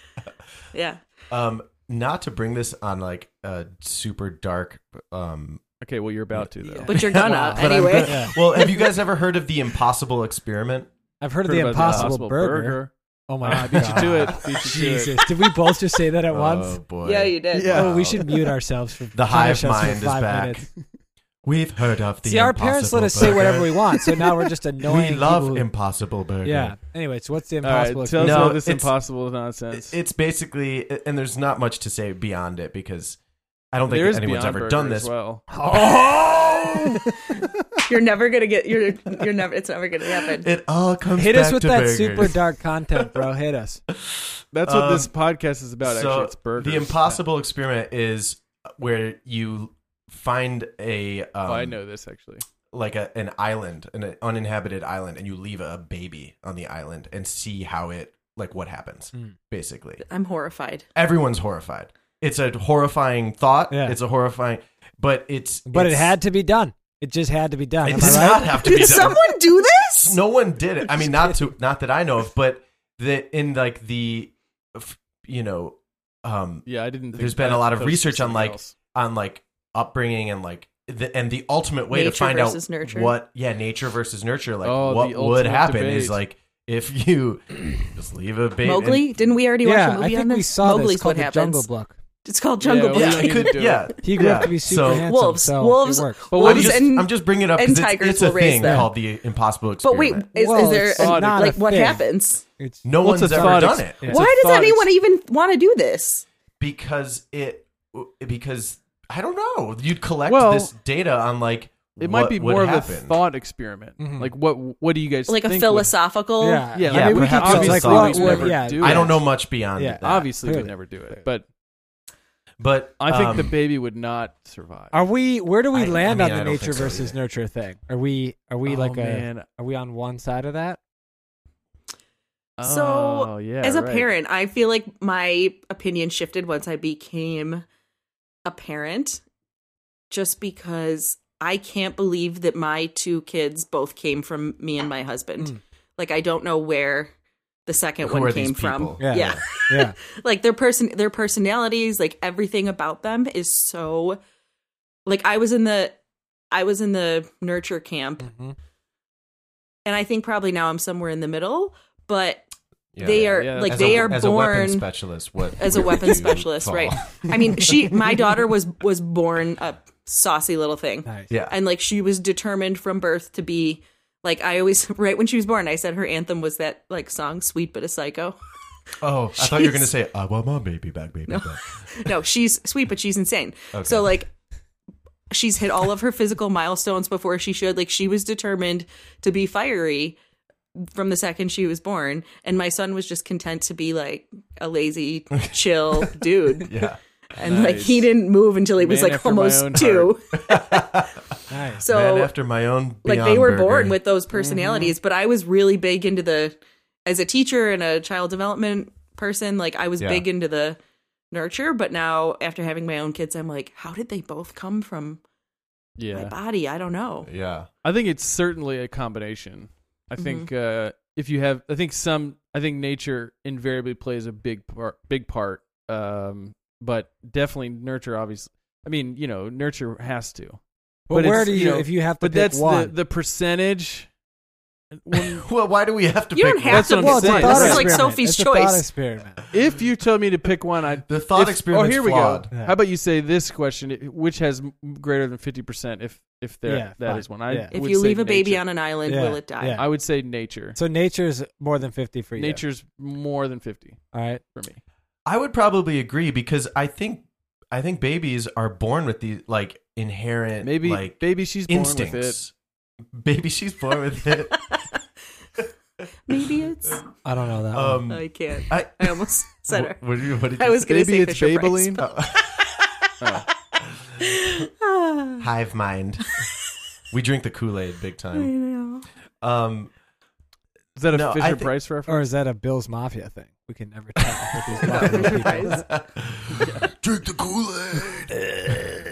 [SPEAKER 4] yeah
[SPEAKER 2] Um, not to bring this on like a super dark. Um,
[SPEAKER 1] Okay, well you're about to though.
[SPEAKER 4] but you're gonna
[SPEAKER 3] Wow.
[SPEAKER 2] *laughs* but I'm
[SPEAKER 4] anyway
[SPEAKER 3] *laughs*
[SPEAKER 2] gonna- well, have you guys ever heard of the Impossible Experiment?
[SPEAKER 3] I've
[SPEAKER 1] Heard
[SPEAKER 3] heard, of the
[SPEAKER 1] about
[SPEAKER 3] Impossible, burger. Oh my
[SPEAKER 1] Ah,
[SPEAKER 3] god.
[SPEAKER 1] beat you to it. Beat you to it.
[SPEAKER 3] Jesus. Did we both just say that at
[SPEAKER 2] *laughs* Oh
[SPEAKER 3] once?
[SPEAKER 4] *laughs*
[SPEAKER 2] boy.
[SPEAKER 4] yeah you did
[SPEAKER 2] Yeah.
[SPEAKER 3] Oh, we should mute ourselves for
[SPEAKER 2] The
[SPEAKER 3] punish
[SPEAKER 2] hive
[SPEAKER 3] us for
[SPEAKER 2] mind is
[SPEAKER 3] five
[SPEAKER 2] back.
[SPEAKER 3] minutes.
[SPEAKER 2] We've heard of the.
[SPEAKER 3] See, our parents let
[SPEAKER 2] Impossible
[SPEAKER 3] us say whatever we
[SPEAKER 2] Burger.
[SPEAKER 3] want, so now we're
[SPEAKER 2] *laughs*
[SPEAKER 3] just annoying.
[SPEAKER 2] We love
[SPEAKER 3] people who-
[SPEAKER 2] Impossible Burger.
[SPEAKER 3] Yeah. Anyway, so what's the
[SPEAKER 1] All right,
[SPEAKER 3] impossible?
[SPEAKER 1] tell us
[SPEAKER 2] No,
[SPEAKER 1] all this
[SPEAKER 2] it's-
[SPEAKER 1] impossible nonsense.
[SPEAKER 2] It's basically, and there's not much to say beyond it because I don't think
[SPEAKER 1] There is
[SPEAKER 2] anyone's
[SPEAKER 1] Beyond
[SPEAKER 2] ever
[SPEAKER 1] Burger
[SPEAKER 2] done
[SPEAKER 1] as
[SPEAKER 2] this.
[SPEAKER 1] well.
[SPEAKER 2] Oh!
[SPEAKER 4] You're never gonna get. You're. You're never. It's never gonna happen.
[SPEAKER 2] it all comes
[SPEAKER 3] Hit
[SPEAKER 2] back
[SPEAKER 3] us with
[SPEAKER 2] to
[SPEAKER 3] that
[SPEAKER 2] burgers.
[SPEAKER 3] super dark content, bro. Hit us.
[SPEAKER 1] That's what
[SPEAKER 2] Um,
[SPEAKER 1] this podcast is about.
[SPEAKER 2] So
[SPEAKER 1] actually, it's burgers.
[SPEAKER 2] The impossible experiment is where you find a um,
[SPEAKER 1] Oh, I know this actually.
[SPEAKER 2] like a, an island, an uninhabited island, and you leave a baby on the island and see how it like what happens.
[SPEAKER 3] Hmm.
[SPEAKER 2] Basically,
[SPEAKER 4] I'm horrified.
[SPEAKER 2] everyone's horrified. It's a horrifying thought.
[SPEAKER 3] Yeah.
[SPEAKER 2] It's a horrifying, but it's
[SPEAKER 3] But it
[SPEAKER 2] it's-
[SPEAKER 3] had to be done. It just had to be done.
[SPEAKER 2] It
[SPEAKER 3] Am
[SPEAKER 2] does
[SPEAKER 3] I right?
[SPEAKER 2] not have
[SPEAKER 3] *laughs*
[SPEAKER 2] to be
[SPEAKER 4] Did
[SPEAKER 2] done.
[SPEAKER 4] someone do this?
[SPEAKER 2] no one did it. I mean, not to not that I know of, but the in like the f- you know um
[SPEAKER 1] Yeah, I didn't. Think
[SPEAKER 2] There's been
[SPEAKER 1] that-
[SPEAKER 2] a lot of
[SPEAKER 1] that was
[SPEAKER 2] research on,
[SPEAKER 1] something
[SPEAKER 2] like,
[SPEAKER 1] else.
[SPEAKER 2] on like upbringing and like the, and the ultimate way to
[SPEAKER 4] Nature
[SPEAKER 2] find out
[SPEAKER 4] versus nurture.
[SPEAKER 2] what yeah nature versus nurture like
[SPEAKER 1] Oh, the
[SPEAKER 2] what would
[SPEAKER 1] ultimate
[SPEAKER 2] happen
[SPEAKER 1] debate.
[SPEAKER 2] is like if you *clears throat* just leave a baby
[SPEAKER 4] Mowgli? Didn't we already watch
[SPEAKER 3] Yeah,
[SPEAKER 4] a movie on
[SPEAKER 3] I think
[SPEAKER 4] this?
[SPEAKER 3] we saw
[SPEAKER 4] Mowgli's
[SPEAKER 3] this called
[SPEAKER 4] what
[SPEAKER 3] the
[SPEAKER 4] happens.
[SPEAKER 3] Jungle Book.
[SPEAKER 4] It's called Jungle
[SPEAKER 1] Yeah,
[SPEAKER 4] Book.
[SPEAKER 1] we-
[SPEAKER 2] yeah I
[SPEAKER 1] Even
[SPEAKER 2] could
[SPEAKER 1] do it.
[SPEAKER 2] yeah
[SPEAKER 3] He grew
[SPEAKER 2] yeah.
[SPEAKER 3] up to be super
[SPEAKER 2] so,
[SPEAKER 3] handsome.
[SPEAKER 4] Wolves.
[SPEAKER 3] so
[SPEAKER 4] wolves.
[SPEAKER 3] It works.
[SPEAKER 1] But
[SPEAKER 2] I'm
[SPEAKER 1] what
[SPEAKER 4] wolves
[SPEAKER 2] just,
[SPEAKER 4] and
[SPEAKER 2] I'm just bringing it up
[SPEAKER 4] and
[SPEAKER 2] 'cause it's,
[SPEAKER 4] tigers
[SPEAKER 2] it's a
[SPEAKER 4] will raise
[SPEAKER 2] thing
[SPEAKER 4] them.
[SPEAKER 2] called the impossible
[SPEAKER 4] but wait,
[SPEAKER 2] experiment.
[SPEAKER 4] is,
[SPEAKER 3] Well,
[SPEAKER 4] is there
[SPEAKER 3] it's
[SPEAKER 4] an-
[SPEAKER 3] not
[SPEAKER 4] like
[SPEAKER 3] a
[SPEAKER 4] what
[SPEAKER 3] thing.
[SPEAKER 4] happens?
[SPEAKER 3] It's
[SPEAKER 2] no
[SPEAKER 1] What's
[SPEAKER 2] one's
[SPEAKER 1] a
[SPEAKER 2] ever
[SPEAKER 1] thought ex-
[SPEAKER 2] done it
[SPEAKER 3] Yeah. It's
[SPEAKER 4] Why
[SPEAKER 1] a
[SPEAKER 4] does
[SPEAKER 1] thought
[SPEAKER 4] anyone even want to do this?
[SPEAKER 2] because it because I don't know. You'd collect
[SPEAKER 1] Well,
[SPEAKER 2] this data on like
[SPEAKER 1] It might
[SPEAKER 2] what
[SPEAKER 1] be
[SPEAKER 2] would
[SPEAKER 1] more of a
[SPEAKER 2] happen. Mm-hmm.
[SPEAKER 1] thought experiment.
[SPEAKER 3] Mhm.
[SPEAKER 1] Like, what? What do you guys
[SPEAKER 4] Like a
[SPEAKER 1] think
[SPEAKER 4] philosophical?
[SPEAKER 3] yeah,
[SPEAKER 1] Would, yeah,
[SPEAKER 2] Yeah,
[SPEAKER 1] I mean, we could
[SPEAKER 2] perhaps
[SPEAKER 1] obviously
[SPEAKER 2] it's
[SPEAKER 3] like, what
[SPEAKER 2] thought
[SPEAKER 1] we'd never
[SPEAKER 3] would, yeah,
[SPEAKER 1] do.
[SPEAKER 2] I
[SPEAKER 1] it.
[SPEAKER 2] don't know much beyond
[SPEAKER 3] Yeah.
[SPEAKER 2] that.
[SPEAKER 1] Obviously, we'd
[SPEAKER 3] Clearly.
[SPEAKER 1] never do it. But
[SPEAKER 2] but
[SPEAKER 1] I think the
[SPEAKER 2] um,
[SPEAKER 1] baby would not survive.
[SPEAKER 3] Are we? Where do we
[SPEAKER 2] I- I
[SPEAKER 3] land
[SPEAKER 2] mean,
[SPEAKER 3] on
[SPEAKER 2] I
[SPEAKER 3] the
[SPEAKER 2] don't
[SPEAKER 3] nature
[SPEAKER 2] think so
[SPEAKER 3] versus
[SPEAKER 2] either.
[SPEAKER 3] nurture thing? Are we? Are we
[SPEAKER 1] Oh,
[SPEAKER 3] like a?
[SPEAKER 1] man.
[SPEAKER 3] Are we on one side of that?
[SPEAKER 4] So,
[SPEAKER 1] Oh, yeah,
[SPEAKER 4] As a
[SPEAKER 1] right.
[SPEAKER 4] parent, I feel like my opinion shifted once I became a parent, just because I can't believe that my two kids both came from me and my husband.
[SPEAKER 3] Mm.
[SPEAKER 4] Like, I don't know where the second
[SPEAKER 2] Hmm. Who
[SPEAKER 4] one
[SPEAKER 2] are
[SPEAKER 4] came
[SPEAKER 2] these
[SPEAKER 4] from.
[SPEAKER 2] people?
[SPEAKER 3] Yeah.
[SPEAKER 4] yeah.
[SPEAKER 3] Yeah,
[SPEAKER 4] like their person their personalities like everything about them is so
[SPEAKER 2] Hmm. Mm-hmm.
[SPEAKER 4] like i was in the i was in the nurture camp
[SPEAKER 3] Mhm.
[SPEAKER 4] and I think probably now I'm somewhere in the middle, but
[SPEAKER 2] Yeah.
[SPEAKER 4] they are
[SPEAKER 1] yeah,
[SPEAKER 4] like
[SPEAKER 2] As
[SPEAKER 4] they
[SPEAKER 2] a-
[SPEAKER 4] are
[SPEAKER 2] as a
[SPEAKER 4] born
[SPEAKER 2] weapon specialist.
[SPEAKER 4] *laughs*
[SPEAKER 2] What
[SPEAKER 4] as a
[SPEAKER 2] where would
[SPEAKER 4] weapon
[SPEAKER 2] you
[SPEAKER 4] specialist,
[SPEAKER 2] fall?
[SPEAKER 4] right? I mean, she my daughter was was born a saucy little thing.
[SPEAKER 3] Nice.
[SPEAKER 2] *laughs* Yeah.
[SPEAKER 4] And like she was determined from birth to be like I always *laughs* right when she was born, I said her anthem was that like song Sweet But a Psycho.
[SPEAKER 2] Oh, I thought you were
[SPEAKER 4] She's-
[SPEAKER 2] gonna say I want my baby back, baby back.
[SPEAKER 4] No, she's sweet but she's insane.
[SPEAKER 2] Okay.
[SPEAKER 4] So like she's hit all of her physical milestones before she should. Like she was determined to be fiery from the second she was born and my son was just content to be like a lazy chill dude *laughs*
[SPEAKER 2] Yeah.
[SPEAKER 4] and like
[SPEAKER 1] Nice.
[SPEAKER 4] he didn't move until he was
[SPEAKER 1] Man
[SPEAKER 4] like
[SPEAKER 1] after my
[SPEAKER 4] almost
[SPEAKER 1] own
[SPEAKER 4] two
[SPEAKER 3] Nice.
[SPEAKER 4] so
[SPEAKER 2] Man after my own.
[SPEAKER 4] like they
[SPEAKER 2] Beyond
[SPEAKER 4] were
[SPEAKER 2] Burger.
[SPEAKER 4] born with those personalities but i was really big into the as a teacher and a child development person like i was
[SPEAKER 2] Yeah.
[SPEAKER 4] big into the nurture but now after having my own kids i'm like how did they both come from my
[SPEAKER 1] Yeah.
[SPEAKER 4] body i don't know
[SPEAKER 2] Yeah.
[SPEAKER 1] I think it's certainly a combination. I
[SPEAKER 3] Mm-hmm.
[SPEAKER 1] think uh, if you have, I think some, I think nature invariably plays a big part, big part, um, but definitely nurture. Obviously, I mean, you know, nurture has to.
[SPEAKER 3] But, where
[SPEAKER 1] it's,
[SPEAKER 3] do you,
[SPEAKER 1] you know,
[SPEAKER 3] if you have to
[SPEAKER 1] But
[SPEAKER 3] pick
[SPEAKER 1] that's the,
[SPEAKER 3] one?
[SPEAKER 1] the percentage. When-
[SPEAKER 3] *laughs*
[SPEAKER 2] Well, why do we have to
[SPEAKER 4] you
[SPEAKER 2] pick
[SPEAKER 4] don't
[SPEAKER 2] one?
[SPEAKER 4] have
[SPEAKER 1] That's
[SPEAKER 4] to
[SPEAKER 1] what I'm
[SPEAKER 3] well,
[SPEAKER 4] pick
[SPEAKER 3] it's a
[SPEAKER 4] one.
[SPEAKER 1] saying.
[SPEAKER 3] thought
[SPEAKER 4] this is
[SPEAKER 3] experiment.
[SPEAKER 4] like sophie's
[SPEAKER 3] it's A thought
[SPEAKER 4] choice
[SPEAKER 3] experiment.
[SPEAKER 1] if you told me to pick one, I'd
[SPEAKER 2] The thought
[SPEAKER 1] if-
[SPEAKER 2] experiment's
[SPEAKER 1] Oh, here we
[SPEAKER 2] flawed.
[SPEAKER 1] go.
[SPEAKER 3] Yeah.
[SPEAKER 1] How about you say this question? Which has m- greater than fifty percent? If if there
[SPEAKER 3] Yeah,
[SPEAKER 1] that
[SPEAKER 3] fine.
[SPEAKER 1] is one. I
[SPEAKER 3] Yeah.
[SPEAKER 4] if
[SPEAKER 1] would
[SPEAKER 4] you
[SPEAKER 1] say
[SPEAKER 4] leave a baby
[SPEAKER 1] nature.
[SPEAKER 4] on an island
[SPEAKER 3] Yeah,
[SPEAKER 4] will it die
[SPEAKER 3] yeah.
[SPEAKER 1] I would say nature.
[SPEAKER 3] So nature's more than fifty for you.
[SPEAKER 1] Nature's more than fifty
[SPEAKER 3] All right.
[SPEAKER 1] for me.
[SPEAKER 2] I would probably agree because I think I think babies are born with these like inherent
[SPEAKER 1] Maybe
[SPEAKER 2] like
[SPEAKER 1] maybe she's born with it.
[SPEAKER 2] instincts. Baby, she's born
[SPEAKER 1] *laughs*
[SPEAKER 2] with it.
[SPEAKER 4] maybe it's
[SPEAKER 3] I don't know that.
[SPEAKER 1] Oh.
[SPEAKER 3] one.
[SPEAKER 2] Um,
[SPEAKER 4] i can't
[SPEAKER 2] I,
[SPEAKER 4] i almost *laughs* said her
[SPEAKER 2] What, what, did you- what did you
[SPEAKER 4] i was gonna
[SPEAKER 1] Maybe
[SPEAKER 4] say
[SPEAKER 1] it's
[SPEAKER 4] Fisher Price.
[SPEAKER 1] Babeline.
[SPEAKER 4] *laughs* Ah, *laughs*
[SPEAKER 2] hive mind. we drink the Kool Aid big
[SPEAKER 4] I
[SPEAKER 2] time.
[SPEAKER 4] know.
[SPEAKER 2] Um,
[SPEAKER 1] Is that a
[SPEAKER 2] No, I
[SPEAKER 1] Fisher
[SPEAKER 2] think-
[SPEAKER 1] Price reference?
[SPEAKER 3] or is that a Bill's Mafia thing? We can never tell. with
[SPEAKER 2] *laughs*
[SPEAKER 3] these Mafia people.
[SPEAKER 2] Drink the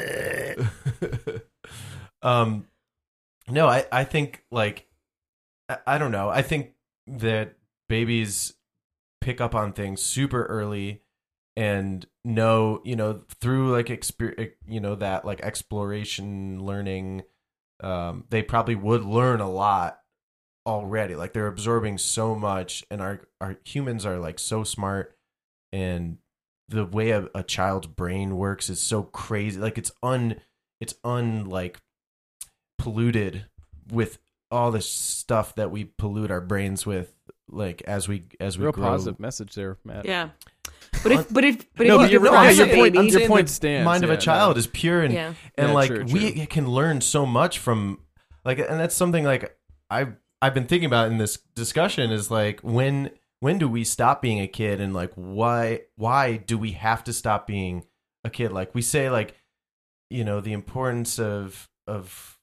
[SPEAKER 2] Kool Aid. *laughs* um, no, I, I think like I, I don't know. I think that babies pick up on things super early and know you know through like exper- you know that like exploration learning um they probably would learn a lot already like they're absorbing so much and our our humans are like so smart and the way a, a child's brain works is so crazy like it's un it's un like polluted with all this stuff that we pollute our brains with like as we as we
[SPEAKER 1] Real
[SPEAKER 2] grow
[SPEAKER 1] positive message there, Matt.
[SPEAKER 4] yeah but if but if but
[SPEAKER 1] No,
[SPEAKER 4] if
[SPEAKER 1] but
[SPEAKER 4] you give
[SPEAKER 1] you're right.
[SPEAKER 4] birth to
[SPEAKER 1] Your
[SPEAKER 4] a
[SPEAKER 1] point-
[SPEAKER 4] baby
[SPEAKER 1] I'm your
[SPEAKER 2] saying
[SPEAKER 1] point
[SPEAKER 2] the
[SPEAKER 1] stands,
[SPEAKER 2] Mind of
[SPEAKER 1] yeah,
[SPEAKER 2] a child
[SPEAKER 1] no.
[SPEAKER 2] is pure and
[SPEAKER 4] Yeah.
[SPEAKER 2] and
[SPEAKER 1] Yeah,
[SPEAKER 2] like
[SPEAKER 1] true,
[SPEAKER 2] we can learn so much from like and that's something like I've I've been thinking about in this discussion is like when when do we stop being a kid and like why why do we have to stop being a kid? Like we say like you know the importance of of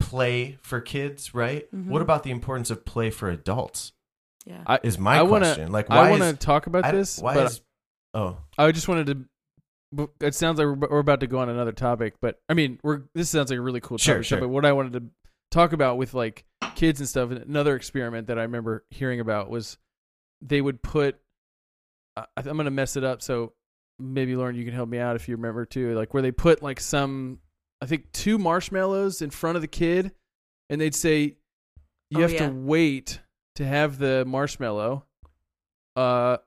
[SPEAKER 2] play for kids, right?
[SPEAKER 4] Mhm.
[SPEAKER 2] What about the importance of play for adults?
[SPEAKER 4] yeah
[SPEAKER 1] I-
[SPEAKER 2] Is my
[SPEAKER 1] I wanna-
[SPEAKER 2] question. Like why
[SPEAKER 1] I want to
[SPEAKER 2] is,
[SPEAKER 1] talk about
[SPEAKER 2] I-
[SPEAKER 1] this,
[SPEAKER 2] Why
[SPEAKER 1] but
[SPEAKER 2] is oh
[SPEAKER 1] I just wanted to. but It sounds like we're, we're about to go on another topic, but I mean, we're this sounds like a really cool
[SPEAKER 2] Sure,
[SPEAKER 1] topic.
[SPEAKER 2] sure.
[SPEAKER 1] But what I wanted to talk about with like kids and stuff, and another experiment that I remember hearing about was they would put. I, I'm gonna mess it up, so maybe Lauren, you can help me out if you remember too. Like where they put like some, I think two marshmallows in front of the kid, and they'd say, "You
[SPEAKER 4] Oh,
[SPEAKER 1] have
[SPEAKER 4] yeah.
[SPEAKER 1] to wait to have the marshmallow." Uh,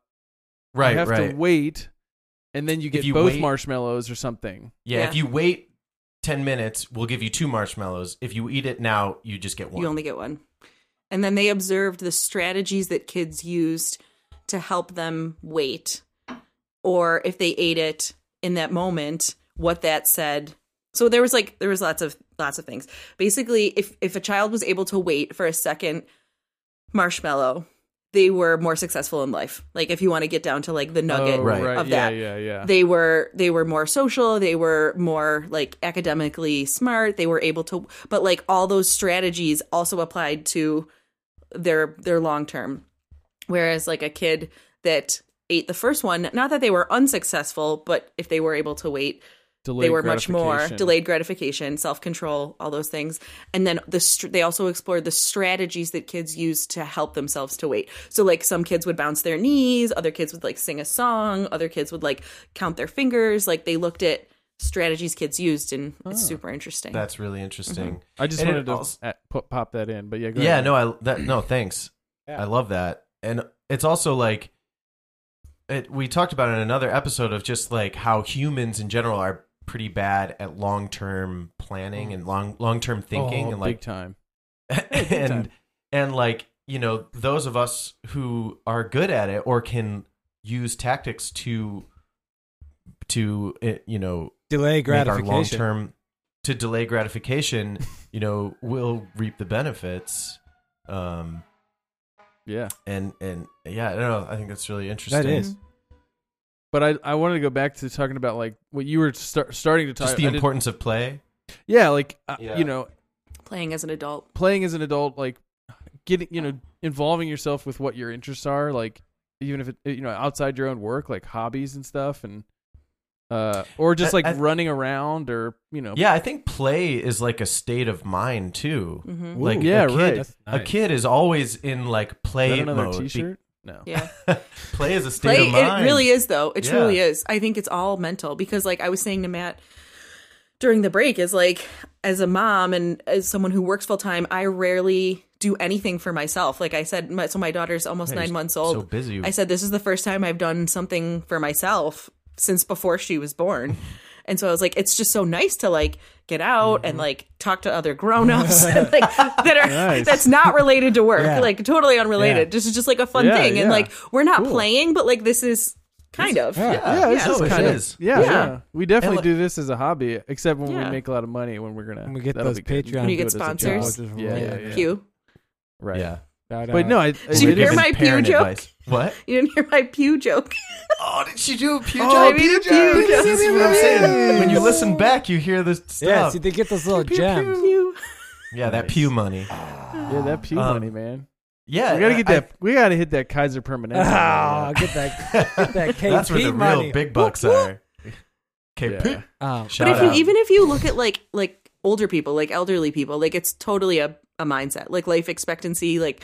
[SPEAKER 2] right
[SPEAKER 1] you have
[SPEAKER 2] right.
[SPEAKER 1] to wait, and then you get
[SPEAKER 2] you
[SPEAKER 1] both
[SPEAKER 2] wait-
[SPEAKER 1] marshmallows or something.
[SPEAKER 2] Yeah, if
[SPEAKER 4] Yeah.
[SPEAKER 2] you wait 10 minutes, we'll give you two marshmallows. If you eat it now, you just get one.
[SPEAKER 4] You only get one. And then they observed the strategies that kids used to help them wait, or if they ate it in that moment, what that said. So there was like there was lots of lots of things. Basically, if if a child was able to wait for a second marshmallow, they were more successful in life. Like if you want to get down to like the nugget
[SPEAKER 1] Oh,
[SPEAKER 2] Right.
[SPEAKER 4] of
[SPEAKER 1] yeah,
[SPEAKER 4] that
[SPEAKER 1] yeah, yeah.
[SPEAKER 4] they were they were more social they were more like academically smart they were able to but like all those strategies also applied to their their long term whereas like a kid that ate the first one not that they were unsuccessful but if they were able to wait
[SPEAKER 1] Delayed
[SPEAKER 4] they were much more
[SPEAKER 1] gratification.
[SPEAKER 4] delayed gratification self-control all those things and then the str- they also explored the strategies that kids use to help themselves to wait so like some kids would bounce their knees other kids would like sing a song other kids would like count their fingers like they looked at strategies kids used, and it's
[SPEAKER 1] Ah.
[SPEAKER 4] super interesting.
[SPEAKER 2] That's really interesting.
[SPEAKER 1] I just
[SPEAKER 2] And it
[SPEAKER 1] wanted to
[SPEAKER 2] also-
[SPEAKER 1] at- put, pop that in, but yeah, go
[SPEAKER 2] Yeah,
[SPEAKER 1] ahead.
[SPEAKER 2] no, I that no, thanks.
[SPEAKER 3] Yeah.
[SPEAKER 2] I love that. And it's also like it we talked about in another episode of just like how humans in general are pretty bad at
[SPEAKER 4] Mm.
[SPEAKER 2] long-term planning and long long-term thinking
[SPEAKER 1] Oh,
[SPEAKER 2] and like
[SPEAKER 1] big time.
[SPEAKER 2] and
[SPEAKER 1] time.
[SPEAKER 2] and like you know those of us who are good at it or can use tactics to to eh, you know
[SPEAKER 3] Delay
[SPEAKER 2] make our
[SPEAKER 3] gratification.
[SPEAKER 2] long term to delay gratification you know will reap the benefits um
[SPEAKER 1] Yeah.
[SPEAKER 2] and and yeah i don't know i think that's really interesting
[SPEAKER 3] that is.
[SPEAKER 1] But I, I wanted to go back to talking about like what you were star- starting to talk
[SPEAKER 2] just the
[SPEAKER 1] I didn't-
[SPEAKER 2] importance of play
[SPEAKER 1] Yeah, like uh,
[SPEAKER 2] Yeah.
[SPEAKER 1] you know,
[SPEAKER 4] Playing as an adult.
[SPEAKER 1] playing as an adult, like getting you know involving yourself with what your interests are, like even if it you know outside your own work, like hobbies and stuff, and uh, or just
[SPEAKER 2] I-
[SPEAKER 1] like
[SPEAKER 2] I-
[SPEAKER 1] running around or you know,
[SPEAKER 2] yeah i think play is like a state of mind too
[SPEAKER 4] hmm
[SPEAKER 2] like
[SPEAKER 1] yeah,
[SPEAKER 2] a kid,
[SPEAKER 1] right.
[SPEAKER 3] That's
[SPEAKER 2] a
[SPEAKER 3] nice.
[SPEAKER 2] kid is always in like
[SPEAKER 1] Is
[SPEAKER 2] play
[SPEAKER 1] that another
[SPEAKER 2] mode be-
[SPEAKER 1] T-shirt. No.
[SPEAKER 4] Yeah.
[SPEAKER 2] play is a state
[SPEAKER 4] Play,
[SPEAKER 2] of mind
[SPEAKER 4] it really is though. It
[SPEAKER 2] Yeah.
[SPEAKER 4] truly is. I think it's all mental because, like I was saying to Matt during the break, is like as a mom and as someone who works full time, I rarely do anything for myself. Like I said, my, so my daughter's almost
[SPEAKER 2] Yeah,
[SPEAKER 4] nine
[SPEAKER 2] you're
[SPEAKER 4] months old.
[SPEAKER 2] so busy
[SPEAKER 4] I said, this is the first time I've done something for myself since before she was born. And so I was like, it's just so nice to like get out and like talk to other grown-ups and, like that are
[SPEAKER 1] Nice.
[SPEAKER 4] that's not related to work.
[SPEAKER 3] Yeah.
[SPEAKER 4] Like totally unrelated.
[SPEAKER 3] Yeah.
[SPEAKER 4] This is just like a fun
[SPEAKER 1] Yeah,
[SPEAKER 4] thing.
[SPEAKER 1] yeah.
[SPEAKER 4] And like we're not playing, but like this is kind of.
[SPEAKER 3] yeah.
[SPEAKER 1] Yeah, this
[SPEAKER 4] Yeah.
[SPEAKER 1] is
[SPEAKER 2] No, it
[SPEAKER 1] kind of
[SPEAKER 2] is.
[SPEAKER 1] Yeah,
[SPEAKER 4] Yeah.
[SPEAKER 1] yeah. We definitely
[SPEAKER 2] And, like-
[SPEAKER 1] do this as a hobby, except when we
[SPEAKER 4] Yeah.
[SPEAKER 1] make a lot of money when we're gonna
[SPEAKER 3] When we get
[SPEAKER 1] that'll
[SPEAKER 3] those
[SPEAKER 1] be good.
[SPEAKER 3] Patreon
[SPEAKER 1] We
[SPEAKER 4] You
[SPEAKER 1] do
[SPEAKER 4] get
[SPEAKER 1] it as a
[SPEAKER 4] sponsors.
[SPEAKER 1] job.
[SPEAKER 3] Yeah,
[SPEAKER 1] Yeah, yeah,
[SPEAKER 3] yeah,
[SPEAKER 1] yeah.
[SPEAKER 4] Pew.
[SPEAKER 1] Right.
[SPEAKER 2] yeah
[SPEAKER 3] Shout
[SPEAKER 1] But
[SPEAKER 3] out.
[SPEAKER 1] no, I,
[SPEAKER 4] Did you
[SPEAKER 1] it
[SPEAKER 4] hear
[SPEAKER 1] is-
[SPEAKER 4] my pew
[SPEAKER 2] parent
[SPEAKER 4] joke?
[SPEAKER 2] advice. What?
[SPEAKER 4] *laughs* You didn't hear my pew joke. *laughs*
[SPEAKER 2] Oh, did she do a pew
[SPEAKER 4] Oh,
[SPEAKER 2] job?
[SPEAKER 4] I made a pew job.
[SPEAKER 2] This is what I'm saying. When you listen back, you hear this stuff.
[SPEAKER 3] yeah, see, they get those little gems. *laughs*
[SPEAKER 2] *laughs*
[SPEAKER 4] Pew.
[SPEAKER 2] Yeah, that pew money.
[SPEAKER 1] yeah, that pew
[SPEAKER 2] Um,
[SPEAKER 1] money, man.
[SPEAKER 2] Yeah,
[SPEAKER 1] We gotta get
[SPEAKER 2] I-
[SPEAKER 1] that. we gotta hit that Kaiser Permanente.
[SPEAKER 3] Ah,
[SPEAKER 1] man.
[SPEAKER 3] get that.
[SPEAKER 2] *laughs* I-
[SPEAKER 3] that
[SPEAKER 2] That's where
[SPEAKER 3] KP
[SPEAKER 2] the
[SPEAKER 3] money.
[SPEAKER 2] real big bucks are. KP.
[SPEAKER 1] Yeah.
[SPEAKER 3] Um,
[SPEAKER 4] But if
[SPEAKER 2] Shout
[SPEAKER 4] you
[SPEAKER 2] out.
[SPEAKER 4] even if you look at like like older people, like elderly people, like it's totally a, a mindset. Like life expectancy, like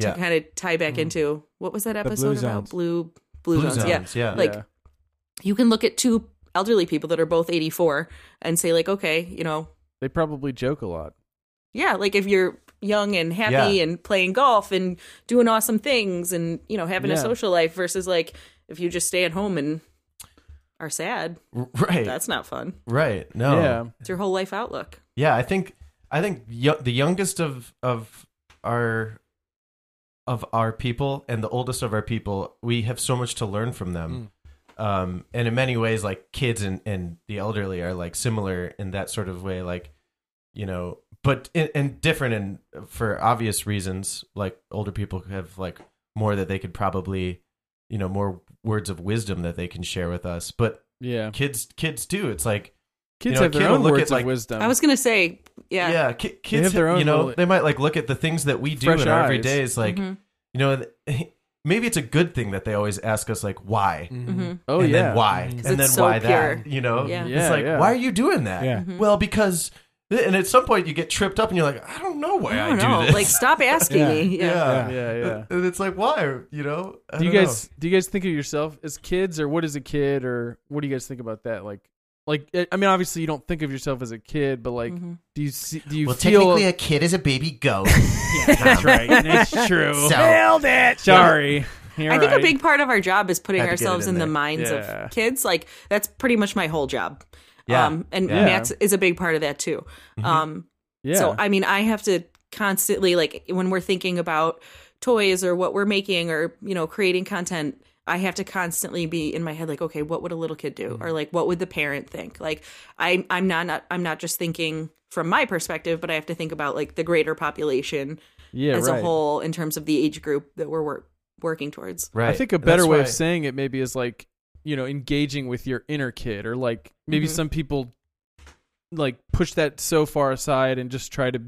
[SPEAKER 4] to
[SPEAKER 2] Yeah.
[SPEAKER 4] kind of tie back into what was that episode
[SPEAKER 3] blue
[SPEAKER 4] about?
[SPEAKER 3] zones.
[SPEAKER 4] Blue blue, zones. Yeah.
[SPEAKER 2] yeah.
[SPEAKER 4] Like
[SPEAKER 1] Yeah.
[SPEAKER 4] you can look at two elderly people that are both eighty four and say, like, okay, you know,
[SPEAKER 1] They probably joke a lot.
[SPEAKER 4] yeah, like if you're young and happy
[SPEAKER 2] Yeah.
[SPEAKER 4] and playing golf and doing awesome things and, you know, having a
[SPEAKER 1] Yeah.
[SPEAKER 4] social life versus like if you just stay at home and are sad,
[SPEAKER 2] right,
[SPEAKER 4] that's not fun.
[SPEAKER 2] right. No,
[SPEAKER 1] Yeah.
[SPEAKER 4] It's your whole life outlook.
[SPEAKER 2] Yeah, I think I think yo- the youngest of of our of our people and the oldest of our people, we have so much to learn from them. Um, and in many ways, like kids and and the elderly are like similar in that sort of way, like you know, but in, and different and for obvious reasons. Like older people have like more that they could probably, you know, more words of wisdom that they can share with us. But
[SPEAKER 1] Yeah.
[SPEAKER 2] kids, kids too. It's like
[SPEAKER 1] Kids
[SPEAKER 2] know,
[SPEAKER 1] have
[SPEAKER 2] kid
[SPEAKER 1] their
[SPEAKER 2] will
[SPEAKER 1] own
[SPEAKER 2] look
[SPEAKER 1] words
[SPEAKER 2] at, like-
[SPEAKER 1] of wisdom.
[SPEAKER 4] I was going to say, yeah.
[SPEAKER 2] yeah, ki- kids
[SPEAKER 1] have their
[SPEAKER 2] ha- you
[SPEAKER 1] own
[SPEAKER 2] know
[SPEAKER 1] little-
[SPEAKER 2] they might like look at the things that we do
[SPEAKER 1] Fresh
[SPEAKER 2] in our
[SPEAKER 1] eyes.
[SPEAKER 2] everyday is like
[SPEAKER 4] Mhm.
[SPEAKER 2] you know *laughs* th- maybe it's a good thing that they always ask us like why
[SPEAKER 4] hmm
[SPEAKER 1] oh
[SPEAKER 2] and
[SPEAKER 1] yeah.
[SPEAKER 2] then why
[SPEAKER 3] Mhm.
[SPEAKER 4] 'Cause
[SPEAKER 2] and
[SPEAKER 4] it's
[SPEAKER 2] then
[SPEAKER 4] so
[SPEAKER 2] why
[SPEAKER 4] pure.
[SPEAKER 2] that you know
[SPEAKER 4] Yeah. Mm-hmm.
[SPEAKER 1] Yeah,
[SPEAKER 2] it's like
[SPEAKER 1] yeah.
[SPEAKER 2] why are you doing that
[SPEAKER 3] Yeah.
[SPEAKER 2] well because and at some point you get tripped up and you're like I don't know why I,
[SPEAKER 4] I don't know.
[SPEAKER 2] do this *laughs*
[SPEAKER 4] Like, stop asking
[SPEAKER 3] Yeah.
[SPEAKER 4] me. Yeah.
[SPEAKER 2] yeah.
[SPEAKER 1] Yeah, yeah.
[SPEAKER 2] and it's like why you know I
[SPEAKER 1] Do you
[SPEAKER 2] don't know.
[SPEAKER 1] guys do you guys think of yourself as kids or what is a kid or what do you guys think about that? Like like eh, I- I mean obviously you don't think of yourself as a kid, but like
[SPEAKER 4] Mm-hmm.
[SPEAKER 1] do you see, do you
[SPEAKER 5] Well,
[SPEAKER 1] feel
[SPEAKER 5] technically, a kid is a baby
[SPEAKER 1] *laughs*
[SPEAKER 5] goat.
[SPEAKER 1] that's right. That's true.
[SPEAKER 5] *laughs* so
[SPEAKER 1] it. Sorry.
[SPEAKER 4] I think a big part of our job is putting
[SPEAKER 2] Had to get it
[SPEAKER 4] ourselves in,
[SPEAKER 2] in
[SPEAKER 4] the
[SPEAKER 2] there.
[SPEAKER 4] minds
[SPEAKER 1] Yeah.
[SPEAKER 4] of kids. Like that's pretty much my whole job.
[SPEAKER 2] Yeah.
[SPEAKER 4] Um, and
[SPEAKER 2] Yeah. Mm-hmm.
[SPEAKER 4] Max is a big part of that too. Um,
[SPEAKER 1] yeah.
[SPEAKER 4] So I mean, I have to constantly like when we're thinking about toys or what we're making or you know creating content, I have to constantly be in my head like, okay, what would a little kid do, or like what would the parent think? Like I I'm not, not I'm not just thinking from my perspective, but I have to think about like the greater population
[SPEAKER 1] yeah,
[SPEAKER 4] as
[SPEAKER 1] right.
[SPEAKER 4] a whole in terms of the age group that we're wor- working towards.
[SPEAKER 2] right
[SPEAKER 1] I think a better
[SPEAKER 2] That's
[SPEAKER 1] way
[SPEAKER 2] why-
[SPEAKER 1] of saying it maybe is like, you know, engaging with your inner kid or like maybe
[SPEAKER 4] Mhm.
[SPEAKER 2] Mm-hmm.
[SPEAKER 1] some people like push that so far aside and just try to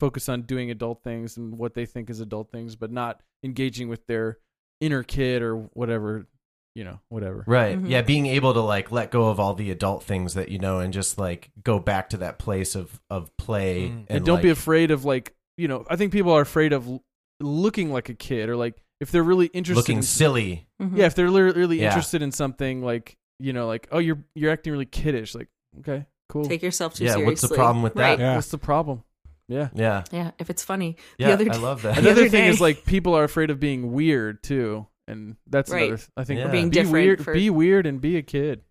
[SPEAKER 1] focus on doing adult things and what they think is adult things, but not engaging with their inner kid or whatever, you know, whatever.
[SPEAKER 2] Right.
[SPEAKER 4] Mhm.
[SPEAKER 2] Yeah, being able to like let go of all the adult things that you know and just like go back to that place of of play
[SPEAKER 3] Mm.
[SPEAKER 2] and,
[SPEAKER 1] And, don't be
[SPEAKER 2] like-
[SPEAKER 1] afraid of like, you know, I think people are afraid of l- looking like a kid or like if they're really interested
[SPEAKER 2] looking
[SPEAKER 1] in
[SPEAKER 2] silly.
[SPEAKER 4] Mhm.
[SPEAKER 1] yeah if they're really, really
[SPEAKER 2] Yeah.
[SPEAKER 1] interested in something like you know like oh you're you're acting really kiddish like Okay, cool.
[SPEAKER 4] Take yourself too
[SPEAKER 2] Yeah,
[SPEAKER 4] seriously.
[SPEAKER 2] what's the problem with that?
[SPEAKER 4] Right.
[SPEAKER 3] Yeah.
[SPEAKER 1] What's the problem?
[SPEAKER 2] *laughs*
[SPEAKER 1] Yeah.
[SPEAKER 2] Yeah.
[SPEAKER 4] Yeah, if it's funny. The
[SPEAKER 2] Yeah.
[SPEAKER 4] other
[SPEAKER 2] I
[SPEAKER 4] day- *laughs*
[SPEAKER 2] love that.
[SPEAKER 4] The
[SPEAKER 1] Another
[SPEAKER 4] other
[SPEAKER 1] thing is
[SPEAKER 4] day-
[SPEAKER 1] like people are afraid of being weird too, and that's
[SPEAKER 4] Right.
[SPEAKER 1] another. I think
[SPEAKER 2] Or
[SPEAKER 4] being
[SPEAKER 1] be
[SPEAKER 4] different
[SPEAKER 1] weird,
[SPEAKER 4] for-
[SPEAKER 1] be weird, and be a kid.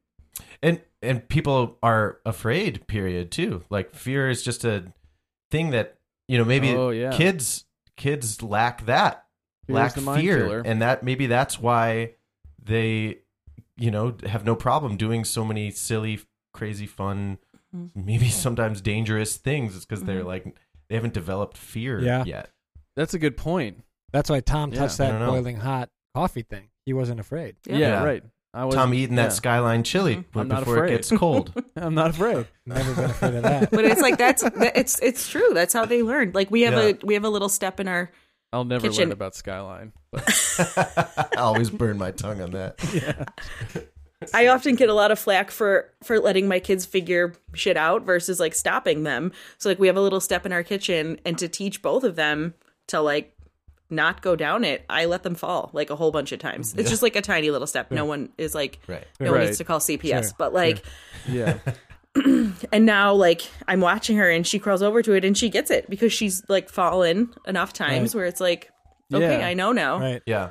[SPEAKER 2] and and people are afraid period too like fear is just a thing that you know maybe
[SPEAKER 1] Oh, yeah.
[SPEAKER 2] kids kids lack that
[SPEAKER 1] Fear is
[SPEAKER 2] lack
[SPEAKER 1] the mind
[SPEAKER 2] fear
[SPEAKER 1] killer.
[SPEAKER 2] and that maybe that's why they you know have no problem doing so many silly crazy fun
[SPEAKER 4] Mhm.
[SPEAKER 2] maybe sometimes dangerous things it's because they're
[SPEAKER 4] Mhm.
[SPEAKER 2] like they haven't developed fear
[SPEAKER 3] Yeah.
[SPEAKER 2] yet
[SPEAKER 1] That's a good point.
[SPEAKER 3] *laughs* That's why Tom
[SPEAKER 1] Yeah,
[SPEAKER 3] touched
[SPEAKER 2] I
[SPEAKER 3] that
[SPEAKER 2] don't know.
[SPEAKER 3] boiling hot coffee thing. He wasn't afraid.
[SPEAKER 1] Yeah,
[SPEAKER 4] Yeah.
[SPEAKER 1] right. I was.
[SPEAKER 2] tom eating that
[SPEAKER 1] yeah.
[SPEAKER 2] skyline chili
[SPEAKER 4] Mhm.
[SPEAKER 1] I'm not
[SPEAKER 2] before it
[SPEAKER 1] afraid. *laughs*
[SPEAKER 2] gets cold *laughs*
[SPEAKER 1] I'm not afraid.
[SPEAKER 3] Never been afraid of that.
[SPEAKER 4] but it's like that's that, it's it's true. That's how they learn. Like we have a we have a little step in our
[SPEAKER 1] I'll never learn
[SPEAKER 4] Kitchen.
[SPEAKER 1] about
[SPEAKER 2] *laughs*
[SPEAKER 1] skyline. But
[SPEAKER 2] i always burn my tongue on that
[SPEAKER 4] I often get a lot of flack for for letting my kids figure shit out versus like stopping them. So like we have a little step in our kitchen and to teach both of them to like not go down it, I let them fall like a whole bunch of times. It's just like a tiny little step. No one is like
[SPEAKER 2] right
[SPEAKER 4] no one
[SPEAKER 1] Right.
[SPEAKER 4] needs to call CPS, but like
[SPEAKER 1] yeah,
[SPEAKER 4] and now like I'm watching her and she crawls over to it and she gets it because she's like fallen enough times
[SPEAKER 3] Right.
[SPEAKER 4] where it's like okay,
[SPEAKER 1] Yeah.
[SPEAKER 4] I know now.
[SPEAKER 3] Right.
[SPEAKER 2] yeah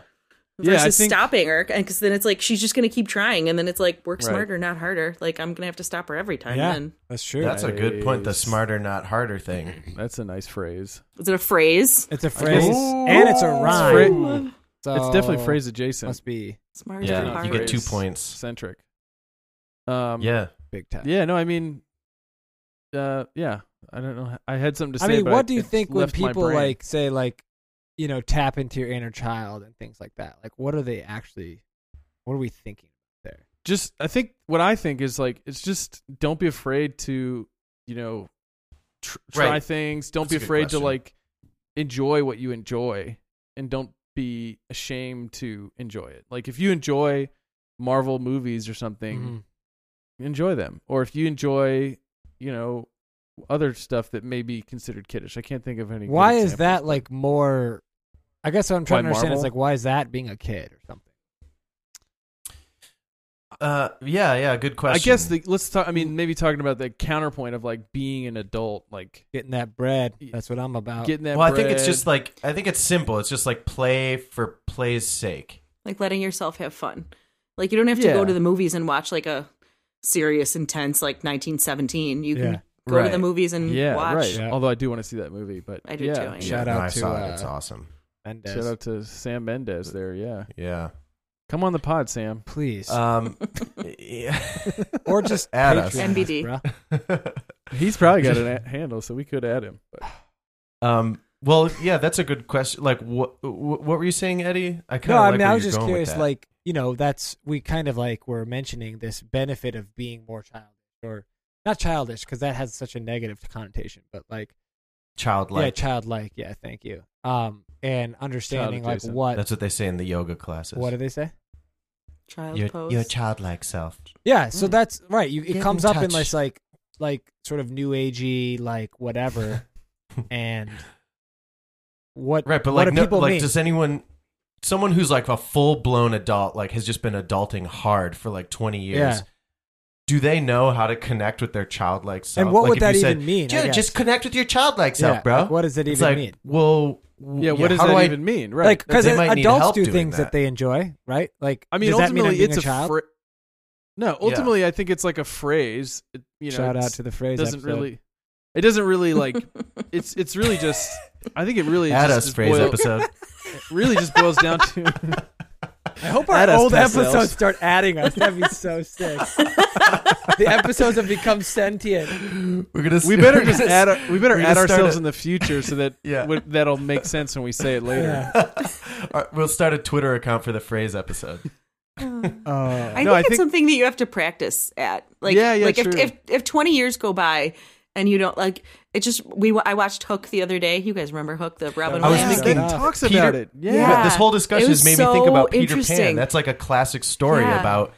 [SPEAKER 1] Yeah, I
[SPEAKER 4] versus
[SPEAKER 1] think-
[SPEAKER 4] stopping her because then it's like she's just gonna keep trying and then it's like work
[SPEAKER 1] Right.
[SPEAKER 4] smarter not harder like i'm gonna have to stop her every time
[SPEAKER 3] Yeah.
[SPEAKER 4] then
[SPEAKER 3] That's true.
[SPEAKER 2] That's a good point. The
[SPEAKER 1] Nice.
[SPEAKER 2] smarter, not harder thing.
[SPEAKER 1] that's a nice phrase.
[SPEAKER 4] is it a phrase
[SPEAKER 3] it's a phrase
[SPEAKER 1] Ooh.
[SPEAKER 3] and it's a
[SPEAKER 1] It's,
[SPEAKER 3] rhyme.
[SPEAKER 1] fra-
[SPEAKER 3] so
[SPEAKER 1] it's
[SPEAKER 2] Oh.
[SPEAKER 1] definitely phrase adjacent.
[SPEAKER 3] Must be
[SPEAKER 4] smarter
[SPEAKER 1] not
[SPEAKER 2] Yeah, you
[SPEAKER 4] harder
[SPEAKER 2] get two
[SPEAKER 1] phrase.
[SPEAKER 2] points.
[SPEAKER 1] centric. Um,
[SPEAKER 2] Yeah,
[SPEAKER 3] big time.
[SPEAKER 1] yeah. No, I mean, uh, yeah. I don't know. I had something to say.
[SPEAKER 3] I mean,
[SPEAKER 1] but
[SPEAKER 3] what do you
[SPEAKER 1] it's
[SPEAKER 3] think when
[SPEAKER 1] left my
[SPEAKER 3] people
[SPEAKER 1] brain.
[SPEAKER 3] like say like, you know, tap into your inner child and things like that? Like, what are they actually? What are we thinking there?
[SPEAKER 1] just I think what I think is like it's just don't be afraid to you know tr- try
[SPEAKER 2] Right.
[SPEAKER 1] things. Don't
[SPEAKER 2] That's
[SPEAKER 1] be
[SPEAKER 2] a good
[SPEAKER 1] afraid to
[SPEAKER 2] question.
[SPEAKER 1] like enjoy what you enjoy, and don't be ashamed to enjoy it. Like if you enjoy Marvel movies or something,
[SPEAKER 3] Mm-hmm.
[SPEAKER 2] Mm-hmm.
[SPEAKER 1] enjoy them. Or if you enjoy you know other stuff that may be considered kiddish, I can't think of any. good
[SPEAKER 3] Why is
[SPEAKER 1] examples.
[SPEAKER 3] that like more? I guess what I'm trying
[SPEAKER 1] Why
[SPEAKER 3] to understand
[SPEAKER 1] Marvel?
[SPEAKER 3] is like, why is that being a kid or something?
[SPEAKER 2] uh, yeah, yeah. Good question.
[SPEAKER 1] I guess the let's talk. I mean, maybe talking about the counterpoint of like being an adult, like
[SPEAKER 3] Getting that bread.
[SPEAKER 1] Y-
[SPEAKER 3] That's what I'm about.
[SPEAKER 1] getting that.
[SPEAKER 2] Uh, well, I think it's
[SPEAKER 1] bread.
[SPEAKER 2] just like I think it's simple. It's just like play for play's sake.
[SPEAKER 4] like letting yourself have fun like you don't have to
[SPEAKER 1] Yeah.
[SPEAKER 4] go to the movies and watch like a serious intense like 1917 you
[SPEAKER 3] Yeah.
[SPEAKER 4] can go to
[SPEAKER 2] Right.
[SPEAKER 4] the movies and
[SPEAKER 1] yeah,
[SPEAKER 4] watch
[SPEAKER 1] right.
[SPEAKER 3] Yeah.
[SPEAKER 1] Although I do want to see that movie, but
[SPEAKER 4] I do
[SPEAKER 1] yeah.
[SPEAKER 4] too, I
[SPEAKER 3] Shout
[SPEAKER 2] yeah,
[SPEAKER 3] out
[SPEAKER 2] no, I
[SPEAKER 3] to,
[SPEAKER 2] saw it. It's
[SPEAKER 3] uh,
[SPEAKER 2] awesome.
[SPEAKER 3] Mendez.
[SPEAKER 1] Shout out to Sam Mendes there. Yeah,
[SPEAKER 2] Yeah.
[SPEAKER 1] come on the pod, Sam.
[SPEAKER 3] please,
[SPEAKER 1] Uh,
[SPEAKER 2] Um. yeah.
[SPEAKER 3] or just
[SPEAKER 2] *laughs* add us.
[SPEAKER 3] Patreon
[SPEAKER 4] NBD.
[SPEAKER 3] bruh.
[SPEAKER 1] He's probably got *laughs* a handle, so we could add him. But
[SPEAKER 2] *laughs* um. Well, yeah. That's a good question. Like, what? What were you saying, Eddie? I kind
[SPEAKER 3] No,
[SPEAKER 2] of.
[SPEAKER 3] I
[SPEAKER 2] like
[SPEAKER 3] mean,
[SPEAKER 2] where
[SPEAKER 3] I was
[SPEAKER 2] you're
[SPEAKER 3] just
[SPEAKER 2] going with
[SPEAKER 3] curious.
[SPEAKER 2] that.
[SPEAKER 3] Like, you know, that's we kind of like were mentioning this benefit of being more childish or not childish because that has such a negative connotation, but like, yeah,
[SPEAKER 2] childlike.
[SPEAKER 3] childlike. Yeah, thank you. Um, and understanding like
[SPEAKER 1] adjacent.
[SPEAKER 3] what
[SPEAKER 2] that's what they say in the yoga classes.
[SPEAKER 3] what do they say?
[SPEAKER 4] *laughs* child
[SPEAKER 2] your,
[SPEAKER 4] pose
[SPEAKER 2] your childlike self.
[SPEAKER 3] Yeah, so
[SPEAKER 4] Mm.
[SPEAKER 3] that's right. You,
[SPEAKER 2] Get
[SPEAKER 3] it
[SPEAKER 2] in
[SPEAKER 3] comes up in
[SPEAKER 2] touch.
[SPEAKER 3] this like like sort of new agey like *laughs* whatever, and what
[SPEAKER 2] Right, but
[SPEAKER 3] what
[SPEAKER 2] like,
[SPEAKER 3] do
[SPEAKER 2] no,
[SPEAKER 3] people
[SPEAKER 2] like,
[SPEAKER 3] mean?
[SPEAKER 2] does anyone, someone who's like a full blown adult, like has just been adulting hard for like twenty years,
[SPEAKER 3] Yeah.
[SPEAKER 2] do they know how to connect with their childlike self?
[SPEAKER 3] what
[SPEAKER 2] like
[SPEAKER 3] would
[SPEAKER 2] if
[SPEAKER 3] that
[SPEAKER 2] you said,
[SPEAKER 3] even mean, I
[SPEAKER 2] Dude,
[SPEAKER 3] guess?"
[SPEAKER 2] just connect with your childlike self,
[SPEAKER 3] Yeah,
[SPEAKER 2] bro.
[SPEAKER 3] like, what does it
[SPEAKER 2] It's
[SPEAKER 3] even
[SPEAKER 2] like,
[SPEAKER 3] mean?
[SPEAKER 2] Well,
[SPEAKER 1] yeah, what does
[SPEAKER 2] how
[SPEAKER 1] that
[SPEAKER 2] do I-
[SPEAKER 1] even mean? Right?
[SPEAKER 3] Like 'cause
[SPEAKER 2] They
[SPEAKER 3] like
[SPEAKER 2] might
[SPEAKER 3] because
[SPEAKER 2] need
[SPEAKER 3] adults
[SPEAKER 2] help
[SPEAKER 3] do
[SPEAKER 2] doing
[SPEAKER 3] things that.
[SPEAKER 2] that.
[SPEAKER 3] they enjoy, right? Like
[SPEAKER 1] I mean,
[SPEAKER 3] does that mean I'm
[SPEAKER 1] ultimately,
[SPEAKER 3] being
[SPEAKER 1] it's
[SPEAKER 3] a child?
[SPEAKER 1] fra- no. Ultimately, I think it's like a phrase. It, you know,
[SPEAKER 3] Shout out
[SPEAKER 1] it's-
[SPEAKER 3] to the phrase.
[SPEAKER 1] doesn't
[SPEAKER 3] episode.
[SPEAKER 1] really. It
[SPEAKER 4] *laughs*
[SPEAKER 1] doesn't really like. it's it's really just. I think it really
[SPEAKER 2] Add
[SPEAKER 1] just,
[SPEAKER 2] us
[SPEAKER 1] just
[SPEAKER 2] phrase
[SPEAKER 1] boil-
[SPEAKER 2] episode.
[SPEAKER 1] *laughs* really just boils down to.
[SPEAKER 3] I hope
[SPEAKER 1] Add
[SPEAKER 3] our
[SPEAKER 1] us,
[SPEAKER 3] old
[SPEAKER 1] Pascals.
[SPEAKER 3] episodes start adding us. That'd be *laughs* so sick.
[SPEAKER 4] *laughs*
[SPEAKER 3] the episodes have become sentient.
[SPEAKER 2] *laughs* We're gonna.
[SPEAKER 1] We better just add. Our, we better
[SPEAKER 2] We're
[SPEAKER 1] add
[SPEAKER 2] gonna start
[SPEAKER 1] ourselves
[SPEAKER 2] a-
[SPEAKER 1] in the future so that
[SPEAKER 2] *laughs* Yeah.
[SPEAKER 1] w- that'll make sense when we say it later.
[SPEAKER 2] *laughs*
[SPEAKER 3] Yeah.
[SPEAKER 2] Our- we'll start a Twitter account for the phrase episode.
[SPEAKER 4] I,
[SPEAKER 1] No,
[SPEAKER 4] think
[SPEAKER 1] I
[SPEAKER 4] it's
[SPEAKER 1] think-
[SPEAKER 4] something that you have to practice at. Like,
[SPEAKER 1] Yeah, yeah,
[SPEAKER 4] like if,
[SPEAKER 1] true.
[SPEAKER 4] if if twenty years go by and you don't like, it just we. I watched Hook the other day. You guys remember Hook, the Robin
[SPEAKER 1] I was
[SPEAKER 4] Williams?
[SPEAKER 1] thinking
[SPEAKER 3] Yeah.
[SPEAKER 1] talks
[SPEAKER 2] Peter-
[SPEAKER 1] about it. Yeah.
[SPEAKER 4] Yeah.
[SPEAKER 2] This whole discussion
[SPEAKER 4] It was
[SPEAKER 2] has made me think
[SPEAKER 4] so
[SPEAKER 2] about Peter Pan.
[SPEAKER 4] interesting.
[SPEAKER 2] That's like a classic story
[SPEAKER 4] Yeah.
[SPEAKER 2] about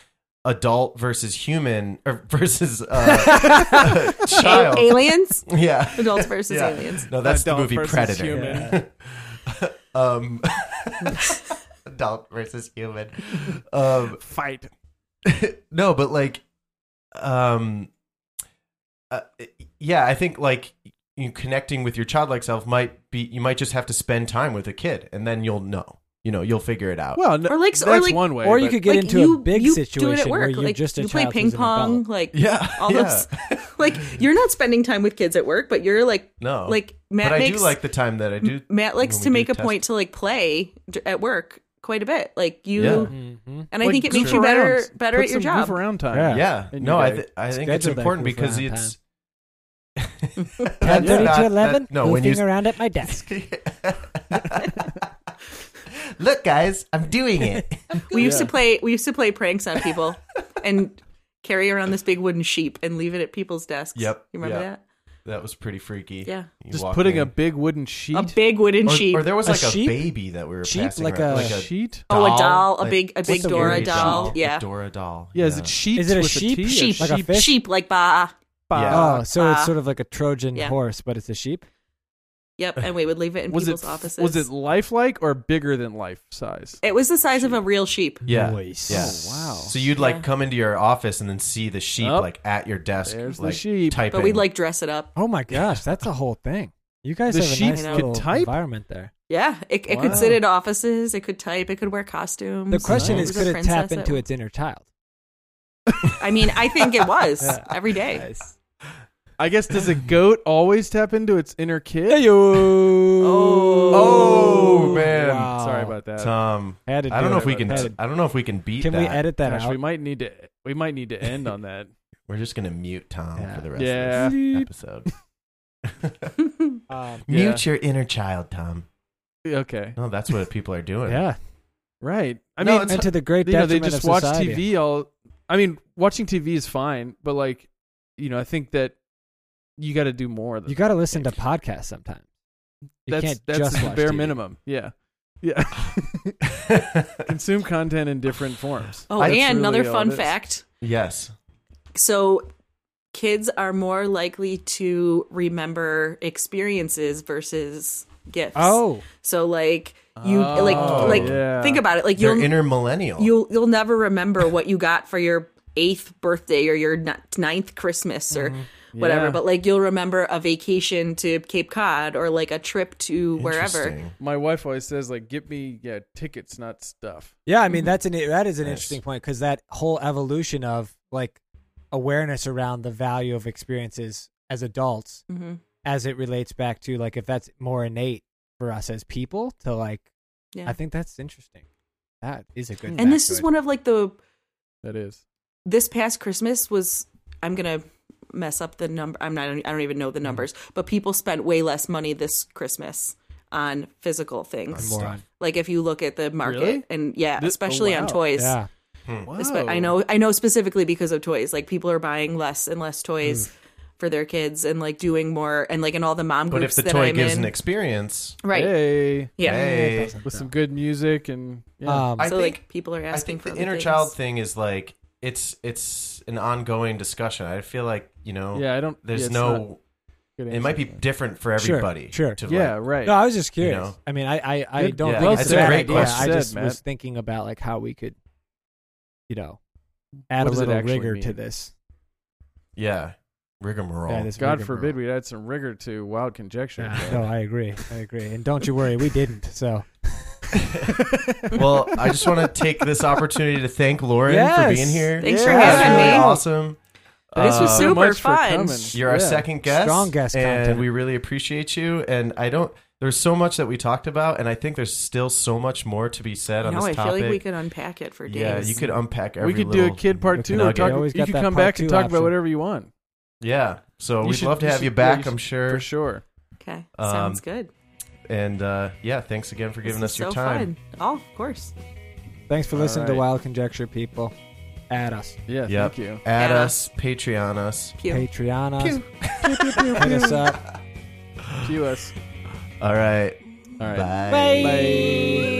[SPEAKER 2] adult versus human or *laughs* versus
[SPEAKER 3] *laughs*
[SPEAKER 2] uh, *laughs* child.
[SPEAKER 4] A- aliens,
[SPEAKER 2] Yeah.
[SPEAKER 4] adults versus
[SPEAKER 2] Yeah.
[SPEAKER 4] aliens.
[SPEAKER 2] No, that's
[SPEAKER 1] Adult
[SPEAKER 2] the movie
[SPEAKER 1] versus
[SPEAKER 2] Predator.
[SPEAKER 1] human.
[SPEAKER 2] *laughs* um, *laughs* adult versus human. Um,
[SPEAKER 1] Fight.
[SPEAKER 2] no, but like, um, uh, yeah, I think like you connecting with your childlike self might be you might just have to spend time with a kid, and then you'll know. You know, you'll figure it out.
[SPEAKER 1] Well, no,
[SPEAKER 4] Or like-
[SPEAKER 1] that's
[SPEAKER 4] or like-
[SPEAKER 1] one way.
[SPEAKER 3] or you
[SPEAKER 1] but-
[SPEAKER 3] could get
[SPEAKER 4] like,
[SPEAKER 3] into
[SPEAKER 4] you,
[SPEAKER 3] a big
[SPEAKER 4] you
[SPEAKER 3] situation
[SPEAKER 4] do it at work.
[SPEAKER 3] where you're
[SPEAKER 4] like
[SPEAKER 3] just a
[SPEAKER 4] you play
[SPEAKER 3] child
[SPEAKER 4] ping
[SPEAKER 3] who's an adult.
[SPEAKER 4] pong. Like
[SPEAKER 2] yeah,
[SPEAKER 4] *laughs* all
[SPEAKER 2] yeah.
[SPEAKER 4] those like you're not spending time with kids at work, but you're like
[SPEAKER 2] no,
[SPEAKER 4] like Matt
[SPEAKER 2] but I
[SPEAKER 4] makes
[SPEAKER 2] do like the time that I do.
[SPEAKER 4] Matt likes
[SPEAKER 2] when
[SPEAKER 4] to
[SPEAKER 2] we
[SPEAKER 4] make
[SPEAKER 2] do
[SPEAKER 4] a point to like play d- at work quite a bit. Like you
[SPEAKER 2] Yeah.
[SPEAKER 3] Mhm.
[SPEAKER 4] and I
[SPEAKER 1] Like,
[SPEAKER 4] think it makes
[SPEAKER 1] goof
[SPEAKER 4] you better
[SPEAKER 1] around.
[SPEAKER 4] better
[SPEAKER 1] Put
[SPEAKER 4] at your
[SPEAKER 1] some goof
[SPEAKER 4] job.
[SPEAKER 1] around time.
[SPEAKER 3] Yeah.
[SPEAKER 2] Yeah,
[SPEAKER 1] And
[SPEAKER 2] no,
[SPEAKER 1] you
[SPEAKER 2] I
[SPEAKER 1] guys
[SPEAKER 2] th- I think it's
[SPEAKER 3] schedule that
[SPEAKER 2] important
[SPEAKER 3] goof
[SPEAKER 2] because
[SPEAKER 3] around
[SPEAKER 2] it's *laughs*
[SPEAKER 3] Ten thirty
[SPEAKER 2] Not-
[SPEAKER 3] to
[SPEAKER 2] that-
[SPEAKER 3] eleven.
[SPEAKER 2] No, when you
[SPEAKER 3] goofing around at my desk.
[SPEAKER 5] *laughs* Look, guys, I'm doing
[SPEAKER 4] *laughs*
[SPEAKER 5] it.
[SPEAKER 4] We used to
[SPEAKER 1] Yeah.
[SPEAKER 4] play we used to play pranks on
[SPEAKER 1] *laughs*
[SPEAKER 4] people and carry around this big wooden sheep and leave it at people's desks.
[SPEAKER 2] Yep.
[SPEAKER 4] You remember
[SPEAKER 2] Yeah. that was pretty freaky.
[SPEAKER 4] that? Yeah.
[SPEAKER 2] You
[SPEAKER 1] Just
[SPEAKER 2] walk
[SPEAKER 1] putting
[SPEAKER 2] in.
[SPEAKER 1] a big wooden sheet.
[SPEAKER 4] A big wooden
[SPEAKER 2] or,
[SPEAKER 4] sheep.
[SPEAKER 2] or there was
[SPEAKER 3] A
[SPEAKER 2] like a,
[SPEAKER 3] sheep?
[SPEAKER 2] baby that we were
[SPEAKER 3] Sheep?
[SPEAKER 2] passing
[SPEAKER 3] Like
[SPEAKER 2] around,
[SPEAKER 3] a-
[SPEAKER 2] like a
[SPEAKER 1] sheet.
[SPEAKER 4] Oh, a doll, a
[SPEAKER 2] like-
[SPEAKER 4] big- a big
[SPEAKER 2] scary
[SPEAKER 3] Dora doll,
[SPEAKER 4] yeah.
[SPEAKER 2] a Dora doll.
[SPEAKER 1] Yeah, is it sheep?
[SPEAKER 3] Is it a
[SPEAKER 1] with
[SPEAKER 3] sheep?
[SPEAKER 1] T?
[SPEAKER 4] sheep.
[SPEAKER 3] Like a
[SPEAKER 1] sheep.
[SPEAKER 3] fish?
[SPEAKER 4] sheep like bah.
[SPEAKER 2] Yeah. Ah.
[SPEAKER 3] Oh, so it's
[SPEAKER 4] Uh,
[SPEAKER 3] sort of like a Trojan
[SPEAKER 4] yeah.
[SPEAKER 3] horse, but it's a sheep.
[SPEAKER 4] Yep, and we would leave it in
[SPEAKER 1] *laughs* was
[SPEAKER 4] people's
[SPEAKER 1] it
[SPEAKER 4] offices.
[SPEAKER 1] was it lifelike or bigger than life size?
[SPEAKER 4] It was the size of a real sheep.
[SPEAKER 2] Yeah.
[SPEAKER 3] Nice.
[SPEAKER 2] Yeah.
[SPEAKER 1] Oh, wow.
[SPEAKER 2] So you'd like
[SPEAKER 4] Yeah.
[SPEAKER 2] come into your office and then see the sheep
[SPEAKER 1] Oh,
[SPEAKER 2] like at your desk,
[SPEAKER 1] there's the
[SPEAKER 2] like
[SPEAKER 1] sheep.
[SPEAKER 2] typing.
[SPEAKER 4] But we'd like dress it up.
[SPEAKER 3] Oh my gosh, that's a whole thing. You guys
[SPEAKER 1] The
[SPEAKER 3] have a
[SPEAKER 1] sheep
[SPEAKER 3] nice
[SPEAKER 4] could
[SPEAKER 3] little
[SPEAKER 1] type?
[SPEAKER 3] environment there.
[SPEAKER 4] Yeah, it, it
[SPEAKER 1] Wow.
[SPEAKER 4] could sit in offices. It could type. It could wear costumes.
[SPEAKER 1] Mm-hmm.
[SPEAKER 3] The question
[SPEAKER 1] nice.
[SPEAKER 4] It
[SPEAKER 3] is,
[SPEAKER 4] was a
[SPEAKER 3] could it tap
[SPEAKER 4] princess at-
[SPEAKER 3] into its inner child?
[SPEAKER 4] I mean, I think it was
[SPEAKER 3] *laughs* Yeah.
[SPEAKER 4] every day. *laughs*
[SPEAKER 3] Nice.
[SPEAKER 1] I guess does a goat always tap into its inner kid?
[SPEAKER 4] Oh.
[SPEAKER 2] Oh, man.
[SPEAKER 3] Wow.
[SPEAKER 1] Sorry about that.
[SPEAKER 2] *laughs* Tom.
[SPEAKER 3] Had to
[SPEAKER 2] I
[SPEAKER 3] do
[SPEAKER 2] don't know
[SPEAKER 3] it.
[SPEAKER 2] if we can.
[SPEAKER 3] Had
[SPEAKER 2] I
[SPEAKER 3] to-
[SPEAKER 2] I don't know if we can beat
[SPEAKER 3] Can
[SPEAKER 2] that.
[SPEAKER 3] we edit that
[SPEAKER 1] Gosh,
[SPEAKER 3] out?
[SPEAKER 1] we might need to we might need to end on that.
[SPEAKER 2] We're just gonna mute Tom
[SPEAKER 3] Yeah.
[SPEAKER 2] for the rest
[SPEAKER 1] Yeah.
[SPEAKER 2] of this episode. *laughs*
[SPEAKER 4] Oh,
[SPEAKER 3] Um,
[SPEAKER 1] Yeah.
[SPEAKER 2] Mute your inner child, Tom.
[SPEAKER 1] Okay.
[SPEAKER 2] No, that's what people are doing.
[SPEAKER 3] yeah,
[SPEAKER 1] Right. I
[SPEAKER 2] No,
[SPEAKER 1] mean,
[SPEAKER 2] it's-
[SPEAKER 3] and to the great
[SPEAKER 1] you know,
[SPEAKER 3] detriment
[SPEAKER 1] they just
[SPEAKER 3] of
[SPEAKER 1] watch
[SPEAKER 3] society.
[SPEAKER 1] TV all I mean, watching TV is fine, but like, you know, I think that you got to do more than
[SPEAKER 3] You got to listen to podcasts sometimes. You
[SPEAKER 1] that's
[SPEAKER 3] can't
[SPEAKER 1] that's
[SPEAKER 3] just
[SPEAKER 1] the
[SPEAKER 3] watch
[SPEAKER 1] bare
[SPEAKER 3] TV.
[SPEAKER 1] minimum. Yeah. Yeah. Consume content in different forms.
[SPEAKER 4] Oh,
[SPEAKER 1] That's
[SPEAKER 4] and
[SPEAKER 1] really
[SPEAKER 4] another
[SPEAKER 1] all
[SPEAKER 4] fun
[SPEAKER 1] it is.
[SPEAKER 4] fact.
[SPEAKER 2] *laughs* yes.
[SPEAKER 4] So, kids are more likely to remember experiences versus gifts.
[SPEAKER 3] Oh,
[SPEAKER 4] so like *laughs* you like
[SPEAKER 1] Oh,
[SPEAKER 4] like
[SPEAKER 1] yeah.
[SPEAKER 4] think about it. Like
[SPEAKER 2] Your
[SPEAKER 4] you'll
[SPEAKER 2] inner millennial.
[SPEAKER 4] you'll you'll never remember what you got for your eighth birthday or your ni- ninth Christmas or whatever.
[SPEAKER 1] Mm-hmm. Yeah.
[SPEAKER 4] But like you'll remember a vacation to Cape Cod or like a trip to wherever.
[SPEAKER 2] Interesting.
[SPEAKER 1] My wife always says like, "Get me yeah tickets, not stuff."
[SPEAKER 3] yeah. I mean, that's an that is an
[SPEAKER 2] Nice.
[SPEAKER 3] interesting point because that whole evolution of like awareness around the value of experiences as adults,
[SPEAKER 4] hmm
[SPEAKER 3] as it relates back to like if that's more innate for us as people to like.
[SPEAKER 4] Yeah.
[SPEAKER 3] I think that's interesting. That is a good.
[SPEAKER 4] And this is
[SPEAKER 3] one.
[SPEAKER 4] one of like the
[SPEAKER 1] That is.
[SPEAKER 4] this past Christmas was I'm gonna mess up the number. I'm not. I don't even know the
[SPEAKER 2] Mm.
[SPEAKER 4] numbers. But people spent way less money this Christmas on physical
[SPEAKER 2] I'm
[SPEAKER 4] things.
[SPEAKER 2] more-
[SPEAKER 3] moron.
[SPEAKER 4] Like if you look at the market
[SPEAKER 1] Really?
[SPEAKER 4] and yeah,
[SPEAKER 1] This- oh,
[SPEAKER 4] especially on
[SPEAKER 1] wow.
[SPEAKER 4] toys.
[SPEAKER 3] Yeah.
[SPEAKER 2] Hmm.
[SPEAKER 4] Espe- I
[SPEAKER 1] Whoa.
[SPEAKER 4] know I know specifically because of toys. Like people are buying less and less toys
[SPEAKER 2] Mm.
[SPEAKER 4] for their kids and like doing more and like in all the mom
[SPEAKER 2] But
[SPEAKER 4] groups
[SPEAKER 2] if the
[SPEAKER 4] that
[SPEAKER 2] toy
[SPEAKER 4] I'm
[SPEAKER 2] gives
[SPEAKER 4] in.
[SPEAKER 2] an experience,
[SPEAKER 4] right.
[SPEAKER 1] Hey,
[SPEAKER 4] Yeah.
[SPEAKER 2] hey,
[SPEAKER 1] with some good music and yeah.
[SPEAKER 3] Um,
[SPEAKER 2] I
[SPEAKER 4] So
[SPEAKER 2] think-
[SPEAKER 4] like people are
[SPEAKER 2] I
[SPEAKER 4] asking
[SPEAKER 2] think
[SPEAKER 4] for
[SPEAKER 2] the
[SPEAKER 4] other
[SPEAKER 2] inner
[SPEAKER 4] things.
[SPEAKER 2] child thing is like it's it's an ongoing discussion. I feel like you know,
[SPEAKER 3] Oh.
[SPEAKER 1] yeah, I don't.
[SPEAKER 2] there's
[SPEAKER 1] yeah, it's not
[SPEAKER 2] no.
[SPEAKER 1] good
[SPEAKER 2] It might be
[SPEAKER 1] answer.
[SPEAKER 2] different for
[SPEAKER 3] Sure,
[SPEAKER 2] everybody.
[SPEAKER 3] sure.
[SPEAKER 2] to, *laughs* like-
[SPEAKER 1] Yeah, right.
[SPEAKER 3] No, I was just curious.
[SPEAKER 2] know?
[SPEAKER 3] I mean, I I, I
[SPEAKER 1] Good-
[SPEAKER 3] don't
[SPEAKER 2] yeah,
[SPEAKER 3] think it's
[SPEAKER 2] that's
[SPEAKER 3] a
[SPEAKER 2] a
[SPEAKER 3] bad
[SPEAKER 2] great
[SPEAKER 3] idea. I
[SPEAKER 1] question.
[SPEAKER 3] just
[SPEAKER 1] Said,
[SPEAKER 3] was
[SPEAKER 1] Matt.
[SPEAKER 3] thinking about like how we could, you know, add
[SPEAKER 1] What
[SPEAKER 3] a
[SPEAKER 1] does it
[SPEAKER 3] little
[SPEAKER 1] actually
[SPEAKER 3] rigor to
[SPEAKER 1] mean?
[SPEAKER 3] this.
[SPEAKER 2] yeah, rigmarole.
[SPEAKER 3] Yeah, this
[SPEAKER 1] God
[SPEAKER 3] rigmarole.
[SPEAKER 1] forbid we add some rigor to wild conjecture. but-
[SPEAKER 3] *laughs* No, I agree. I agree. And don't you worry, we didn't. So
[SPEAKER 2] *laughs* *laughs* well, I just want to take this opportunity to thank Lauren for
[SPEAKER 3] Yes.
[SPEAKER 2] being here.
[SPEAKER 4] Thanks for
[SPEAKER 2] That was
[SPEAKER 4] having
[SPEAKER 2] really
[SPEAKER 4] me.
[SPEAKER 2] awesome. Uh,
[SPEAKER 1] Thanks
[SPEAKER 4] This was
[SPEAKER 1] so
[SPEAKER 4] super
[SPEAKER 1] much for
[SPEAKER 4] fun.
[SPEAKER 1] coming.
[SPEAKER 2] You're our
[SPEAKER 1] Oh, Yeah.
[SPEAKER 2] second guest,
[SPEAKER 3] Strong guest
[SPEAKER 2] and
[SPEAKER 3] content.
[SPEAKER 2] we really appreciate you. And I don't. There's so much that we talked about, and I think there's still so much more to be said on
[SPEAKER 4] No,
[SPEAKER 2] this
[SPEAKER 4] I
[SPEAKER 2] topic.
[SPEAKER 4] feel like we could unpack it for days.
[SPEAKER 2] yeah, you could unpack every.
[SPEAKER 1] We could do
[SPEAKER 2] little
[SPEAKER 1] a kid part two. Or
[SPEAKER 2] nugget.
[SPEAKER 1] talk,
[SPEAKER 3] Always
[SPEAKER 1] you
[SPEAKER 3] got
[SPEAKER 1] could
[SPEAKER 3] that
[SPEAKER 1] come
[SPEAKER 3] part
[SPEAKER 1] back and
[SPEAKER 3] two
[SPEAKER 1] talk about
[SPEAKER 3] option.
[SPEAKER 1] whatever you want.
[SPEAKER 2] Yeah, so
[SPEAKER 1] You
[SPEAKER 2] we'd
[SPEAKER 1] should-
[SPEAKER 2] love to
[SPEAKER 1] you
[SPEAKER 2] have
[SPEAKER 1] should-
[SPEAKER 2] you
[SPEAKER 1] yeah,
[SPEAKER 2] back.
[SPEAKER 1] you should-
[SPEAKER 2] I'm sure.
[SPEAKER 1] For sure.
[SPEAKER 4] Okay.
[SPEAKER 2] Um,
[SPEAKER 4] Sounds good.
[SPEAKER 2] And uh, yeah, thanks again for
[SPEAKER 4] This
[SPEAKER 2] giving
[SPEAKER 4] is
[SPEAKER 2] us your
[SPEAKER 4] so
[SPEAKER 2] time.
[SPEAKER 4] fun. Oh, of course.
[SPEAKER 3] thanks for
[SPEAKER 1] All
[SPEAKER 3] listening to
[SPEAKER 1] right.
[SPEAKER 3] Wild Conjecture, people. Add us,
[SPEAKER 1] Yeah,
[SPEAKER 2] Yep.
[SPEAKER 1] thank you.
[SPEAKER 2] Add
[SPEAKER 4] Yeah.
[SPEAKER 2] us, Patreon us.
[SPEAKER 4] Pew.
[SPEAKER 3] Patreon us, hit us up.
[SPEAKER 1] Cue us.
[SPEAKER 2] All right.
[SPEAKER 1] All right.
[SPEAKER 2] Bye.
[SPEAKER 1] Bye.